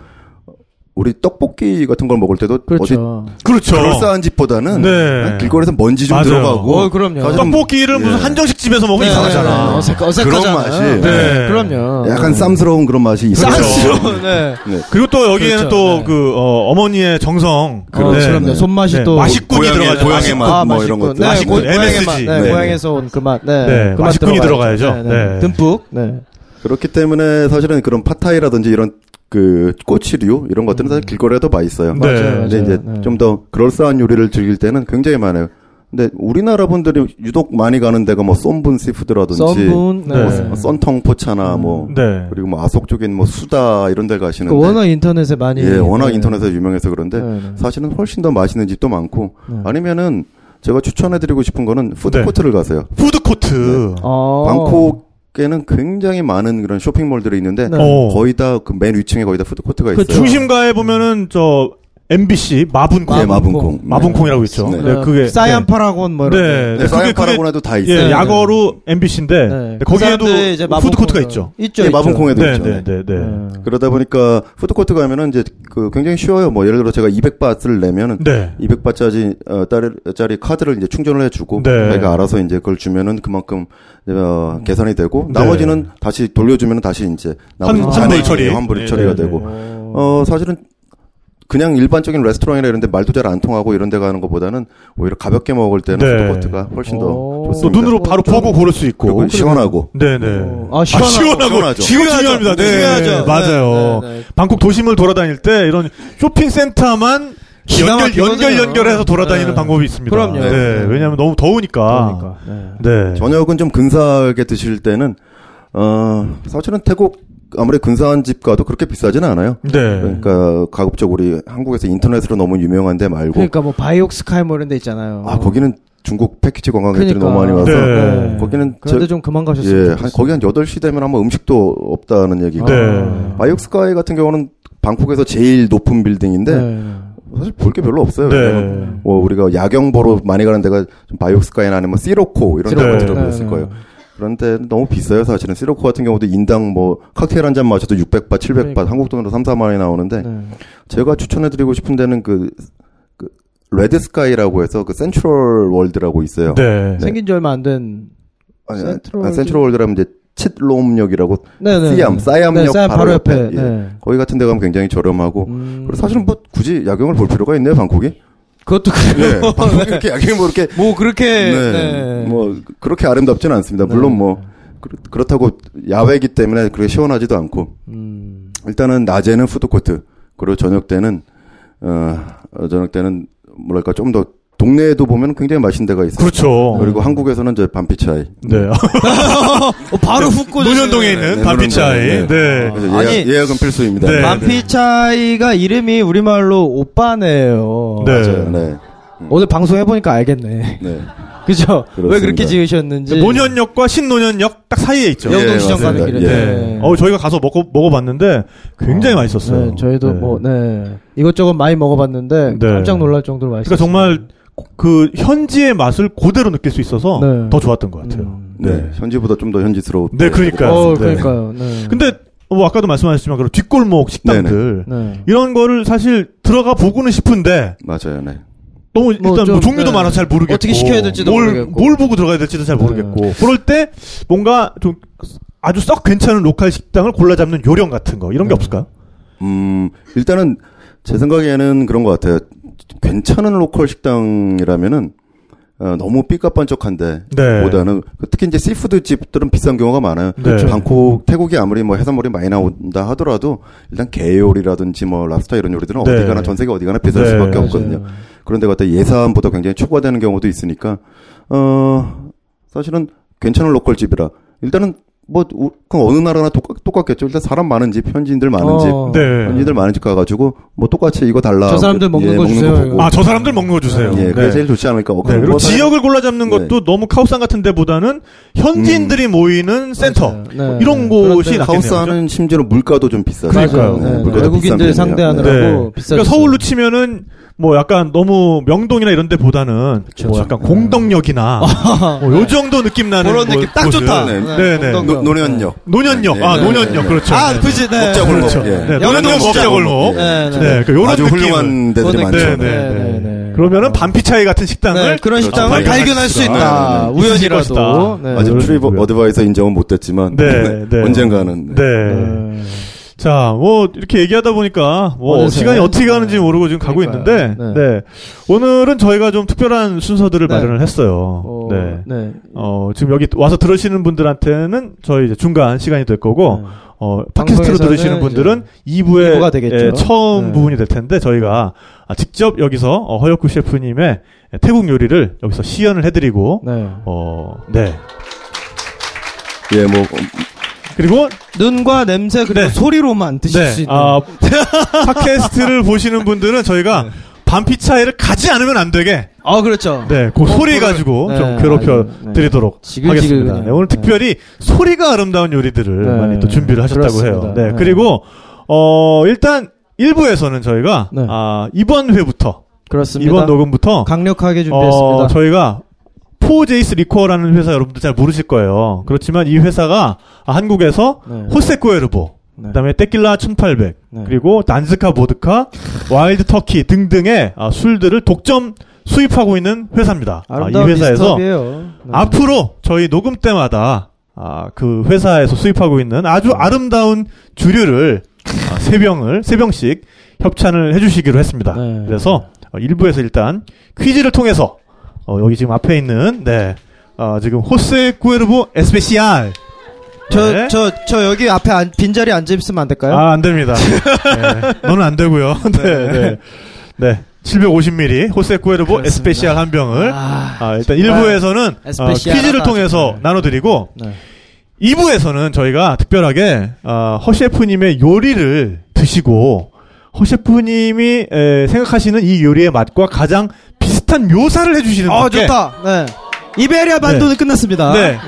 S4: 우리 떡볶이 같은 걸 먹을 때도 어디
S3: 그렇죠.
S2: 그렇죠.
S4: 그럴싸한 집보다는
S2: 네.
S4: 길거리에서 먼지 좀
S2: 맞아요.
S4: 들어가고
S3: 어, 그럼요.
S4: 사실은
S2: 떡볶이를
S4: 예.
S2: 무슨 한정식 집에서 먹으면
S3: 네, 네, 네.
S2: 이상하잖아.
S3: 어색,
S4: 그런
S3: 어색하잖아요.
S4: 맛이.
S2: 네.
S3: 그럼요.
S4: 약간 쌈스러운 그런 맛이 있어요. 뭐
S3: 싼스러운. 네.
S2: 그리고 또 여기에는
S3: 그렇죠.
S2: 또
S3: 네.
S2: 그 어, 머니의 정성.
S3: 어,
S4: 네,
S3: 그럼요.
S4: 네.
S3: 손맛이
S2: 네,
S3: 또
S2: 맛있- 식군이
S4: 고향의-
S2: 들어가죠.
S4: 고향의
S2: 맛있-
S4: 맛, 뭐 이런 것들.
S3: 네,
S2: 맛있군,
S3: 고- 고향의
S2: MSG.
S3: 맛, 네,
S4: 네.
S3: 고향에서 온 그 맛, 네,
S2: 네,
S3: 그맛
S2: 맛있군이 들어가야죠.
S3: 네, 네.
S2: 네.
S3: 듬뿍, 네,
S4: 그렇기 때문에 사실은 그런 팟타이라든지 이런 그 꼬치류 이런 것들은 사실 길거리에도 맛있어요.
S2: 네.
S4: 근데 이제
S3: 음. 네.
S4: 좀 더 그럴싸한 요리를 즐길 때는 굉장히 많아요. 근데 우리나라 분들이 유독 많이 가는 데가 뭐 쏨분 시푸드라든지
S3: 썬분,
S2: 네.
S3: 네. 음.
S4: 뭐 썬텅 포차나 뭐
S2: 네.
S4: 그리고 뭐 아속 쪽인 뭐 수다 이런 데 가시는데
S3: 그 워낙 인터넷에 많이,
S4: 예, 워낙
S3: 네.
S4: 인터넷에 유명해서 그런데
S3: 네, 네.
S4: 사실은 훨씬 더 맛있는 집도 많고
S3: 네.
S4: 아니면은 제가 추천해드리고 싶은 거는
S2: 네.
S4: 푸드코트를 가세요.
S2: 푸드 코트.
S3: 어.
S4: 방콕에는 굉장히 많은 그런 쇼핑몰들이 있는데
S3: 네.
S2: 어.
S4: 거의 네. 다 그 맨 위층에 거의 다 푸드코트가
S3: 그
S4: 있어요.
S2: 중심가에 보면은 저 MBC 네, 마분콩.
S4: 예,
S3: 마분-
S4: 마분콩.
S3: 마분콩.
S2: 마분콩. 이라고 있죠.
S4: 네.
S2: 네, 그게
S3: 사이안 파라곤 뭐
S2: 네.
S3: 이런. 데.
S2: 네.
S4: 네,
S2: 그게 그게
S4: 사양파라고나도 다
S2: 예,
S4: 있어요.
S3: 네.
S2: 야거로 MBC인데
S3: 네. 그
S2: 거기에도
S3: 사람들이 이제 마분콩-
S2: 푸드 코트가 있죠.
S3: 있죠,
S4: 예,
S3: 있죠.
S4: 마분콩에도
S2: 네,
S4: 있죠.
S2: 네, 네, 네. 네.
S4: 그러다 보니까 푸드코트 가면은 이제 그 굉장히 쉬워요. 뭐 예를 들어 제가 200바트를 내면은
S2: 네.
S4: 200바트짜리 어, 따리, 짜리 카드를 이제 충전을 해주고
S2: 네.
S4: 자기가 알아서 이제 그걸 주면은 그만큼 어, 계산이 되고
S2: 네.
S4: 나머지는 다시 돌려주면은 다시 이제 나머지
S2: 환-
S4: 잔액이
S2: 환불 처리.
S4: 환불
S2: 네,
S4: 처리가
S2: 네, 네.
S4: 되고 어 사실은 그냥 일반적인 레스토랑이나 이런데 말도 잘 안 통하고 이런데 가는 것보다는 오히려 가볍게 먹을 때는
S2: 네.
S4: 푸드코트가 훨씬 더
S3: 어.
S2: 또
S4: 좋습니다.
S2: 눈으로 바로
S3: 좀-
S2: 보고 고를 수 있고.
S4: 그렇죠. 그리고 시원하고
S2: 네, 네.
S3: 아, 시원하고.
S4: 시원하죠.
S2: 지금 중요합니다. 네,
S3: 중요하죠.
S2: 맞아요.
S3: 네, 네, 네.
S2: 방콕 도심을 돌아다닐 때 이런 쇼핑센터만
S3: 기가
S2: 연결,
S3: 막히거든요.
S2: 연결 연결해서 돌아다니는
S3: 네.
S2: 방법이 있습니다.
S3: 그럼요.
S2: 네,
S3: 네.
S2: 왜냐하면 너무 더우니까.
S4: 아.
S3: 그러니까. 네.
S2: 네.
S4: 저녁은 좀 근사하게 드실 때는 어 사실은 태국 아무리 근사한 집 가도 그렇게 비싸지는 않아요.
S2: 네.
S4: 그러니까 가급적 우리 한국에서 인터넷으로 너무 유명한 데 말고
S3: 그러니까 뭐 바이옥 스카이 뭐 이런 데 있잖아요.
S4: 아 거기는 중국 패키지 관광객들이
S3: 그러니까.
S4: 너무 많이 와서
S2: 네.
S4: 거기는
S3: 그런데
S4: 저-
S3: 좀 그만
S4: 예,
S3: 가셨으면
S4: 한-
S3: 좋겠어요.
S4: 거기 한 8시 되면 아마 음식도 없다는
S3: 아.
S4: 얘기고
S2: 네.
S4: 바이옥스카이 같은 경우는 방콕에서 제일 높은 빌딩인데
S3: 네.
S4: 사실 볼 게 별로 없어요.
S2: 네.
S4: 왜냐면 뭐 우리가 야경 보러 많이 가는 데가 좀 바이옥스카이나 아니면 시로코 이런
S2: 시로코.
S4: 데가
S2: 네.
S4: 들어보셨을 거예요. 그런데 너무 비싸요, 사실은. 시로코 같은 경우도 인당 뭐 칵테일 한 잔 마셔도 600바, 700바,
S3: 그러니까.
S4: 한국 돈으로 3, 4만 원이
S3: 네.
S4: 나오는데 제가 추천해드리고 싶은 데는 그, 그 레드스카이라고 해서 그 센트럴 월드라고 있어요.
S2: 네.
S3: 생긴 지 얼마 안 된.
S4: 아니,
S3: 센트럴
S4: 아, 센트럴 월드라면 이제 칫롬역이라고
S3: 네네.
S4: 시암,
S3: 네,
S4: 사이암역
S3: 사이암
S4: 바로, 옆에. 예.
S3: 네.
S4: 거기 같은 데 가면 굉장히 저렴하고
S3: 음.
S4: 그리고 사실은 뭐 굳이 야경을 볼 필요가 있네요, 방콕이.
S3: 그것도
S4: 예,
S3: 그래요.
S4: 방콕이 이렇게 야경이 뭐 이렇게
S3: 뭐 그렇게
S4: 네,
S3: 네.
S4: 뭐 그렇게 아름답지는 않습니다.
S2: 네.
S4: 물론 뭐 그, 렇다고 야외이기 때문에 그렇게 시원하지도 않고
S3: 음.
S4: 일단은 낮에는 푸드코트 그리고 저녁 때는 어, 어, 저녁 때는 뭐랄까 좀 더 동네에도 보면 굉장히 맛있는 데가 있어요.
S2: 그렇죠.
S4: 리고 한국에서는 저 밤피차이.
S2: 네.
S3: 어, 바로 훅고
S2: 노현동에 있는
S4: 네,
S2: 반피차이.
S4: 노련동에,
S2: 네.
S4: 그래서 예약,
S3: 아니.
S4: 예약은 필수입니다.
S2: 네.
S3: 만피차이가 이름이 우리말로 오빠네요.
S2: 네.
S4: 맞아요. 네.
S3: 오늘 방송 해보니까 알겠네.
S4: 네.
S3: 그죠? 왜 그렇게
S4: 그렇습니다.
S3: 지으셨는지.
S2: 노년역과 신노년역 딱 사이에 있죠.
S4: 예,
S3: 영동시장
S4: 맞습니다.
S3: 가는 길에.
S4: 예.
S2: 네. 어, 저희가 가서 먹고 먹어봤는데 굉장히
S3: 어,
S2: 맛있었어요.
S3: 네, 저희도
S2: 네.
S3: 뭐, 네. 이것저것 많이 먹어봤는데,
S2: 네.
S3: 깜짝 놀랄 정도로
S2: 그러니까
S3: 맛있어요.
S2: 정말 그 현지의 맛을 그대로 느낄 수 있어서
S3: 네.
S2: 더 좋았던 것 같아요.
S4: 네. 현지보다 좀 더 현지스러워.
S2: 네, 그러니까요.
S3: 음. 어,
S2: 네.
S3: 그러니까요. 네.
S2: 근데 뭐 아까도 말씀하셨지만 그런 뒷골목 식당들
S3: 네.
S2: 이런 거를 사실 들어가 보고는 싶은데
S4: 맞아요. 네.
S2: 너무
S3: 뭐
S2: 일단 뭐
S3: 좀,
S2: 종류도
S3: 네.
S2: 많아서 잘 모르겠고
S3: 어떻게 시켜야 될지도
S2: 뭘,
S3: 모르겠고. 네.
S2: 뭘 보고 들어가야 될지도 잘 모르겠고 그럴 때 뭔가 좀 아주 썩 괜찮은 로컬 식당을 골라 잡는 요령 같은 거
S3: 네.
S2: 이런 게 없을까요?
S4: 음, 일단은 제 생각에는 그런 것 같아요. 괜찮은 로컬 식당이라면은 어, 너무 삐까뻔쩍한데
S2: 네.
S4: 보다는 특히 이제 씨푸드 집들은 비싼 경우가 많아요.
S2: 네. 그렇죠.
S4: 방콕, 태국이 아무리 뭐 해산물이 많이 나온다 하더라도 일단 게 요리라든지 뭐 랍스터 이런 요리들은
S2: 네.
S4: 어디 가나 전 세계 어디 가나 비쌀
S2: 네.
S4: 수밖에 없거든요. 그런데 갖다 예산보다 굉장히 초과되는 경우도 있으니까 어 사실은 괜찮은 로컬 집이라 일단은 뭐 우- 그럼 어느 나라나 똑같, 똑같겠죠. 일단 사람 많은 집, 현지인들 많은 집,
S3: 어.
S2: 네.
S4: 현지인들 많은 집 가가지고 뭐 똑같이 이거 달라. 예,
S3: 저 사람들 먹는 거 주세요.
S4: 보고.
S2: 아, 저 사람들 먹는 거 주세요.
S4: 뭐 예, 그게
S2: 네.
S4: 제일 좋지 않을까. 어,
S2: 네,
S4: 뭐
S2: 그리고
S4: 사람-
S2: 지역을 골라 잡는
S4: 네. 음.
S2: 것도 너무 카우산 같은 데보다는 현지인들이 모이는 센터
S3: 맞아요. 네.
S2: 이런 곳이 낫겠네요.
S4: 하우스
S2: 그죠?
S4: 하는 심지어 물가도 좀 비싸죠.
S2: 그러니까요.
S4: 네,
S3: 네, 네.
S4: 물가도 비싼
S3: 외국인들
S4: 편이에요. 네.
S3: 상대하느라고
S2: 네.
S3: 비싸죠.
S2: 그러니까 서울로 치면은 뭐 약간 너무 명동이나 이런 데보다는 뭐 약간 공덕역이나 뭐요 정도 느낌 나는
S5: 그런
S2: 뭐-
S5: 느낌 딱
S2: 곳은.
S5: 좋다.
S4: 네,
S2: 네, 네.
S5: 공덕역.
S4: 노- 노년역.
S2: 논현역.
S4: 네,
S2: 아,
S4: 네,
S2: 논현역.
S4: 네.
S2: 그렇죠.
S5: 아,
S2: 네.
S5: 그지, 네.
S4: 먹자고.
S2: 그렇죠.
S4: 예.
S2: 네. 논현역
S5: 영동
S2: 먹자 골목.
S4: 예.
S3: 네, 네.
S2: 네. 그 요런
S4: 아주
S2: 느낌을.
S4: 훌륭한 데들이
S3: 그런
S4: 많죠.
S2: 네, 네,
S3: 느낌.
S2: 네.
S3: 네, 네, 네.
S2: 그러면은 반피차이 같은 식당을
S3: 네, 그런
S4: 그렇죠.
S3: 식당을
S4: 발견할
S3: 발견할 수
S4: 수가-
S3: 있다.
S2: 네.
S4: 네,
S3: 우연이라도.
S2: 있을 것이다.
S3: 네.
S4: 아직
S2: 네.
S4: 트립
S2: 그렇고요.
S4: 어드바이서 인정은 못됐지만
S2: 네, 네.
S4: 언젠가는
S2: 네.
S3: 네.
S2: 자, 뭐 이렇게 얘기하다 보니까 뭐
S3: 어느새.
S2: 시간이 어떻게 가는지 모르고 지금 가고
S3: 그러니까요.
S2: 있는데, 네.
S3: 네.
S2: 오늘은 저희가 좀 특별한 순서들을
S3: 네.
S2: 마련을 했어요.
S3: 어,
S2: 네.
S3: 네.
S2: 어, 지금 여기 와서 들으시는 분들한테는 저희 이제 중간 시간이 될 거고, 어, 팟캐스트로
S3: 네. 방송에서는
S2: 들으시는 분들은
S3: 이부가
S2: 2부의
S3: 되겠죠.
S2: 처음
S3: 네.
S2: 부분이 될 텐데, 저희가 아, 직접 여기서 어, 허혁구 셰프님의 태국 요리를 여기서 시연을 해드리고,
S3: 네. 네.
S2: 어, 네.
S4: 예, 뭐
S2: 그리고,
S3: 눈과 냄새 그리고
S2: 네.
S3: 소리로만 드실
S2: 네.
S3: 수 있는.
S2: 아, 팟캐스트를 보시는 분들은 저희가 반피 차이를 가지 않으면 안 되게,
S3: 아, 그렇죠.
S2: 네, 그 소리 가지고
S3: 네,
S2: 좀 괴롭혀
S3: 아주, 네.
S2: 드리도록
S3: 지글지글
S2: 하겠습니다.
S3: 그냥.
S2: 네, 오늘
S3: 네.
S2: 특별히 소리가 아름다운 요리들을
S3: 네,
S2: 많이 또 준비를 하셨다고 해요.
S3: 그렇습니다.
S2: 네,
S3: 네.
S2: 그리고 어 일단 1부에서는 저희가
S3: 네.
S2: 아 이번 회부터
S3: 그렇습니다.
S2: 이번 녹음부터
S3: 강력하게 준비했습니다.
S2: 어, 저희가 포제이스 리코어라는 회사 여러분들 잘 모르실 거예요. 그렇지만 이 회사가 아, 한국에서
S3: 네.
S2: 호세코에르보
S3: 네.
S2: 그다음에 테킬라 1800
S3: 네.
S2: 그리고 난즈카 보드카 와일드 터키 등등의 아, 술들을 독점 수입하고 있는 회사입니다. 아, 이
S3: 아름다운
S2: 회사에서
S3: 미스터비예요. 네.
S2: 앞으로 저희 녹음 때마다 아, 그 회사에서 수입하고 있는
S3: 네.
S2: 아주 아름다운 주류를 아, 세 병을 세 병씩 협찬을 해주시기로 했습니다.
S3: 네.
S2: 그래서 어, 일부에서 일단 퀴즈를 통해서 어, 여기 지금 앞에 있는 네 아, 지금 호세 구에르보 에스페시알
S3: 저,
S2: 네.
S3: 저, 저 여기 앞에 안- 빈자리 앉아있으면 안 될까요?
S2: 아, 안 됩니다. 네. 너는 안 되고요. 네, 네. 네. 750ml 호세 구에르보
S3: 그렇습니다.
S2: 에스페시알 한 병을
S3: 아,
S2: 아, 일단
S3: 정말
S2: 1부에서는
S3: 에스페시아라다,
S2: 퀴즈를 통해서
S3: 정말.
S2: 나눠드리고
S3: 네.
S2: 2부에서는 저희가 특별하게 어, 허셰프님의 요리를 드시고 허셰프님이 에, 생각하시는 이 요리의 맛과 가장 비슷한 묘사를 해주시는
S3: 어,
S2: 분께
S3: 좋다. 네. 이베리아 반도는 끝났습니다.
S2: 네.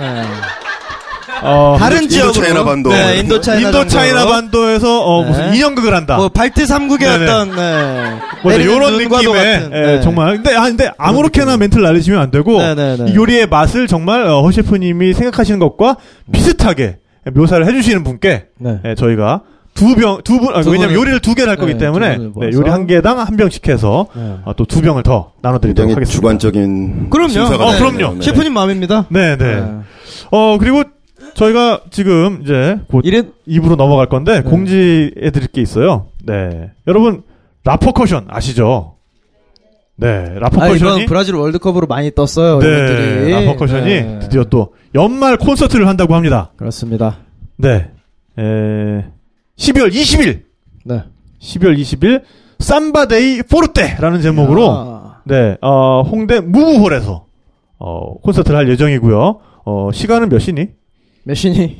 S2: 어,
S3: 다른
S4: 인도
S3: 지역으로.
S4: 차이나 반도.
S3: 네, 인도 차이나
S2: 인도 차이나
S3: 정도로.
S2: 반도에서 어,
S3: 네.
S2: 무슨 인형극을 한다.
S3: 뭐 발트 삼국의
S2: 네네.
S3: 어떤 네.
S2: 뭐
S3: 내리는
S2: 이런
S3: 눈과도
S2: 느낌의
S3: 같은,
S2: 예,
S3: 네. 음.
S2: 정말 근데 아 근데 아무렇게나 멘트를 날리시면 안 되고
S3: 네, 네, 네.
S2: 이 요리의 맛을 정말 어, 허셰프님이 생각하시는 것과
S3: 음.
S2: 비슷하게 묘사를 해주시는 분께
S3: 네.
S2: 예, 저희가 두 병 두 분 아,
S3: 두
S2: 왜냐면
S3: 분을-
S2: 요리를 두 개를 할 거기
S3: 네,
S2: 때문에
S3: 두 분을
S2: 네,
S3: 모아서.
S2: 요리 한 개당 한 병씩 해서 아,
S3: 네.
S2: 또 두 병을 더 나눠드리도록
S4: 굉장히
S2: 하겠습니다.
S4: 주관적인
S3: 그럼요.
S4: 심사가
S2: 어,
S4: 되네요.
S2: 그럼요.
S4: 네.
S3: 셰프님 마음입니다.
S2: 네, 네. 어 그리고 저희가 지금 이제 곧
S3: 이런
S2: 입으로 넘어갈
S3: 네.
S2: 건데 공지해 드릴 게 있어요. 네. 여러분 라퍼커션 아시죠? 네.
S3: 아, 이번
S2: 라퍼커션이
S3: 브라질 월드컵으로 많이 떴어요.
S2: 네.
S3: 여러분들이.
S2: 라퍼커션이
S3: 네.
S2: 드디어 또 연말 콘서트를 한다고 합니다.
S3: 그렇습니다.
S2: 네. 에 12월 20일.
S3: 네.
S2: 12월 20일 삼바데이 포르테라는 제목으로
S3: 아,
S2: 네. 어, 홍대 무브홀에서 어, 콘서트를 할 예정이고요. 어, 시간은 몇 시니?
S3: 메신이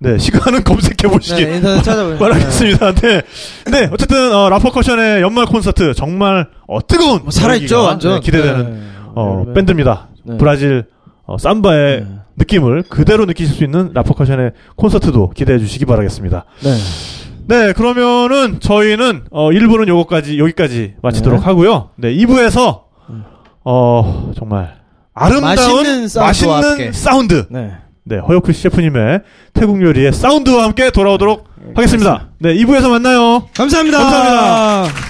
S2: 네. 시간은 검색해 보시기 뭐
S3: 네, 인터넷 찾아보세요.
S2: 말하겠습니다. 네. 네, 어쨌든, 어, 라퍼커션의 연말 콘서트, 정말, 어, 뜨거운.
S3: 뭐 살아있죠,
S2: 분위기가,
S3: 완전.
S2: 네, 기대되는,
S3: 네.
S2: 어,
S3: 여름에.
S2: 밴드입니다.
S3: 네.
S2: 브라질, 어, 삼바의
S3: 네.
S2: 느낌을 그대로 느끼실 수 있는 라퍼커션의 콘서트도 기대해 주시기 바라겠습니다.
S3: 네.
S2: 네, 그러면은, 저희는, 어, 1부는 요거까지, 여기까지 마치도록
S3: 네. 음.
S2: 하고요. 네, 2부에서, 어, 정말, 아름다운,
S3: 맛있는 사운드와 함께.
S2: 사운드.
S3: 네.
S2: 네, 허요쿠 셰프님의 태국 요리의 사운드와 함께 돌아오도록 하겠습니다. 네, 2부에서 네, 만나요.
S3: 감사합니다.
S2: 감사합니다.